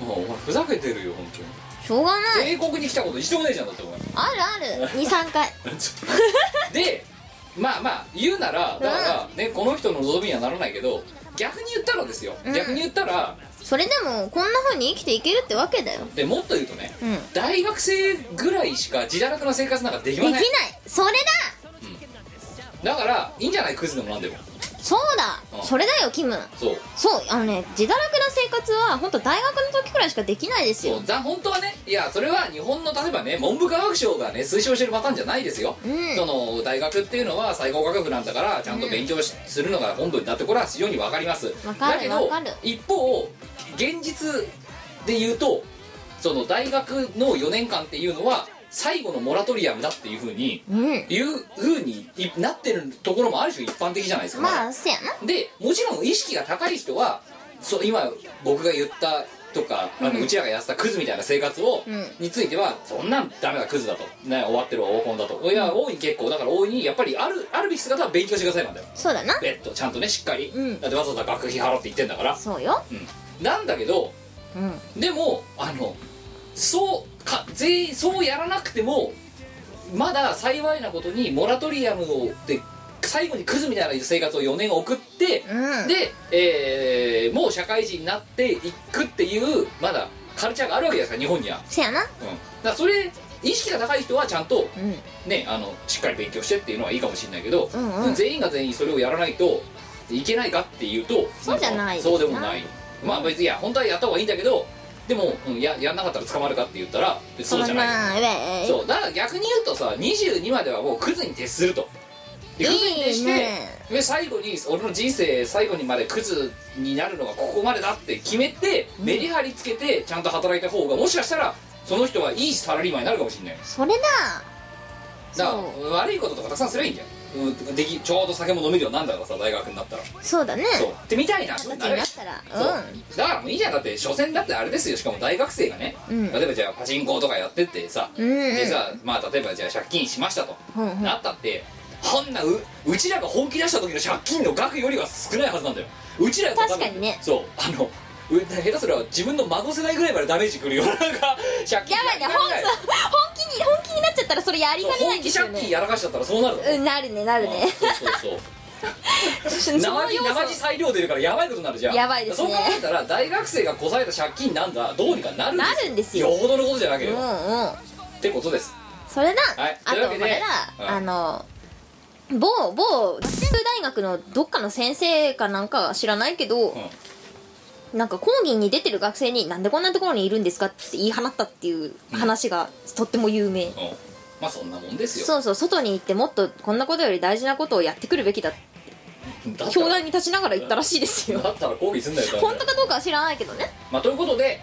Speaker 1: もうお前ふざけてるよ本当に
Speaker 3: しょうがない
Speaker 1: 帝国に来たこと一度もねえじゃんだってお 前
Speaker 3: あるある23回
Speaker 1: でまあまあ言うならだから、ね、この人の望みにはならないけど逆に言ったらですよ、
Speaker 3: うん
Speaker 1: 逆に言ったら
Speaker 3: それでもこんな風に生きていけるってわけだよ
Speaker 1: でもっと言うとね、
Speaker 3: うん
Speaker 1: 大学生ぐらいしか自堕落な生活なんかでき
Speaker 3: で
Speaker 1: ま
Speaker 3: き
Speaker 1: せん
Speaker 3: ないそれだ
Speaker 1: だからいいんじゃないクズでもなんでも
Speaker 3: そう
Speaker 1: うん
Speaker 3: だそれだよキム
Speaker 1: そう
Speaker 3: そうあのね自堕落な生活は本当大学の時くらいしかできないです
Speaker 1: そ
Speaker 3: よ
Speaker 1: うだ本当はねいやそれは日本の例えばね文部科学省がね推奨してるパターンじゃないですよ、
Speaker 3: うん
Speaker 1: その大学っていうのは最高科学なんだからちゃんと勉強し、するのが本分だってこれは非常にわかります
Speaker 3: わかる
Speaker 1: だけど
Speaker 3: わかる
Speaker 1: 一方現実で言うとその大学の4年間っていうのは最後のモラトリアムだっていうふうに
Speaker 3: うん
Speaker 1: いうふうにいなってるところもある種一般的じゃないですか、
Speaker 3: まあそうやな
Speaker 1: でもちろん意識が高い人はそう今僕が言ったとかあのうちらがやってたクズみたいな生活を、
Speaker 3: うん
Speaker 1: についてはそんなんダメだクズだと、ね、終わってるわ黄金だといや大いに結構だから大いにやっぱりあるあるべき姿は勉強してくださいなんだよ
Speaker 3: そうだな
Speaker 1: えっとちゃんとねしっかり、
Speaker 3: うん
Speaker 1: だってわざわざ学費払って言ってんだから、
Speaker 3: そうよ
Speaker 1: うん、なんだけど
Speaker 3: うん
Speaker 1: でもあのそうか全員そうやらなくてもまだ幸いなことにモラトリアムをで最後にクズみたいな生活を4年送って、
Speaker 3: うん
Speaker 1: で、えーもう社会人になっていくっていうまだカルチャーがあるわけですから日本には、
Speaker 3: そうやな
Speaker 1: うん、だからそれ意識が高い人はちゃんと
Speaker 3: うん
Speaker 1: ねあのしっかり勉強してっていうのはいいかもしれないけど、
Speaker 3: うんうん
Speaker 1: 全員が全員それをやらないといけないかっていうと
Speaker 3: そうじゃない
Speaker 1: んかそうでもないまあ別にいや本当はやった方がいいんだけどでも、うん、ややんなかったら捕まるかって言ったら別にそうじゃない、
Speaker 3: まあえ
Speaker 1: そうだから逆に言うとさ22まではもうクズに徹するとでクズに徹
Speaker 3: い
Speaker 1: し
Speaker 3: い
Speaker 1: て
Speaker 3: ね
Speaker 1: で最後に俺の人生最後にまでクズになるのがここまでだって決めてメリハリつけてちゃんと働いた方がもしかしたらその人はいいサラリーマンになるかもしれない
Speaker 3: それだ
Speaker 1: だから
Speaker 3: そ
Speaker 1: 悪いこととかたくさんすればいいんだようんできちょうど酒も飲めるようになんだからさ大学になったら、
Speaker 3: そうだね
Speaker 1: そうってみたいな
Speaker 3: 二十歳になった
Speaker 1: そう
Speaker 3: らうん
Speaker 1: だからもういいじゃんだって所詮だってあれですよしかも大学生がね、
Speaker 3: うん
Speaker 1: 例えばじゃあパチンコとかやってってさ、
Speaker 3: うんうん
Speaker 1: でさまあ例えばじゃあ借金しましたと、
Speaker 3: うんうん
Speaker 1: なったってこんなううちらが本気出した時の借金の額よりは少ないはずなんだようちらが多分
Speaker 3: 確かにね
Speaker 1: そうあのう下手すれば自分の孫世代ぐらいまでダメージくるよなんか借金
Speaker 3: やばいね本
Speaker 1: ぐらい
Speaker 3: そう本気に本気になっちゃったらそれやり
Speaker 1: そう
Speaker 3: かねない
Speaker 1: 本
Speaker 3: んで
Speaker 1: 気
Speaker 3: すよ
Speaker 1: 借金
Speaker 3: ね
Speaker 1: やらかしちゃったらそうなるだろ
Speaker 3: うんなるねなるね
Speaker 1: そうそうそう生地生地裁量出るからやばいことになるじゃん
Speaker 3: やばいですね
Speaker 1: そう考えたら大学生がこさえた借金なんだどうにかなるんですよ
Speaker 3: なるんですよ
Speaker 1: よほどのことじゃなけ
Speaker 3: う
Speaker 1: れば、っ
Speaker 3: んうん
Speaker 1: てことです
Speaker 3: それだ
Speaker 1: はい
Speaker 3: あ
Speaker 1: という
Speaker 3: と
Speaker 1: わ
Speaker 3: こ
Speaker 1: け
Speaker 3: れ
Speaker 1: で
Speaker 3: だ
Speaker 1: うん
Speaker 3: あの某某学生大学のどっかの先生かなんかは知らないけど、なんか講義に出てる学生になんでこんなところにいるんですかって言い放ったっていう話がとっても有
Speaker 1: う
Speaker 3: 名、
Speaker 1: んまあそんなもんですよ
Speaker 3: そうそう外に行ってもっとこんなことより大事なことをやってくるべきだ
Speaker 1: だった
Speaker 3: 教
Speaker 1: ら
Speaker 3: 壇に立ちながら言ったらしいですよ
Speaker 1: だったら抗議すんだよ
Speaker 3: 本当かどうかは知らないけどね
Speaker 1: まあ、ということで、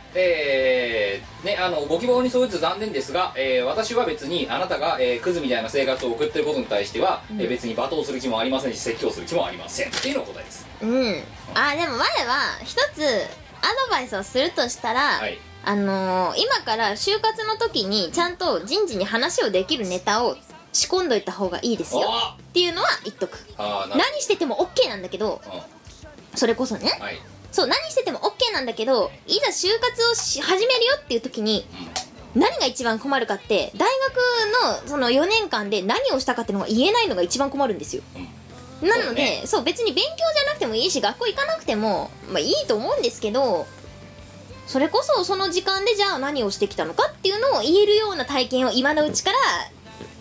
Speaker 1: えーね、あのご希望に添えず残念ですが、えー私は別にあなたが、えークズみたいな生活を送ってることに対しては、えー別に罵倒する気もありませんし説教する気もありませんっていうのが答えです
Speaker 3: うんあーでも我は一つアドバイスをするとしたら、
Speaker 1: はい
Speaker 3: あのー今から就活の時にちゃんと人事に話をできるネタを仕込んどいた方がいいですよ
Speaker 1: あ
Speaker 3: っていうのは言っとく
Speaker 1: あーな
Speaker 3: 何してても OK なんだけどそれこそね
Speaker 1: うんはい
Speaker 3: そう何してても OK なんだけどいざ就活をし始めるよっていう時に何が一番困るかって大学のその4年間で何をしたかっていうのが言えないのが一番困るんですよ、な
Speaker 1: そ
Speaker 3: の
Speaker 1: う
Speaker 3: でそう,、
Speaker 1: ね
Speaker 3: 別に勉強じゃなくてもいいし学校行かなくても、まあ、いいと思うんですけどそれこそその時間でじゃあ何をしてきたのかっていうのを言えるような体験を今のうちから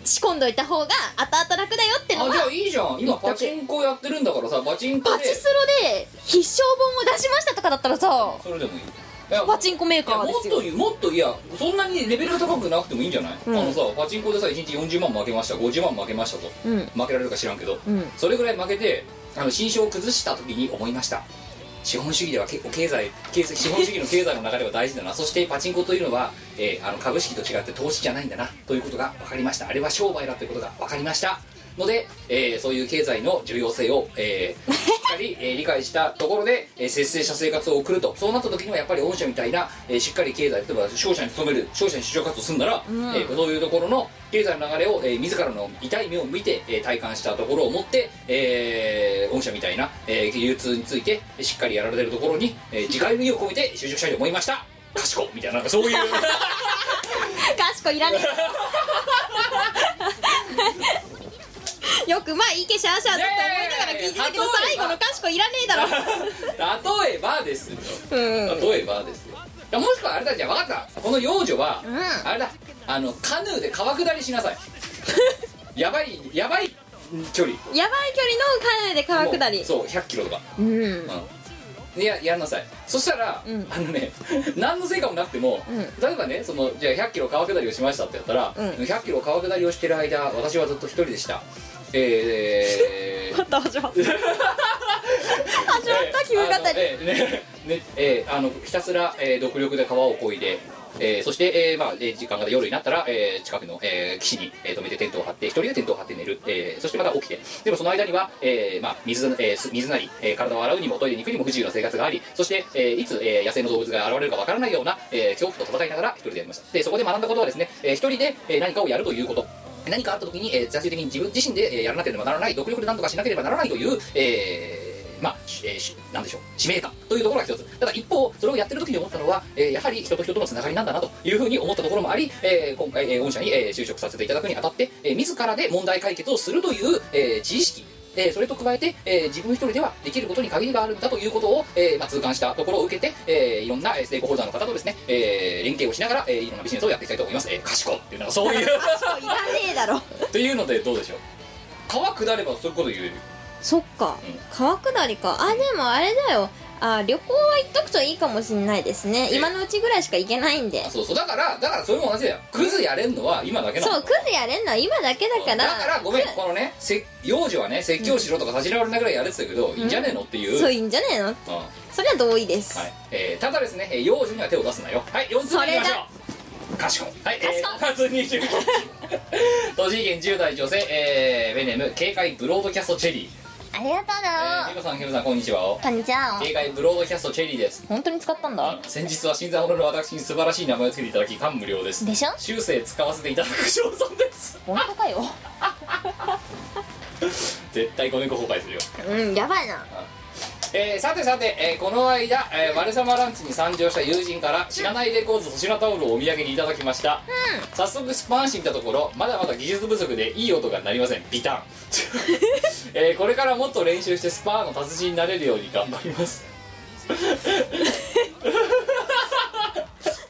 Speaker 3: 仕込んどいた方が後々楽だよっての
Speaker 1: あ
Speaker 3: は
Speaker 1: じゃあいいじゃん今パチンコやってるんだからさパチンコ
Speaker 3: パ
Speaker 1: で
Speaker 3: チスロで必勝本を出しましたとかだったらさ
Speaker 1: それでもいいいや
Speaker 3: パチンコメー
Speaker 1: いや
Speaker 3: カー
Speaker 1: も
Speaker 3: で
Speaker 1: っ
Speaker 3: す
Speaker 1: と
Speaker 3: よ
Speaker 1: 言うもっといやそんなにレベルが高くなくてもいいんじゃない、
Speaker 3: ん
Speaker 1: あのさパチンコでさ1日40万負けました50万負けましたと、
Speaker 3: うん
Speaker 1: 負けられるか知らんけど、
Speaker 3: うん
Speaker 1: それぐらい負けてあの心象を崩した時に思いました資本主義では結構経済経済資本主義の経済の流れは大事だなそしてパチンコというのは、えーあの株式と違って投資じゃないんだなということが分かりましたあれは商売だということが分かりましたので、えーそういう経済の重要性を、えーしっかり、えー理解したところで、えー節制した生活を送るとそうなった時にはやっぱり御社みたいな、えーしっかり経済例えば商社に勤める商社に就職活動するなら、えーそういうところの経済の流れを、えー自らの痛い目を見て、えー体感したところを持って、えー御社みたいな、えー流通についてしっかりやられてるところに、 えー自戒の意を込めて就職したいと思いました賢いみたいななんかそう いう
Speaker 3: かしこいらね えよくまあいいけシャーシャーずっと思いながら聞いてたけど
Speaker 1: ねえ
Speaker 3: 最後のかしこいらねえだろ
Speaker 1: 例えばですよ
Speaker 3: うん
Speaker 1: 例えばですよいやもしくはあれだじゃあ分かったこの幼女は、
Speaker 3: ん
Speaker 1: あれだあのカヌーで川下りしな さいやばいやばい距離
Speaker 3: やばい距離のカヌーで川下
Speaker 1: もう
Speaker 3: り
Speaker 1: そう1 0 0キロとか
Speaker 3: うん
Speaker 1: いややんなさいそしたら、
Speaker 3: うん
Speaker 1: あのね 何の成果もなくても、
Speaker 3: ん
Speaker 1: 例えばねそのじゃあ1 0 0キロ川下りをしましたってやったら、
Speaker 3: うん
Speaker 1: 1 0 0キロ川下りをしてる間私はずっと一人でした えー
Speaker 3: また始まった始まった気分語
Speaker 1: え
Speaker 3: り
Speaker 1: ーあのえーねね えーあのひたすら、えー独力で川を漕いで、えーそして、えーまあ、えー時間が夜になったら、えー近くの、えー岸に、えー止めてテントを張って一人でテントを張って寝る、えーそしてまた起きてでもその間には、えーまあ、水,、えーす水なり、えー体を洗うにもトイレに行くにも不自由な生活がありそして、えーいつ、えー野生の動物が現れるかわからないような、えー恐怖と戦いながら一人でやりましたでそこで学んだことはですね、えー一人で、えー何かをやるということ何かあった時に、えー最終的に自分自身で、えーやらなければならない独力で何とかしなければならないという、えーまあ、しえーしなんでしょう使命感というところが一つただ一方それをやってる時に思ったのは、えーやはり人と人とのつながりなんだなというふうに思ったところもあり、えー今回、えー御社に、えー就職させていただくにあたって、えー自らで問題解決をするという、えー自意識えーそれと加えて、えー自分一人ではできることに限りがあるんだということを、えーまあ、痛感したところを受けて、えーいろんなえーステークホルダーの方とですね、えー連携をしながら、えーいろんなビジネスをやっていきたいと思います、えー、賢いっていうのはそういう
Speaker 3: いらねえだろ
Speaker 1: っていうのでどうでしょう川下ればそういうこと言える
Speaker 3: そっか
Speaker 1: うん
Speaker 3: 川下りかあでもあれだよあ旅行は行っとくといいかもしんないですね今のうちぐらいしか行けないんで
Speaker 1: あそうそうだからだからそれも同じだよクズやれんのは今だけなの
Speaker 3: そうクズやれんのは今だけだから
Speaker 1: ごめん
Speaker 3: ク
Speaker 1: このねせ幼女はね説教しろとか立ち直られなぐらいやれてたけど、いいんじゃねえのっていう
Speaker 3: そういいんじゃねえの
Speaker 1: うんは
Speaker 3: それは同意です、
Speaker 1: いえーただですねえー幼女には手を出すなよはい4つ目いきましょうかしこはいえー5月29日栃木県10代女性、えー、ベネーム警戒ブロードキャストチェリー
Speaker 3: ありがとう
Speaker 1: えー
Speaker 3: だ
Speaker 1: 美
Speaker 3: よ
Speaker 1: 子、さんひろさんこんにちは
Speaker 3: こんにちは
Speaker 1: 警戒ブロードキャストチェリーです
Speaker 3: 本当に使ったんだ
Speaker 1: 先日は新参者の私に素晴らしい名前を付けていただき感無量です
Speaker 3: でしょ
Speaker 1: 修正使わせていただく賞賛です
Speaker 3: 本当かよ
Speaker 1: 絶対子猫崩壊するよ、
Speaker 3: うんやばいな
Speaker 1: えーさてさて、えーこの間、えー、マルサマランチに参上した友人から知らないレコーズ粗品タオルをお土産にいただきました、早速スパンしてみたところまだまだ技術不足でいい音が鳴りませんビタン、 えーこれからもっと練習してスパーの達人になれるように頑張ります
Speaker 3: あ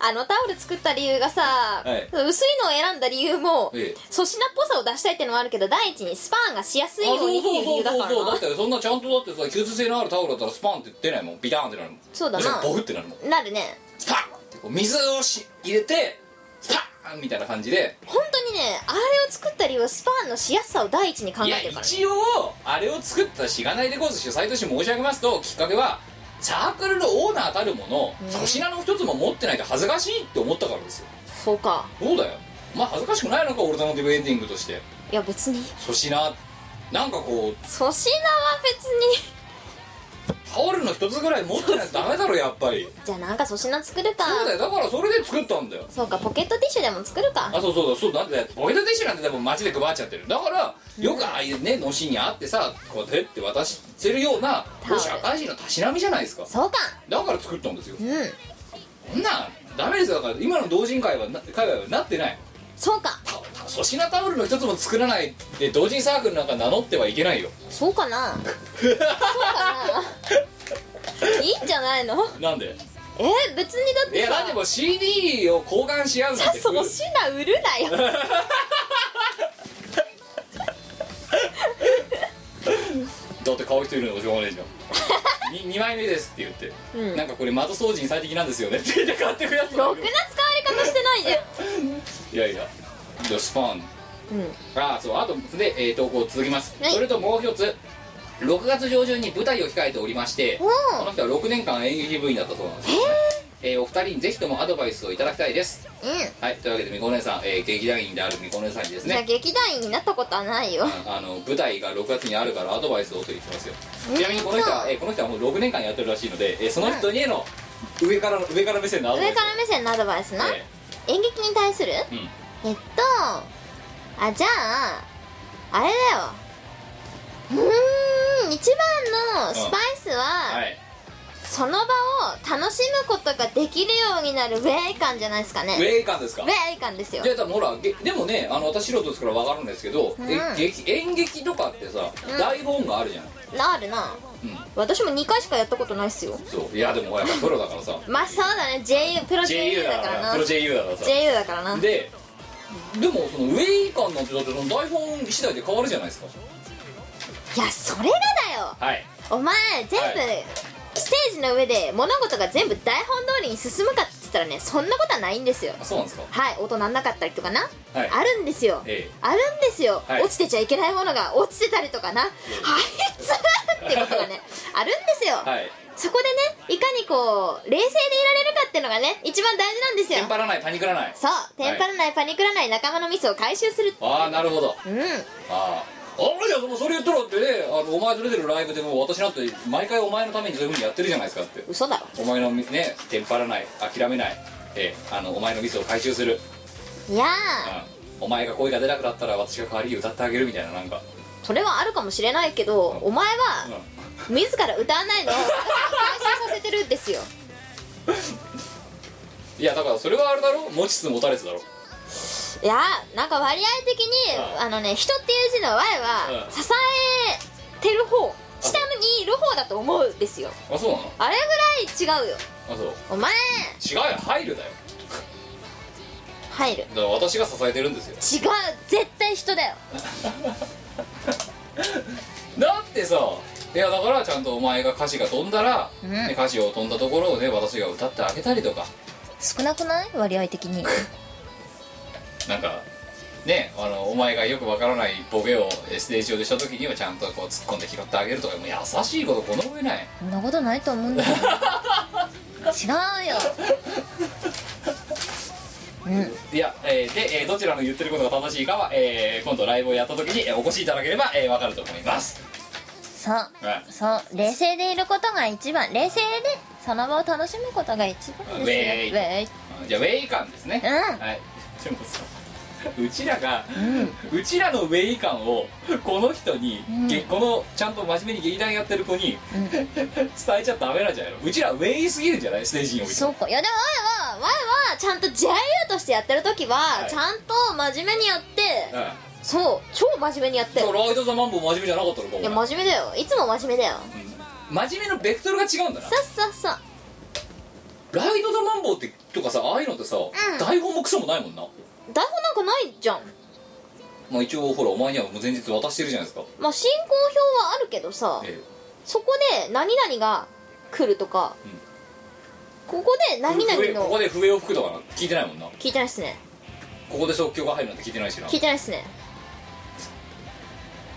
Speaker 3: あのタオル作った理由がさ、
Speaker 1: はい
Speaker 3: 薄いのを選んだ理由も粗
Speaker 1: ええ
Speaker 3: 品っぽさを出したいってのもあるけど第一にスパンがしやすいよう
Speaker 1: そう
Speaker 3: にって
Speaker 1: そ
Speaker 3: いう
Speaker 1: そう
Speaker 3: う理由だ
Speaker 1: そ
Speaker 3: か
Speaker 1: うそ
Speaker 3: ら
Speaker 1: うだ
Speaker 3: な
Speaker 1: ってそんなちゃんとだってさ吸水性のあるタオルだったらスパンって出ないもんビターンってなるもん
Speaker 3: そうだな
Speaker 1: じゃあボフってなるもん
Speaker 3: なるね
Speaker 1: スパンってこう水をし入れてスパンみたいな感じで
Speaker 3: 本当にねあれを作った理由はスパンのしやすさを第一に考
Speaker 1: いや
Speaker 3: えてるからね
Speaker 1: 一応あれを作ったしがないレコーズ主催として申し上げますときっかけはサークルのオーナーたるもの粗品の一つも持ってないと恥ずかしいって思ったからですよ
Speaker 3: そうか
Speaker 1: そうだよまあ恥ずかしくないのかオルタナティブエンディングとして
Speaker 3: いや別に
Speaker 1: 粗品なんかこう
Speaker 3: 粗品は別に
Speaker 1: タオルの一つぐらい持ってないとダメだろやっぱり
Speaker 3: じゃあなんか粗品作るか
Speaker 1: そうだよだからそれで作ったんだよ
Speaker 3: そうかポケットティッシュでも作るか
Speaker 1: あそうそうだそうだってポケットティッシュなんてでも街で配っちゃってるだからよくああいうねのしにあってさこうやって渡してるような
Speaker 3: タオ
Speaker 1: も
Speaker 3: ル
Speaker 1: う社会人のたしなみじゃないですか
Speaker 3: そうか
Speaker 1: だから作ったんですよ
Speaker 3: うん
Speaker 1: そんなんダメですよだから今の同人会はな海外はなってない
Speaker 3: そうか
Speaker 1: たた粗品タオルの一つも作らないで同人サークルなんか名乗ってはいけないよ
Speaker 3: そうかなそうかないいんじゃないの
Speaker 1: なんで
Speaker 3: え別にだっ
Speaker 1: い
Speaker 3: て
Speaker 1: やだって
Speaker 3: さ
Speaker 1: もう CD を交換し合う
Speaker 3: じ
Speaker 1: な
Speaker 3: ゃ
Speaker 1: んて
Speaker 3: あ粗品売るなよ
Speaker 1: だって買う人いるのしょうがないじゃん 2, 枚目ですって言って、
Speaker 3: うん
Speaker 1: なんかこれ窓掃除に最適なんですよねって言って買ってくやつ
Speaker 3: ろくな使われ方してないじゃん
Speaker 1: いやいやでスパン
Speaker 3: うん
Speaker 1: ああそうあとで、えー投稿続きます、
Speaker 3: はい
Speaker 1: それともう一つ6月上旬に舞台を控えておりましてこ
Speaker 3: お
Speaker 1: の人は6年間演劇部員だったそうなんですよ、えーお二人にぜひともアドバイスをいただきたいです
Speaker 3: うん
Speaker 1: はいというわけでみこお姉さん、えー劇団員であるみこお姉さんにです
Speaker 3: じゃあ
Speaker 1: ね
Speaker 3: 劇団員になったことはないよ
Speaker 1: あ の舞台が6月にあるからアドバイスをと言ってますよちなみにこの人は、えーこの人はもう6年間やってるらしいので、えーその人への上からの上から目線のアドバイス
Speaker 3: 上から目線のアドバイスな、
Speaker 1: え
Speaker 3: 演劇に対する
Speaker 1: ーうん
Speaker 3: えっとあじゃああれだようーん一番のスパイスは、
Speaker 1: はい
Speaker 3: その場を楽しむことができるようになるウェイ感じゃないですかね
Speaker 1: ウェイ感ですか
Speaker 3: ウェイ感ですよ
Speaker 1: いやでもほらげでもねあの私素人ですから分かるんですけど、
Speaker 3: うん
Speaker 1: え劇演劇とかってさ、
Speaker 3: ん
Speaker 1: 台本があるじゃない、
Speaker 3: なるな
Speaker 1: うん、
Speaker 3: 私も2回しかやったことないっすよ
Speaker 1: そういやでもやっぱプロだからさ
Speaker 3: まあそうだね JU プロ JU だからな
Speaker 1: プロ JU だからさ
Speaker 3: JU だからな
Speaker 1: ででもそのウェイ感なんてだってその台本次第で変わるじゃないですか
Speaker 3: いやそれがだよ
Speaker 1: はい
Speaker 3: お前全部、
Speaker 1: は
Speaker 3: ステージの上で物事が全部台本通りに進むかっつったらねそんなことはないんですよ
Speaker 1: あそうなんですか
Speaker 3: はい音なんなかったりとかな、
Speaker 1: はい
Speaker 3: あるんですよ、
Speaker 1: ええ
Speaker 3: あるんですよ、
Speaker 1: はい
Speaker 3: 落ちてちゃいけないものが落ちてたりとかな、あいつってこ とがねあるんですよ、
Speaker 1: はい
Speaker 3: そこでねいかにこう冷静でいられるかっていうのがね一番大事なんです
Speaker 1: テンパ
Speaker 3: よ
Speaker 1: らないパニクらない
Speaker 3: そうテンパらない、パニクらない仲間のミスを回収する
Speaker 1: ああなるほど
Speaker 3: うん
Speaker 1: あああれじゃあもうそれ言ったらってねあのお前と出てるライブでもう私なんて毎回お前のためにそういうふうにやってるじゃないですかって
Speaker 3: 嘘だろ
Speaker 1: お前のみねテンパらない諦めない、ええあのお前のミスを回収する、
Speaker 3: いや
Speaker 1: うん、
Speaker 3: ー
Speaker 1: お前が声が出なくなったら私が代わりに歌ってあげるみたいななんか、
Speaker 3: それはあるかもしれないけどお前は、
Speaker 1: う
Speaker 3: 自ら歌わないのを 回収させてるんですよ
Speaker 1: ん、いやだからそれはあれだろ持ちつ持たれつだろ
Speaker 3: いやなんか割合的に
Speaker 1: あ
Speaker 3: あのね人っていう字の Y
Speaker 1: あ
Speaker 3: は支えてる方下にいる方だと思うんですよ
Speaker 1: あそうなの
Speaker 3: あれぐらい違うよ
Speaker 1: あそう
Speaker 3: お前
Speaker 1: 違うよ入るだよ
Speaker 3: 入る
Speaker 1: だから私が支えてるんですよ
Speaker 3: 違う絶対人だよ
Speaker 1: だってさいやだからちゃんとお前が歌詞が飛んだら、
Speaker 3: うん
Speaker 1: ね歌詞を飛んだところをね私が歌ってあげたりとか
Speaker 3: 少なくない割合的に
Speaker 1: なんかねあのお前がよくわからないボケをえステージ上でした時にはちゃんとこう突っ込んで拾ってあげるとかもう優しいことこの上ない
Speaker 3: そんなことないと思うんだよ違うよ
Speaker 1: いや、えーで、えーどちらの言ってることが正しいかは、えー今度ライブをやった時にえーお越しいただければ、えーわかると思います、
Speaker 3: そう
Speaker 1: う
Speaker 3: そう冷静でいることが一番冷静でその場を楽しむことが一番
Speaker 1: ウェイ
Speaker 3: ェイ
Speaker 1: ん、じゃあウェイ感ですね、
Speaker 3: うん
Speaker 1: はいでもさうちらが、うちらのウェイ感をこの人に、げこのちゃんと真面目に劇団やってる子に、伝えちゃダメなんじゃないのうちらウェイすぎるんじゃないステージにおいて
Speaker 3: そうかいやでもワイはワイはちゃんと JU としてやってる時は、
Speaker 1: い
Speaker 3: ちゃんと真面目にやって、
Speaker 1: うんだか
Speaker 3: そう超真面目にやって
Speaker 1: らライト・ザ・マンボウ真面目じゃなかったのかお前
Speaker 3: いや真面目だよいつも真面目だよ
Speaker 1: 真面目のベクトルが違うんだな
Speaker 3: さっさっさ
Speaker 1: ライド・ザ・マンボウってとかさああいうのってさ、
Speaker 3: ん
Speaker 1: 台本もクソもないもんな
Speaker 3: 台本なんかないじゃん
Speaker 1: まあ一応ほらお前にはもう前日渡してるじゃないですか
Speaker 3: まあ進行表はあるけどさ
Speaker 1: え
Speaker 3: そこで何々が来るとか、
Speaker 1: ん
Speaker 3: ここで
Speaker 1: え
Speaker 3: 何々
Speaker 1: 笛ここ
Speaker 3: の
Speaker 1: で笛を吹くとかなんて聞いてないもんな
Speaker 3: 聞いてないっすね
Speaker 1: ここで即興が入るなんて聞いてないしな
Speaker 3: 聞いてないっすね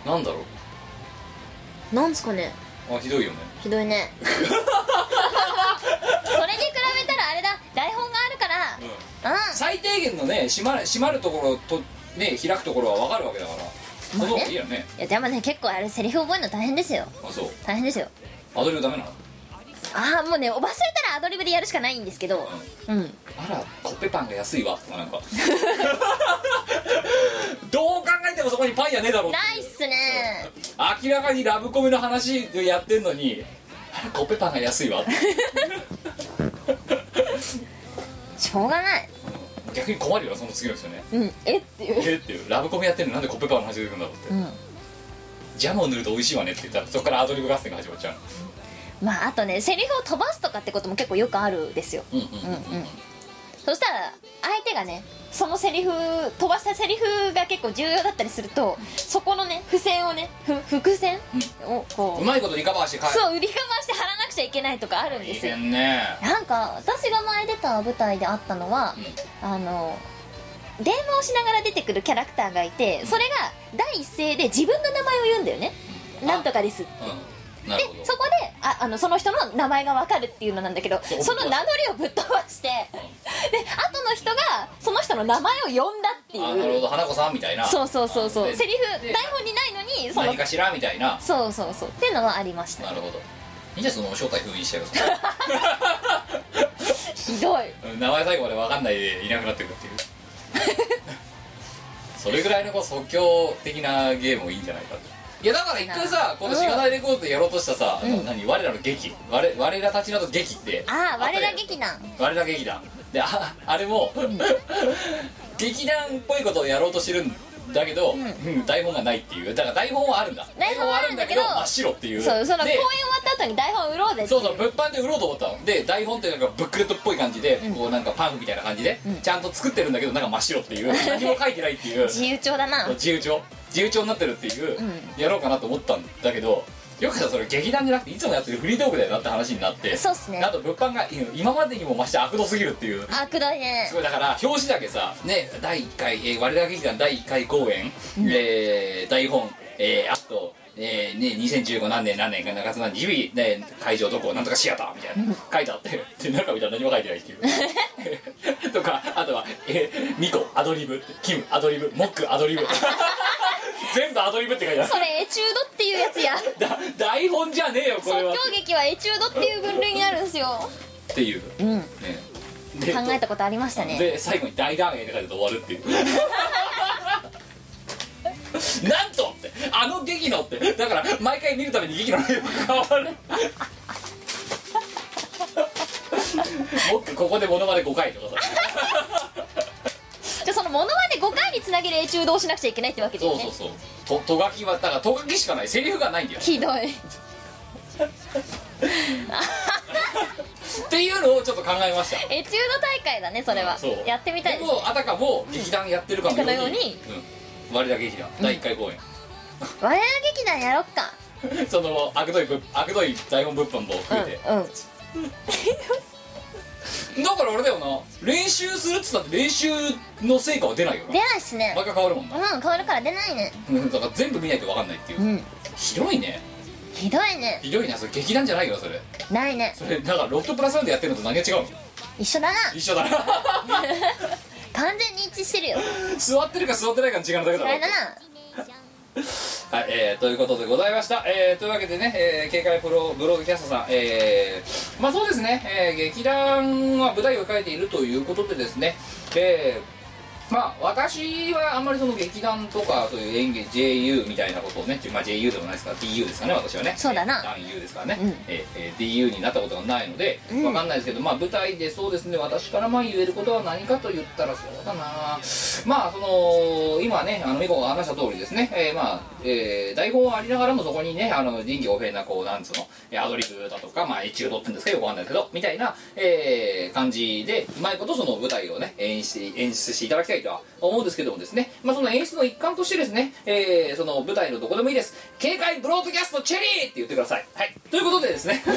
Speaker 1: なんだろ
Speaker 3: なんですかね
Speaker 1: うあひどいよね
Speaker 3: ひどいねそれに比べたらあれだ台本があるからうん
Speaker 1: 最低限のね閉まる閉まるところとね開くところは分かるわけだからその方がいいよね
Speaker 3: いやでもね結構あれセリフ覚えるの大変ですよ
Speaker 1: あそう
Speaker 3: 大変ですよ
Speaker 1: アドリブダメなの
Speaker 3: ああもうね忘れたらアドリブでやるしかないんですけどうん
Speaker 1: あらコッペパンが安いわとか なんかどう考えてもそこにパンやねえだろうって
Speaker 3: ないっすね
Speaker 1: 明らかにラブコメの話をやってんのにあらコッペパンが安いわって
Speaker 3: しょうがない
Speaker 1: 逆に困るよなその次の人ね
Speaker 3: うんえっていう
Speaker 1: えっていうラブコメやってるのになんでコッペパンの話出てくるんだろうって、
Speaker 3: うん
Speaker 1: ジャムを塗ると美味しいわねって言ったらそこからアドリブ合戦が始まっちゃう
Speaker 3: まああとねセリフを飛ばすとかってことも結構よくあるですよ
Speaker 1: うんうん
Speaker 3: うんうんそしたら相手がねそのセリフ飛ばしたセリフが結構重要だったりするとそこのね付箋をねふ伏線を
Speaker 1: うん
Speaker 3: こ
Speaker 1: う
Speaker 3: う
Speaker 1: まいことリカバーして帰る
Speaker 3: そう売りかまして貼らなくちゃいけないとかあるんで
Speaker 1: いい
Speaker 3: すよ
Speaker 1: 点ね
Speaker 3: なんか私が前出た舞台であったのは、あの電話をしながら出てくるキャラクターがいてそれが第一声で自分の名前を言うんだよね「
Speaker 1: あ
Speaker 3: なんとかです」
Speaker 1: うんなる
Speaker 3: で
Speaker 1: ほど
Speaker 3: そこでああのその人の名前がわかるっていうのなんだけど
Speaker 1: そう
Speaker 3: その名乗りをぶっ飛ばしてで後の人がその人の名前を呼んだって
Speaker 1: あなる
Speaker 3: い
Speaker 1: ほ
Speaker 3: う
Speaker 1: ど花子さんみたいな
Speaker 3: そうそうそうそう
Speaker 1: で
Speaker 3: セリフ
Speaker 1: で
Speaker 3: 台本にないのにその
Speaker 1: 何かしらみたいな
Speaker 3: そうそうそうっていうのはありました
Speaker 1: なるほどいいじゃんその正体封印しちゃう
Speaker 3: ひどい
Speaker 1: うん名前最後まで分かんないでいなくなってくって いうそれぐらいのこう即興的なゲームもいいんじゃないかといやだから一回さこのしがないレコードやろうとしたさ、あの何我らの劇我我らたちなど劇って
Speaker 3: ああ
Speaker 1: った
Speaker 3: 我
Speaker 1: よね
Speaker 3: ら劇団
Speaker 1: 我ら劇団でああれも劇団っぽいことをやろうとしてるんだけど、うん台本がないっていうだから台本はあるんだ
Speaker 3: 台本はあるんだけど
Speaker 1: 真っ白っていう
Speaker 3: そうその公演
Speaker 1: で
Speaker 3: 終わった後に台本売ろうぜってい
Speaker 1: そうそう物販で売ろうと思ったので台本ってなんかブックレットっぽい感じで、こうなんかパンフみたいな感じで、ちゃんと作ってるんだけどなんか真っ白っていう何も書いてないっていう
Speaker 3: 自由帳だな
Speaker 1: 自由帳自由帳になってるっていう、やろうかなと思ったんだけどよくさそれ劇団じゃなくていつもやってるフリートークだよなって話になって
Speaker 3: そうっすね
Speaker 1: あと物販がうん今までにも増して悪度すぎるっていう
Speaker 3: あくどいね
Speaker 1: すごいだから表紙だけさね第1回、えー、我ら劇団第1回公演、えー台本、えーあと、えーね、2015何年何年か中津何日々、ね、会場どこなんとかシアターみたいな書いてあってで中見たら何も書いてないっていう とかあとは「えー、ミコアドリブ」「キムアドリブ」「モックアド リブ」全部アドリブって書いてある
Speaker 3: それエチュードっていうやつや
Speaker 1: だ台本じゃねえよこ
Speaker 3: 即
Speaker 1: れは
Speaker 3: 興劇はエチュードっていう分類になるんですよ
Speaker 1: っていう、
Speaker 3: うん
Speaker 1: ね、で
Speaker 3: 考えたことありましたね
Speaker 1: で最後に大団円って書いて終わるっていうなんとってあの劇のってだから毎回見るために劇の内容が変わる僕ここでモノマネ5回とかさ
Speaker 3: じゃあそのものまね5回につなげるエチュードをしなくちゃいけないってわけで
Speaker 1: そ
Speaker 3: す
Speaker 1: う
Speaker 3: ね
Speaker 1: そうそうととがきはだからとがきしかないセリフがないんだよ
Speaker 3: ひど
Speaker 1: っ
Speaker 3: い
Speaker 1: ていうのをちょっと考えました
Speaker 3: エチュード大会だねそれは
Speaker 1: そう
Speaker 3: やってみたいで
Speaker 1: ですもあたかも劇団やってるかのように
Speaker 3: かの
Speaker 1: う
Speaker 3: よ
Speaker 1: ん、我ら劇団第1回公演、
Speaker 3: 我々劇団やろっか
Speaker 1: その悪どいぶ悪どい台本物販も含めて、
Speaker 3: うんうん
Speaker 1: だからあれだよな練習するっつったって練習の成果は出ないよな
Speaker 3: 出ないっすね
Speaker 1: 毎回変わるもんな
Speaker 3: うん変わるから出ないね
Speaker 1: うんだから全部見ないと分かんないっていう、
Speaker 3: うん
Speaker 1: ひどいね
Speaker 3: ひどいね
Speaker 1: ひどいなそれ劇団じゃないよなそれ
Speaker 3: ないね
Speaker 1: それだからロフトプラスワンでやってるのと何が違うの
Speaker 3: 一緒だな
Speaker 1: 一緒だな
Speaker 3: 完全に一致してるよ
Speaker 1: 座ってるか座ってないかの違いのだけだろ
Speaker 3: 嫌いだな
Speaker 1: はい、えーということでございました。えーというわけでね、えー警戒プロブログキャストさん、えーまあそうですね、えー劇団は舞台を控えているということでですね、えーまあ私はあんまりその劇団とかそういう演芸 JU みたいなことをね、まあ、JU でもないですから DU ですかね私はね
Speaker 3: そうだな
Speaker 1: 団 U ですからね、
Speaker 3: うん
Speaker 1: ええ DU になったことがないのでわかんないですけど、まあ舞台でそうですね私からまあ言えることは何かと言ったらそうだなまあその今ねあの美子が話した通りですね、えーまあ、えー台本はありながらもそこにねあの臨機応変なこうなんつうのえーアドリブだとかまあエチュードって言うんですかよくわかんないですけどみたいな、えー感じでうまいことその舞台をね演出演出していただきたいとは思うんですけどもですねまあその演出の一環としてですね、えーその舞台のどこでもいいです警戒ブロードキャストチェリーって言ってくださいはいということでですね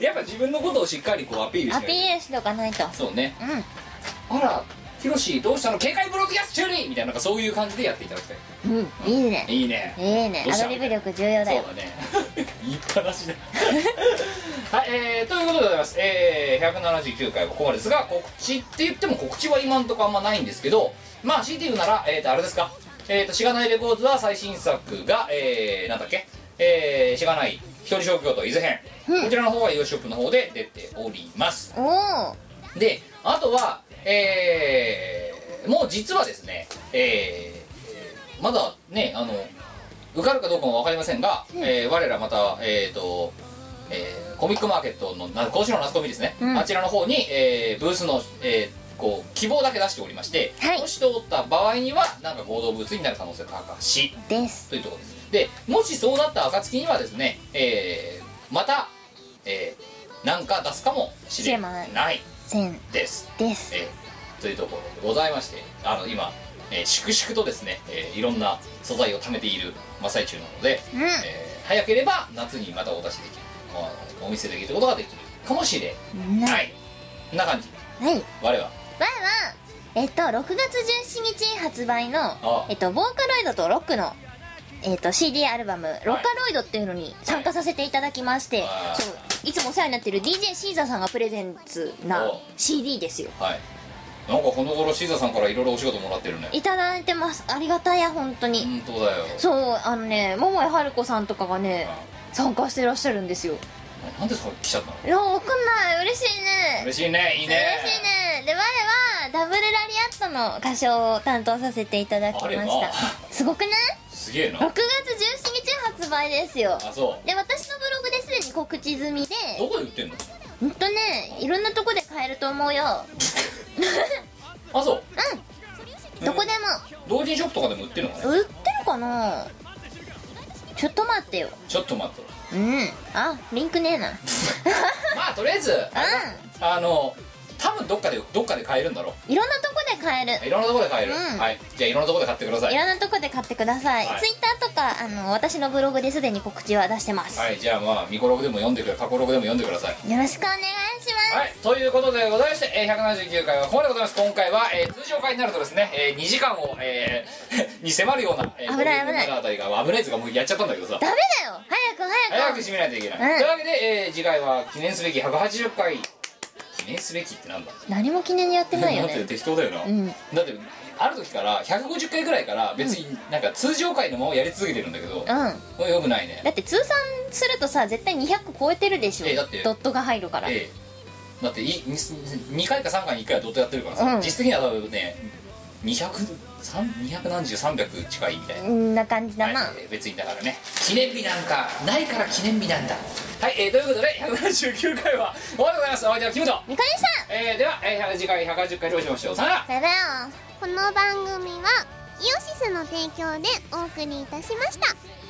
Speaker 1: やっぱ自分のことをしっかりこうアピールし
Speaker 3: ア
Speaker 1: て
Speaker 3: ピールしておかないと
Speaker 1: そうね
Speaker 3: うん
Speaker 1: あらヒロシどうしたの警戒ブロードキャストチェリーみたいななんかそういう感じでやっていただきたい
Speaker 3: うんいいね
Speaker 1: いいね
Speaker 3: いいね
Speaker 1: どう
Speaker 3: ア
Speaker 1: した
Speaker 3: ドリブ力重要だよ
Speaker 1: そうだね言いっぱなしだ はい、えー、ということでございます、えー、179回はここまでですが告知って言っても告知は今んとこあんまないんですけどまあ CTU なら、えー、とあれですかえー、としがないレコーズは最新作がえー、なんだっけえー、しがない一人小京都伊豆編、こちらの方はイオシショップの方で出ております
Speaker 3: おお
Speaker 1: であとはえー、もう実はですねえー、まだねあの受かるかどうかも分かりませんが、えー我らまたえー、とえーコミックマーケットのな今週の夏コミですね、
Speaker 3: うん
Speaker 1: あちらの方に、えーブースの、えーこう希望だけ出しておりまして、
Speaker 3: はい
Speaker 1: もし通った場合にはなんか合同ブースになる可能性が高し
Speaker 3: です
Speaker 1: というところですでもしそうなった暁にはですね、えーまた、えーなんか出すかもしれ
Speaker 3: しれ
Speaker 1: ない
Speaker 3: せん
Speaker 1: です、
Speaker 3: です
Speaker 1: えーというところでございましてあの今、えー粛々とですね、えーいろんな素材を貯めている真っ最中なので、
Speaker 3: うん
Speaker 1: えー早ければ夏にまたお出しできるあのお見せできることができるかもしれ
Speaker 3: な
Speaker 1: な
Speaker 3: はい
Speaker 1: いこんな感じ
Speaker 3: 前は
Speaker 1: 我は
Speaker 3: えっと6月17日発売の
Speaker 1: あ
Speaker 3: えっとボーカロイドとロックのえっと CD アルバム「ロッカロイド」っていうのに参加させていただきまして、
Speaker 1: はい
Speaker 3: そういつもお世話になってる DJ シーザーさんがプレゼンツな
Speaker 1: お
Speaker 3: CD ですよ
Speaker 1: はいなんかこの頃シーザーさんからいろいろお仕事もらってるね
Speaker 3: いただいてますありがたいや本当に、
Speaker 1: 本当だよ
Speaker 3: そうあのね桃井春子さんとかがね参加してらっしゃるんですよ
Speaker 1: あなんでそれ来ちゃったの
Speaker 3: いやわかんない嬉しいね
Speaker 1: 嬉しいねいいね
Speaker 3: 嬉しいねで我はダブルラリアットの歌唱を担当させていただきまし
Speaker 1: あれ
Speaker 3: た
Speaker 1: ます
Speaker 3: ごくない
Speaker 1: すげえ
Speaker 3: 6
Speaker 1: な
Speaker 3: 月17日発売ですよ
Speaker 1: あそ
Speaker 3: で私のブログですでに告知済みで
Speaker 1: うどこで売ってんの
Speaker 3: ほんとねいろんなとこで買えると思うよ
Speaker 1: あそう
Speaker 3: どこで
Speaker 1: 同人ショップとかでも売ってるのか
Speaker 3: も
Speaker 1: ね
Speaker 3: 売ってるかなちょっと待ってよ
Speaker 1: ちょっと待って
Speaker 3: うんあリンクね えな
Speaker 1: まあとりあえず
Speaker 3: う
Speaker 1: あの多分どっかでどっかで買えるんだろ
Speaker 3: んいろんなとこで買える
Speaker 1: いろんなところで買える、
Speaker 3: うん
Speaker 1: はいじゃあいろんなところで買ってくださ
Speaker 3: い
Speaker 1: い
Speaker 3: ろんなとこで買ってください、
Speaker 1: はい
Speaker 3: ツイッターとかあの私のブログですでに告知は出してます、
Speaker 1: はいじゃあまあミコログでも読んでくれ過去ログでも読んでください
Speaker 3: よろしくお願いします、
Speaker 1: はい、ということでございまして、えー179回はここまでございます今回は、えー通常回になるとですね、え2時間を、えー に迫るような、えー
Speaker 3: 危ない危ない
Speaker 1: こううあたりが危ないやつがもうやっちゃったんだけどさ
Speaker 3: ダメだよ早く早
Speaker 1: 早
Speaker 3: く
Speaker 1: く締めないといけない、
Speaker 3: うん
Speaker 1: というわけで、えー次回は記念すべき180回記念すべきってなんだ
Speaker 3: 何も記念にやってないよ
Speaker 1: だって
Speaker 3: ね
Speaker 1: 適当だよな、
Speaker 3: うん
Speaker 1: だってある時から150回ぐらいから別になんか通常回のままやり続けてるんだけど、
Speaker 3: うん
Speaker 1: これよくないね
Speaker 3: だって通算するとさ絶対200超えてるでしょ、
Speaker 1: ええだって
Speaker 3: ドットが入るから、
Speaker 1: ええだってい2回か3回に1回はどっとやってるからさ、
Speaker 3: うん
Speaker 1: 実質的には多分ね200200何十300近いみたいな、
Speaker 3: んな感じだな、
Speaker 1: はいえー別にだからね記念日なんかないから記念日なんだはい、えーということで179回は終わりでございますお相手はキムト、
Speaker 3: みこりさん
Speaker 1: えーでは、えー次回180回どうしましょうさよなら
Speaker 3: さよなら
Speaker 5: この番組はイオシスの提供でお送りいたしました